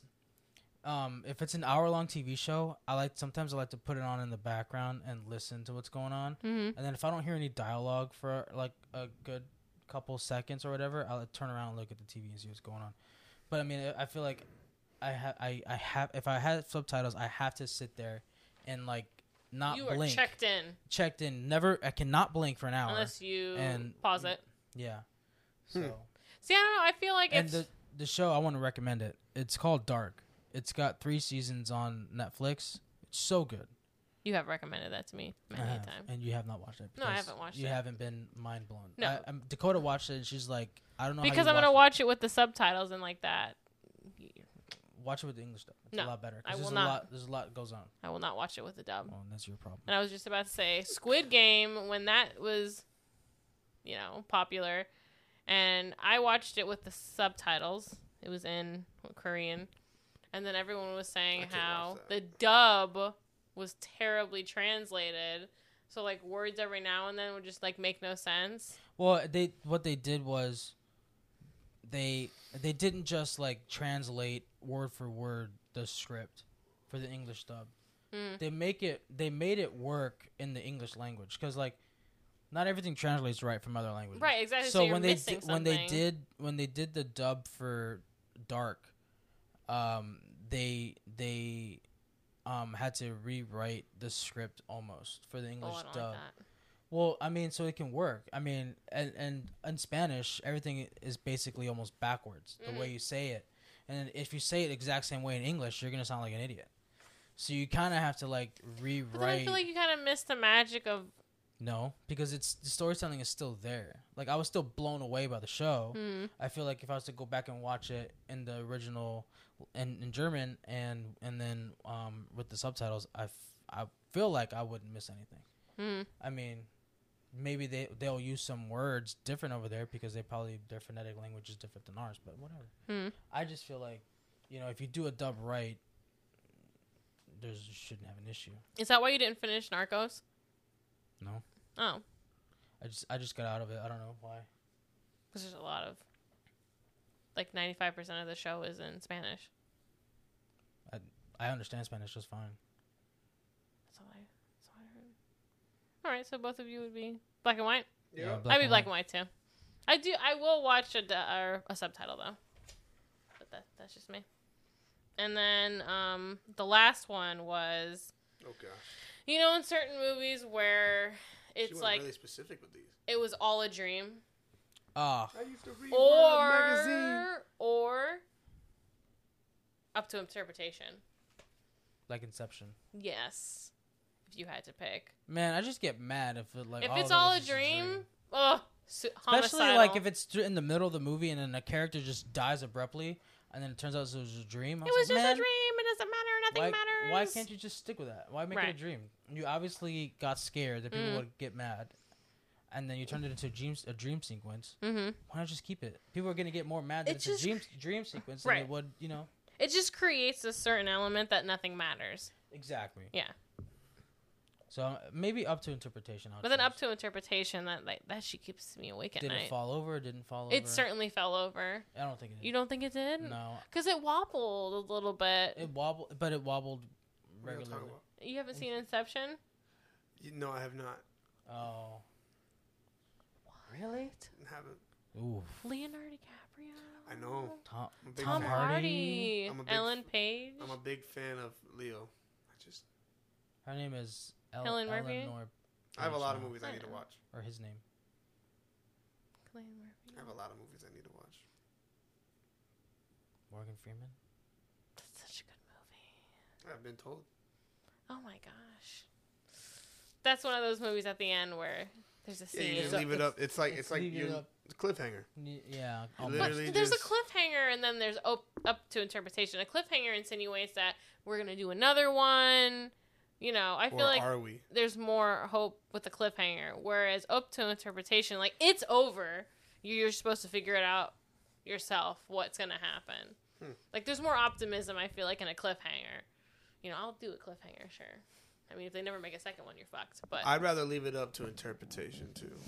S1: Um, if it's an hour long TV show, I like sometimes I like to put it on in the background and listen to what's going on. And
S3: Mm-hmm.
S1: then if I don't hear any dialogue for like a good couple seconds or whatever, I'll turn around and look at the TV and see what's going on. But I mean, I- I feel like I have I, I have if I had subtitles, I have to sit there and like not
S3: you
S1: blink.
S3: are checked in
S1: Checked in. Never. I cannot blink for an hour.
S3: unless you
S1: and-
S3: pause it.
S1: yeah. So
S3: See, I don't know. I feel like
S1: and
S3: it's
S1: the the show I want to recommend it. It's called Dark. It's got three seasons on Netflix. It's so good.
S3: you have recommended that to me
S1: I
S3: many
S1: have,
S3: times.
S1: Uh-huh. And you have not watched it.
S3: No, I
S1: because
S3: haven't watched
S1: you
S3: it.
S1: You haven't been mind blown.
S3: No.
S1: I, um, Dakota watched it and she's like, I don't know. how
S3: Because
S1: you
S3: I'm gonna
S1: watched it.
S3: watch it with the subtitles and like that.
S1: Watch it with the English dub. It's
S3: No,
S1: a lot better. 'cause
S3: I
S1: there's
S3: will
S1: a
S3: not. Mm.
S1: Lot, there's a lot that goes on.
S3: I will not watch it with the dub.
S1: Well, that's your problem.
S3: And I was just about to say Squid Game when that was, you know, popular, and I watched it with the subtitles. It was in Korean, and then everyone was
S2: I
S3: saying
S2: can't
S3: how
S2: watch that.
S3: the dub was terribly translated. So like words every now and then would just like make no sense.
S1: Well, they what they did was they they didn't just like translate word for word the script for the English dub.
S3: Mm.
S1: They make it they made it work in the English language because like not everything translates right from other languages.
S3: Right, exactly. So,
S1: so
S3: you're
S1: when they
S3: missing
S1: di- when they
S3: something.
S1: did when they did the dub for Dark, um, they they um had to rewrite the script almost for the
S3: Oh, I
S1: English
S3: don't like
S1: dub.
S3: that.
S1: well, I mean, so it can work. I mean, and and in Spanish, everything is basically almost backwards the
S3: Mm-hmm.
S1: way you say it, and then if you say it exact same way in English, you're gonna sound like an idiot. So you kind of have to like
S3: But then
S1: rewrite.
S3: I feel like you kind of missed the magic of
S1: No, because it's the storytelling is still there. Like I was still blown away by the show.
S3: Mm.
S1: I feel like if I was to go back and watch it in the original, in, in German and and then um with the subtitles, I, f- I feel like I wouldn't miss anything.
S3: Mm.
S1: I mean, maybe they they'll use some words different over there because they probably their phonetic language is different than ours. But whatever.
S3: Mm.
S1: I just feel like, you know, if you do a dub right, there's you shouldn't have an issue.
S3: Is that why you didn't finish Narcos?
S1: No.
S3: Oh,
S1: I just I just got out of it. I don't know why.
S3: because there's a lot of like 95% of the show is in Spanish.
S1: I understand Spanish just fine.
S3: That's all I, that's all I heard. All right, so both of you would be black and white.
S2: Yeah.
S1: black
S3: I'd be
S1: and
S3: black
S1: white.
S3: and white too. I do. I will watch a du- or a subtitle though, but that that's just me. And then um, the last one was
S2: Oh gosh.
S3: you know in certain movies where
S2: she
S3: it's
S2: went
S3: like
S2: really specific with these.
S3: it was all a dream
S1: Ah,
S2: I used to read
S3: or
S2: magazine.
S3: or up to interpretation.
S1: like Inception.
S3: Yes, if you had to pick.
S1: Man, I just get mad if it like
S3: if
S1: all
S3: it's
S1: of it
S3: all a
S1: was just
S3: dream, ugh, su-
S1: especially
S3: homicidal.
S1: like if it's in the middle of the movie and then a character just dies abruptly, and then it turns out it was a dream. I
S3: it was
S1: like,
S3: just
S1: "Man,
S3: a dream. It doesn't matter. Nothing
S1: why,
S3: matters.
S1: Why can't you just stick with that? Why make
S3: Right.
S1: it a dream? You obviously got scared that people
S3: Mm.
S1: would get mad, and then you turned it into a dream a dream sequence.
S3: Mm-hmm.
S1: Why not just keep it? People are gonna get more mad that
S3: It
S1: it's
S3: just-
S1: a dream dream sequence
S3: Right.
S1: than it would, you know.
S3: It just creates a certain element that nothing matters.
S1: Exactly.
S3: Yeah.
S1: So uh, maybe up to interpretation. I'll
S3: But then
S1: choose.
S3: up to interpretation, that like that she keeps me awake at
S1: did
S3: night.
S1: it fall over? or Didn't fall over.
S3: It certainly fell over.
S1: I don't think it did.
S3: You don't think it did?
S1: No,
S3: Because it wobbled a little bit.
S1: it wobbled, but it wobbled
S2: What are you talking
S1: regularly.
S2: about?
S3: you haven't seen Inception?
S2: You- No, I have not.
S1: Oh, really?
S2: Haven't.
S1: Ooh,
S3: Leonardo DiCaprio.
S2: I know.
S1: Oh. Tom,
S2: I'm a big
S3: Tom
S2: fan.
S1: Hardy.
S3: Hardy.
S2: I'm a big
S3: Ellen Page.
S2: I'm a big fan of Leo. I just
S1: her name is El-
S3: Helen Murphy?
S1: Eleanor,
S2: I have a lot of
S1: Page,
S2: movies I
S3: I
S2: need to
S3: know.
S2: watch.
S1: or his name.
S3: Cillian Murphy.
S2: I have a lot of movies I need to watch.
S1: Morgan Freeman.
S3: That's such a good movie.
S2: I've been told.
S3: Oh my gosh. that's one of those movies at the end where there's a
S2: Yeah,
S3: scene.
S2: you just
S1: So
S2: leave it
S1: it's-
S2: up. It's like it's,
S1: it's
S2: like
S1: leave it
S2: you
S1: up.
S2: it's a cliffhanger.
S1: N- Yeah.
S2: But-
S1: almost.
S3: but
S2: literally
S3: there's
S2: just-
S3: a cliffhanger, and then there's op- up to interpretation. A cliffhanger insinuates that we're gonna do another one. You know, I feel
S2: or
S3: like
S2: are we?
S3: there's more hope with the cliffhanger. Whereas up to interpretation, like it's over. You- You're supposed to figure it out yourself what's gonna happen.
S2: Hmm.
S3: Like there's more optimism. I feel like in a cliffhanger. You know, I'll do a cliffhanger, sure. I mean, if they never make a second one, you're fucked. But
S2: I'd rather leave it up to interpretation too.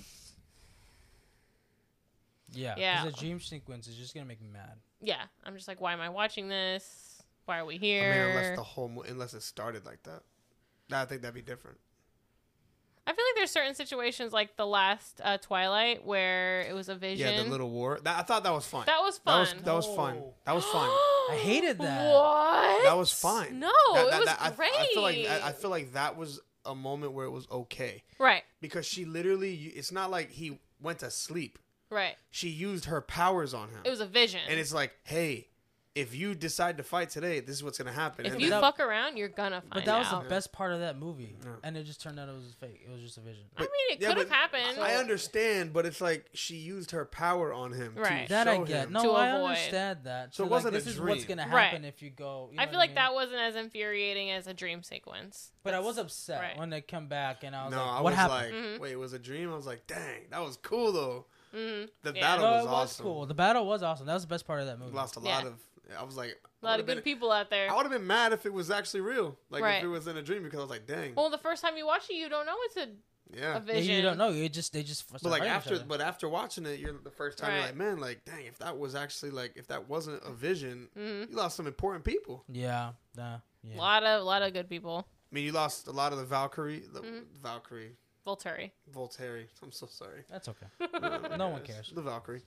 S1: Yeah.
S3: Yeah.
S1: Because the dream sequence is just gonna make me mad.
S3: yeah, I'm just like, why am I watching this? Why are we
S2: I
S3: here?
S2: mean, unless the whole mo- unless it started like that, Nah, I think that'd be different.
S3: I feel like there's certain situations like the last uh, Twilight where it was a vision.
S2: Yeah, the little war. That, I thought that was fine.
S3: that was
S2: That
S3: fun.
S2: was that was fun.
S1: No.
S2: That was fun.
S1: I hated that.
S3: What?
S2: That was fine.
S3: No,
S2: That-
S3: it
S2: that-
S3: was
S2: that- I-
S3: great.
S2: I, feel like I, I feel like that was a moment where it was okay
S3: right,
S2: because she literally. It's not like he went to sleep.
S3: right.
S2: She used her powers on him,
S3: It was a vision.
S2: and it's like, hey, if you decide to fight today, this is what's gonna happen.
S3: if
S2: and
S3: you
S2: then-
S1: that-
S3: fuck around, you're gonna find
S1: But that was
S3: out.
S1: the best part of that movie,
S2: Yeah.
S1: and it just turned out it was fake. It was just a vision.
S3: I mean, it
S2: yeah,
S3: could have
S2: but
S3: happened.
S2: I understand, but it's like she used her power on him.
S3: Right.
S2: To
S1: That I
S2: show
S1: get.
S2: him.
S1: No,
S3: To
S1: I
S3: avoid.
S1: understand that.
S2: So
S1: So,
S2: it
S1: like,
S2: wasn't a
S1: this is what's
S2: dream.
S1: gonna
S3: Right.
S1: happen if you go. you
S3: I
S1: know
S3: feel
S1: what
S3: like
S1: mean?
S3: that wasn't as infuriating as a dream sequence.
S1: But I was upset
S3: right.
S1: when they come back, and I was
S2: no,
S1: like,
S2: I
S1: "What
S2: was
S1: happened?"
S2: like,
S3: Mhm.
S2: wait, it was a dream. I was like, dang, that was cool though.
S3: Mm,
S2: The
S3: Yeah.
S2: battle
S1: no,
S2: was,
S1: it was
S2: awesome.
S1: cool. The battle was awesome. That was the best part of that movie.
S2: Lost a
S3: Yeah.
S2: lot of. I was like, I
S3: a lot
S2: would've
S3: of good
S2: been-
S3: people out there.
S2: I would have been mad if it was actually real, like
S3: Right.
S2: if it was in a dream, because I was like, dang,
S3: Well, the first time you watch it, you don't know it's a,
S2: yeah.
S3: a
S1: Yeah,
S3: vision.
S1: you don't know. You just they just.
S2: But like
S1: fighting each
S2: after,
S1: other.
S2: but after watching it, you're the first time you're
S3: Right.
S2: like, man, like dang, if that was actually like, if that wasn't a vision,
S3: Mhm.
S2: you lost some important people.
S1: yeah, nah,
S3: A
S1: yeah.
S3: lot of lot of good people.
S2: I mean, you lost a lot of the Valkyrie, the
S3: Mm-hmm.
S2: Valkyrie,
S3: Volturi.
S2: Volturi. I'm so sorry.
S1: That's okay.
S2: Uh,
S1: No one
S2: yes,
S1: cares.
S2: The Valkyrie.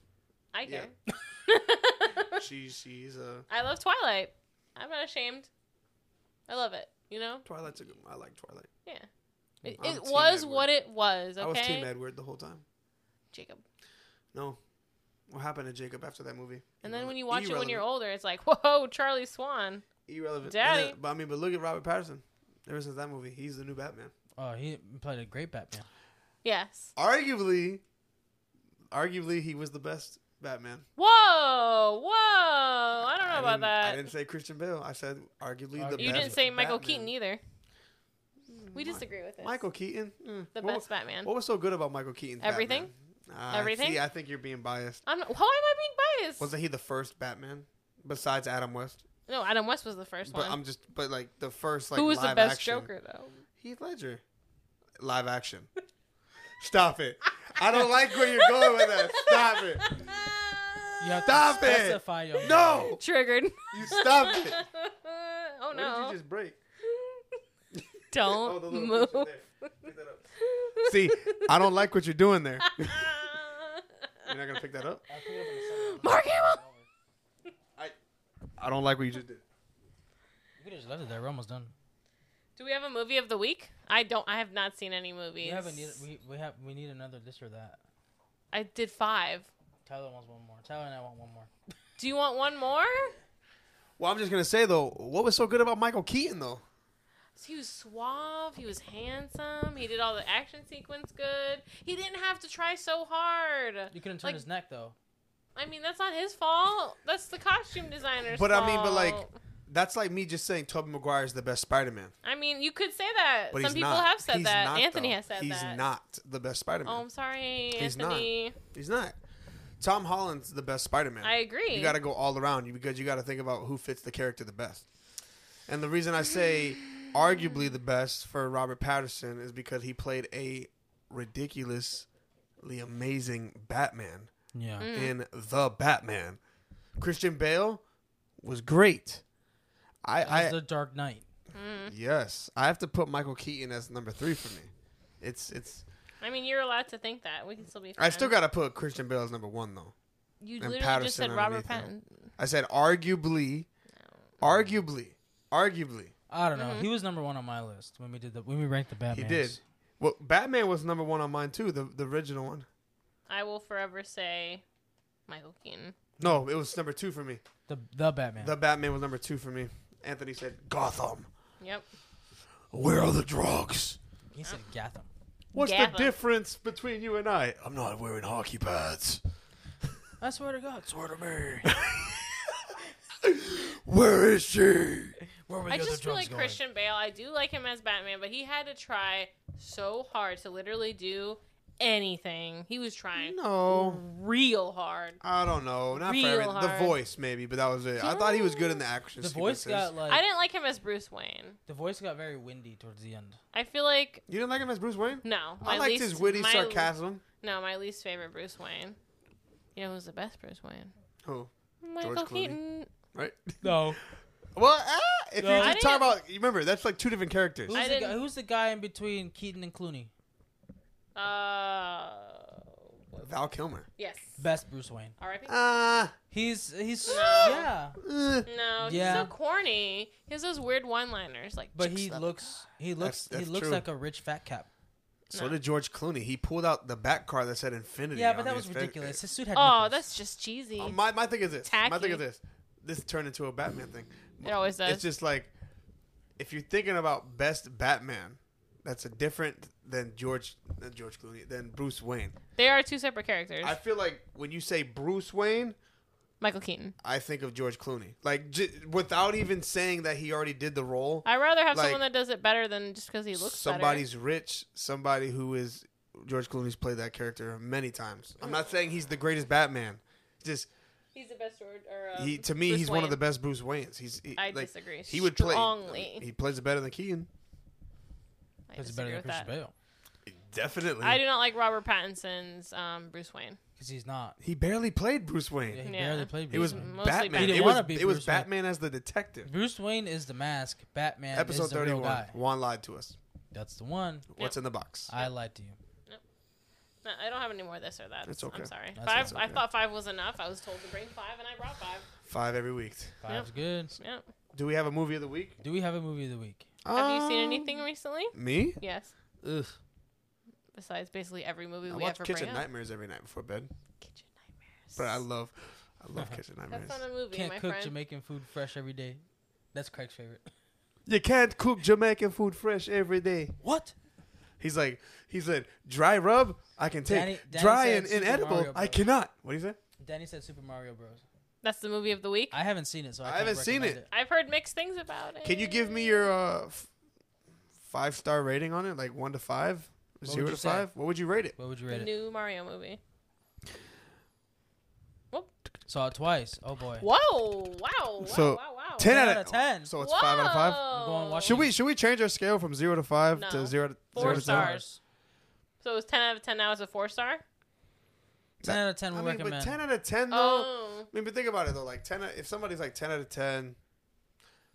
S3: I
S2: Yeah.
S3: care.
S2: She she's uh
S3: I love Twilight. I'm not ashamed. I love it. You know,
S2: Twilight's a good. I like Twilight.
S3: yeah. It,
S2: I'm
S3: it
S2: Team
S3: was
S2: Edward.
S3: what it was. Okay,
S2: I was Team Edward the whole time.
S3: Jacob.
S2: No, what happened to Jacob after that movie?
S3: And then when you watch it when you're
S2: Irrelevant.
S3: older, it's like, whoa, Charlie Swan.
S2: irrelevant.
S3: Daddy.
S2: And then- but I mean, but look at Robert Patterson. Ever since that movie, he's the new Batman.
S1: Oh, he played a great Batman.
S3: Yes.
S2: Arguably, arguably, he was the best Batman.
S3: Whoa, whoa. I don't know
S2: I
S3: about
S2: didn't- I
S3: that.
S2: didn't say Christian Bale. I said arguably the
S1: Argu-
S2: best.
S3: you didn't say Michael
S2: Batman.
S3: Keaton either.
S2: Mi-
S3: We disagree with this.
S2: Michael Keaton, Mm.
S3: the
S2: what,
S3: best Batman.
S2: What was so good about Michael Keaton?
S3: Everything? Everything?
S2: See, I think you're being biased.
S3: I'm not, how am I being biased?
S2: Wasn't he the first Batman besides Adam West?
S3: no, Adam West was the first
S2: But
S3: one.
S2: I'm just, but like the first, like
S3: Who was the
S2: live
S3: best
S2: action.
S3: Joker though?
S2: Heath Ledger. Live action. Stop it. I don't like where you're going with that. Stop it.
S1: You have
S2: Stop
S1: to
S2: it!
S1: specify your
S2: No,
S3: Triggered.
S2: you stopped it.
S3: oh
S2: What did
S3: no.
S2: you just break?
S3: Don't
S2: the little
S3: move.
S2: picture there. Pick that up. See, I don't like what you're doing there. You're not gonna pick that up.
S3: Mark Hamill.
S2: I don't like what you just did.
S1: We just left it there. We're almost done.
S3: Do we have a movie of the week? I don't. I have not seen any movies.
S1: We haven't. Either, we we have. We need another this or that.
S3: I did five.
S1: Tyler wants one more. Tyler and I want one more.
S3: Do you want one more?
S2: Well, I'm just gonna say though, what was so good about Michael Keaton though?
S3: He was suave. He was handsome. He did all the action sequence good. He didn't have to try so hard.
S1: You couldn't turn
S3: Like-
S1: his neck though.
S3: I mean, that's not his fault. That's the costume designer's
S2: But I
S3: fault.
S2: mean, but like, that's like me just saying Tobey Maguire is the best Spider-Man,
S3: I mean, you could say that.
S2: but
S3: Some
S2: he's
S3: people
S2: not.
S3: have said
S2: He's
S3: that.
S2: not,
S3: Anthony
S2: though.
S3: has said that.
S2: He's not the best Spider-Man.
S3: Oh, I'm sorry,
S2: He's not.
S3: Anthony.
S2: He's not. Tom Holland's the best Spider-Man.
S3: I agree.
S2: You got to go all around you because you got to think about who fits the character the best. And the reason I say arguably the best for Robert Patterson is because he played a ridiculously amazing Batman
S3: Mm.
S1: Yeah.
S2: in The Batman. Christian Bale was great. I,
S1: It was
S2: I
S1: the Dark Knight.
S2: yes, I have to put Michael Keaton as number three for me. It's it's.
S3: I mean, you're allowed to think that. We can still be.
S2: I still got
S3: friends.
S2: to put Christian Bale as number one though.
S3: You
S2: and
S3: literally
S2: Patterson
S3: just said Robert
S2: underneath him.
S3: Patton.
S2: I said arguably, arguably, arguably.
S1: I don't know.
S3: Mm-hmm.
S1: He was number one on my list when we did the when we ranked the
S2: He
S1: Batman.
S2: did. Well, Batman was number one on mine too. The the original one.
S3: I will forever say Michael Keaton.
S2: No, it was number two for me.
S1: The the Batman.
S2: The Batman was number two for me. Anthony said, "Gotham,
S3: Yep.
S2: where are the drugs?"
S1: He said Gotham.
S4: What's
S3: Gavin.
S4: the difference between you and I? I'm not wearing hockey pads.
S1: I swear to God. Swear to me.
S4: Where is she?
S1: Where were the
S3: I
S1: other
S3: just feel
S1: drugs
S3: like
S1: going?
S3: Christian Bale. I do like him as Batman, but he had to try so hard to literally do anything. He was trying
S2: No,
S3: real hard.
S2: I don't know. Not
S3: Real
S2: for everything. The
S3: hard.
S2: voice, maybe, but that was it. I thought he was good in the action.
S1: The voice
S2: sequences.
S1: got like
S3: I didn't like him as Bruce Wayne.
S1: the voice got very windy towards the end.
S3: I feel like
S2: You didn't like him as Bruce Wayne?
S3: no.
S2: I
S3: Mm, my
S2: liked
S3: least-
S2: his witty
S3: my-
S2: sarcasm.
S3: No, my least favorite Bruce Wayne. You know who's the best Bruce Wayne?
S2: Who?
S3: Michael
S2: Clooney.
S3: Keaton.
S2: Right.
S1: No.
S2: Well, ah, if
S1: No.
S2: you
S1: I
S2: just talk
S3: didn't-
S2: about, you remember that's like two different characters.
S1: Who's
S3: I
S1: the, guy,
S3: didn't-
S1: who's the guy in between Keaton and Clooney?
S3: Uh,
S2: Val Kilmer.
S3: yes.
S1: Best Bruce Wayne.
S3: R.I.P.
S1: Uh,
S2: Ah,
S1: He's he's
S3: No.
S1: yeah,
S2: eh.
S3: No,
S1: Yeah.
S3: he's so corny. He has those weird one-liners, like.
S1: but
S3: chicks
S1: he
S3: up.
S1: looks he looks
S2: That's- that's
S1: he looks
S2: true.
S1: like a rich fat cap.
S2: so did George Clooney. He pulled out the back car that said Infinity.
S1: Yeah,
S2: on
S1: but that
S2: his
S1: was
S2: fa-
S1: ridiculous. His suit had
S3: Oh,
S1: nipples.
S3: that's just cheesy.
S2: Uh, my my thing is this. My thing
S3: Tacky.
S2: is this. This turned into a Batman thing.
S3: it always does.
S2: It's just like if you're thinking about best Batman, that's a different than George than George Clooney than Bruce Wayne.
S3: they are two separate characters.
S2: I feel like when you say Bruce Wayne,
S3: Michael Keaton.
S2: I think of George Clooney. Like j- without even saying that he already did the role.
S3: I'd rather have
S2: Like,
S3: someone that does it better than just because he looks
S2: somebody's rich. Somebody who is George Clooney's played that character many times. I'm not saying he's the greatest Batman. Just
S3: better. He's the best word. Or,
S2: he to me he's one of the best Bruce Waynes. He's he,
S3: Um, I
S2: like,
S3: disagree
S2: He would play.
S3: strongly.
S2: He plays it better than Keaton.
S3: I
S1: That's
S3: disagree
S1: better than
S3: with
S1: Christian
S3: that.
S1: Bale
S2: Definitely.
S3: I do not like Robert Pattinson's um, Bruce Wayne.
S1: because he's not.
S2: He barely played Bruce
S1: Yeah,
S2: Wayne.
S1: he
S3: Yeah.
S1: barely played. Bruce
S2: It was
S1: Wayne.
S3: Mostly Batman. He
S2: Batman.
S1: didn't
S2: It was,
S1: wanna be
S2: it was
S1: Bruce Wayne.
S2: Batman as the detective.
S1: Bruce Wayne is the mask. Batman
S2: Episode
S1: is the real
S2: 31.
S1: guy.
S2: Juan lied to us.
S1: That's the one.
S2: What's in the box?
S1: I lied to you.
S3: No, I don't have any more this or that.
S2: It's okay.
S3: I'm sorry.
S1: That's
S3: five.
S2: okay.
S3: I thought five was enough. I was told to bring five, and I brought five.
S2: Five every week.
S1: Five's good.
S3: Yeah.
S2: Do we have a movie of the week?
S1: Do we have a movie of the week?
S3: Have you seen
S2: Um,
S3: anything recently?
S2: Me?
S3: Yes.
S2: Ugh.
S3: Besides basically every movie
S2: I
S3: we
S2: watch
S3: ever
S2: Kitchen
S3: bring up.
S2: Nightmares every night before bed.
S3: Kitchen Nightmares.
S2: But I love, I love Kitchen Nightmares.
S3: That's not a movie,
S1: Can't
S3: my
S1: cook
S3: friend.
S1: Jamaican food fresh every day. That's Craig's favorite.
S2: You can't cook Jamaican food fresh every day.
S1: What?
S2: He's like, he said, dry rub I can take,
S1: Danny- Danny
S2: dry
S1: said
S2: and
S1: Super
S2: inedible
S1: Mario
S2: I
S1: Bros.
S2: cannot. What do you say?
S1: Danny said Super Mario Bros.
S3: That's the movie of the week.
S1: I haven't seen it, so I,
S2: I
S1: can't
S2: haven't seen
S1: recommend
S2: it.
S3: I've heard mixed things about it.
S2: Can you give me your uh, f- five star rating on it? Like one to five,
S1: would
S2: zero
S1: you
S2: to
S1: say?
S2: five? What would you rate it?
S1: What would you
S3: the
S1: rate it?
S3: new Mario movie?
S1: Saw it twice. Oh boy.
S3: Whoa! Wow! Wow!
S2: So,
S3: wow! Wow!
S2: 10
S1: 10
S2: out
S1: Oh, out of 10.
S2: So it's five out of five.
S1: Go and watch
S2: Should we should we change our scale from zero to five
S3: No.
S2: to zero to
S3: Four
S2: zero to
S3: stars. So it was ten out of ten. Now it's a four star.
S1: Ten out of ten.
S2: ten?
S1: We
S2: I mean, but
S1: recommend.
S2: ten out of ten though.
S3: Oh,
S2: I mean, but think about it though. Like ten, out- if somebody's like ten out of ten,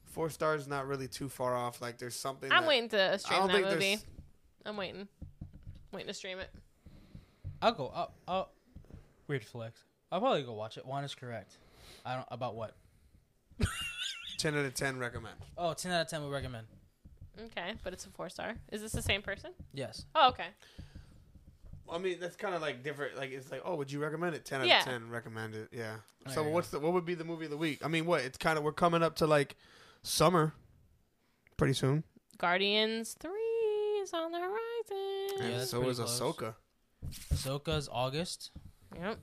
S2: four stars not really too far off. Like there's something.
S3: I'm
S2: that-
S3: waiting to
S2: I
S3: stream
S2: don't
S3: that
S2: think
S3: movie.
S2: there's.
S3: I'm waiting. Waiting to stream it.
S1: I'll go. I'll, I'll, weird flex. I'll probably go watch it. Juan is correct. I don't about what.
S2: 10 out of 10 recommend.
S1: Oh, 10 out of 10 we recommend.
S3: Okay, but it's a four star. Is this the same person?
S1: Yes.
S3: Oh, okay.
S2: I mean, that's kind of like different. Like, it's like, oh, would you recommend it? 10 out
S3: Yeah.
S2: of 10 recommend it. Yeah.
S1: There
S2: So,
S1: you
S2: what's the, what would be the movie of the week? I mean, what? It's kind of, we're coming up to like summer pretty soon.
S3: Guardians three is on the horizon.
S1: Yeah,
S2: and
S1: that's
S2: so
S1: pretty
S2: is
S1: close.
S2: Ahsoka.
S1: Ahsoka's August.
S3: Yep.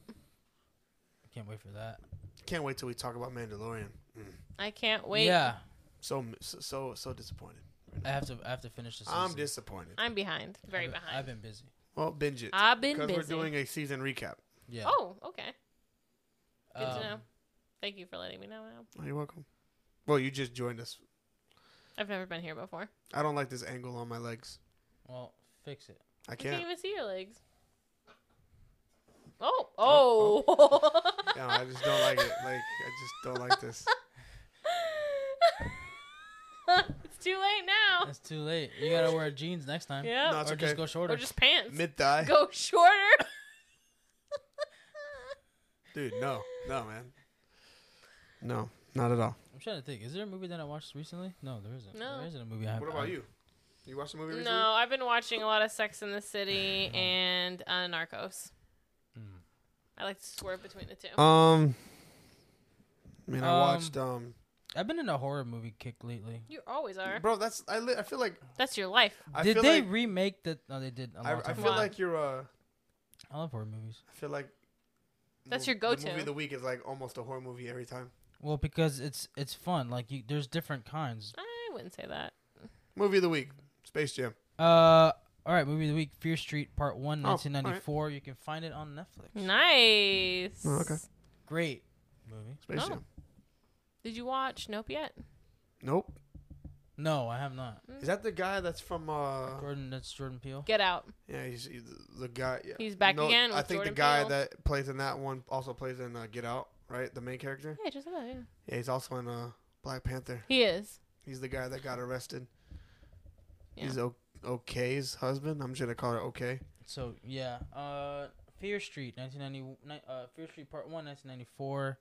S1: Can't wait for that.
S2: Can't wait till we talk about Mandalorian. Mm.
S3: I can't wait.
S1: Yeah.
S2: So, so, so disappointed.
S1: I have to I have to finish this.
S2: I'm disappointed.
S3: I'm behind. Very
S1: I've
S3: behind.
S1: been busy.
S2: Well, binge it.
S3: I've been,
S2: Because
S3: busy.
S2: we're doing a season recap.
S1: Yeah.
S3: Oh, okay. Good
S1: Um,
S3: to know. Thank you for letting me know. Now.
S2: Oh, you're welcome. Well, you just joined us.
S3: I've never been here before.
S2: I don't like this angle on my legs.
S1: Well, fix it.
S2: I
S3: I can't
S2: can't.
S3: even see your legs. Oh, oh.
S2: No, I just don't like it. Like, I just don't like this. oh.
S3: it's too late now.
S1: It's too late. You gotta wear jeans next time.
S3: Yeah.
S2: No,
S1: Or
S2: it's okay.
S1: just go shorter.
S3: or just pants.
S2: Mid thigh.
S3: Go shorter.
S2: Dude, no, no, man. No, not at all.
S1: I'm trying to think. Is there a movie that I watched recently? No, there isn't.
S3: No.
S1: There isn't a movie. I
S2: What
S1: have-
S2: about
S1: I-
S2: you? You watched the movie recently?
S3: no, I've been watching a lot of Sex in the City and uh, Narcos.
S1: Hmm.
S2: Oh.
S3: I like to swerve between the two.
S2: Um, I mean, I
S1: Um,
S2: watched um
S1: I've been in a horror movie kick lately.
S3: You always are.
S2: bro. That's I. Li- I feel like
S3: That's your life.
S2: I
S1: did
S2: feel
S1: they
S2: like
S1: remake the? No, they did. a
S2: I,
S1: long
S2: I
S1: time
S2: feel
S1: ago.
S3: Wow.
S2: like you're. Uh,
S1: I love horror movies.
S2: I feel like
S3: That's
S2: mov-
S3: your
S2: The
S3: go-to.
S2: movie of the week is like almost a horror movie every time.
S1: Well, because it's it's fun. Like you, there's different kinds.
S3: I wouldn't say that.
S2: Movie of the week, Space Jam.
S1: Uh, all right, movie of the week, Fear Street Part One,
S2: Oh, all right.
S1: 1994. You can find it on Netflix.
S3: Nice.
S2: Oh, okay.
S1: Great movie.
S2: Space
S3: Oh.
S2: Jam.
S3: Did you watch Nope yet?
S2: Nope.
S1: No, I have not.
S3: Mm.
S2: Is that the guy that's from? uh
S3: Hmm.
S1: Jordan, that's Jordan Peele.
S3: Get out.
S2: Yeah, he's, he's the guy. Yeah.
S3: He's back again
S2: I
S3: with
S2: think
S3: Jordan
S2: the guy
S3: Peele.
S2: that plays in that one also plays in uh, Get Out, right? The main character.
S3: Yeah, just about. Yeah.
S2: Yeah, he's also in uh, Black Panther.
S3: He is.
S2: He's the guy that got arrested.
S3: Yeah.
S2: He's o- OK's husband. I'm just gonna call her OK.
S1: So yeah, uh, Fear Street, 1990. ni- Uh, Fear Street Part One, 1994,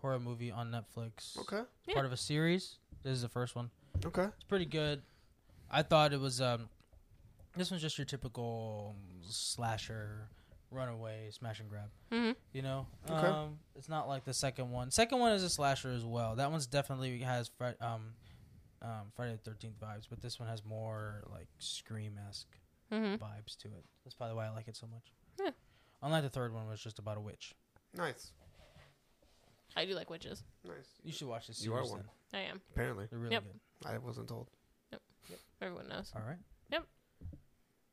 S1: horror movie on Netflix.
S2: Okay.
S3: Yeah.
S1: Part of a series. This is the first one.
S2: Okay.
S1: It's pretty good. I thought it was. Um, this one's just your typical slasher, runaway, smash and grab.
S3: Mhm.
S1: You know,
S2: Okay.
S1: um, it's not like the second one. Second one is a slasher as well. That one's definitely has Fri- um, um, Friday the Thirteenth vibes, but this one has more like scream esque
S3: Mm-hmm.
S1: vibes to it. That's probably why I like it so much.
S3: Yeah.
S1: Unlike the third one was just about a witch.
S2: Nice.
S3: I do like witches.
S2: Nice.
S1: You should watch this
S2: You are
S1: series
S2: one.
S1: then.
S3: I am.
S2: Apparently,
S1: They're really
S3: Yep.
S1: good.
S2: I wasn't told.
S3: Everyone knows.
S1: All right.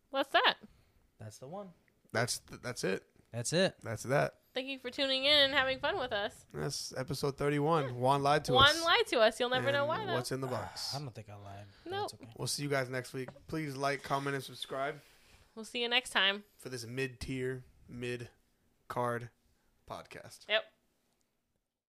S3: What's that?
S1: That's the one.
S2: That's th- that's it.
S1: That's it.
S2: That's that.
S3: Thank you for tuning in and having fun with us.
S2: That's episode 31. Juan lied to
S3: One
S2: us.
S3: lie to us. You'll never know
S2: And
S3: why though.
S2: What's in the box?
S1: I don't think I lied. but
S3: Nope.
S1: It's okay.
S2: We'll see you guys next week. Please like, comment, and subscribe
S3: We'll see you next time.
S2: for this mid-tier, mid-card podcast.
S3: Yep.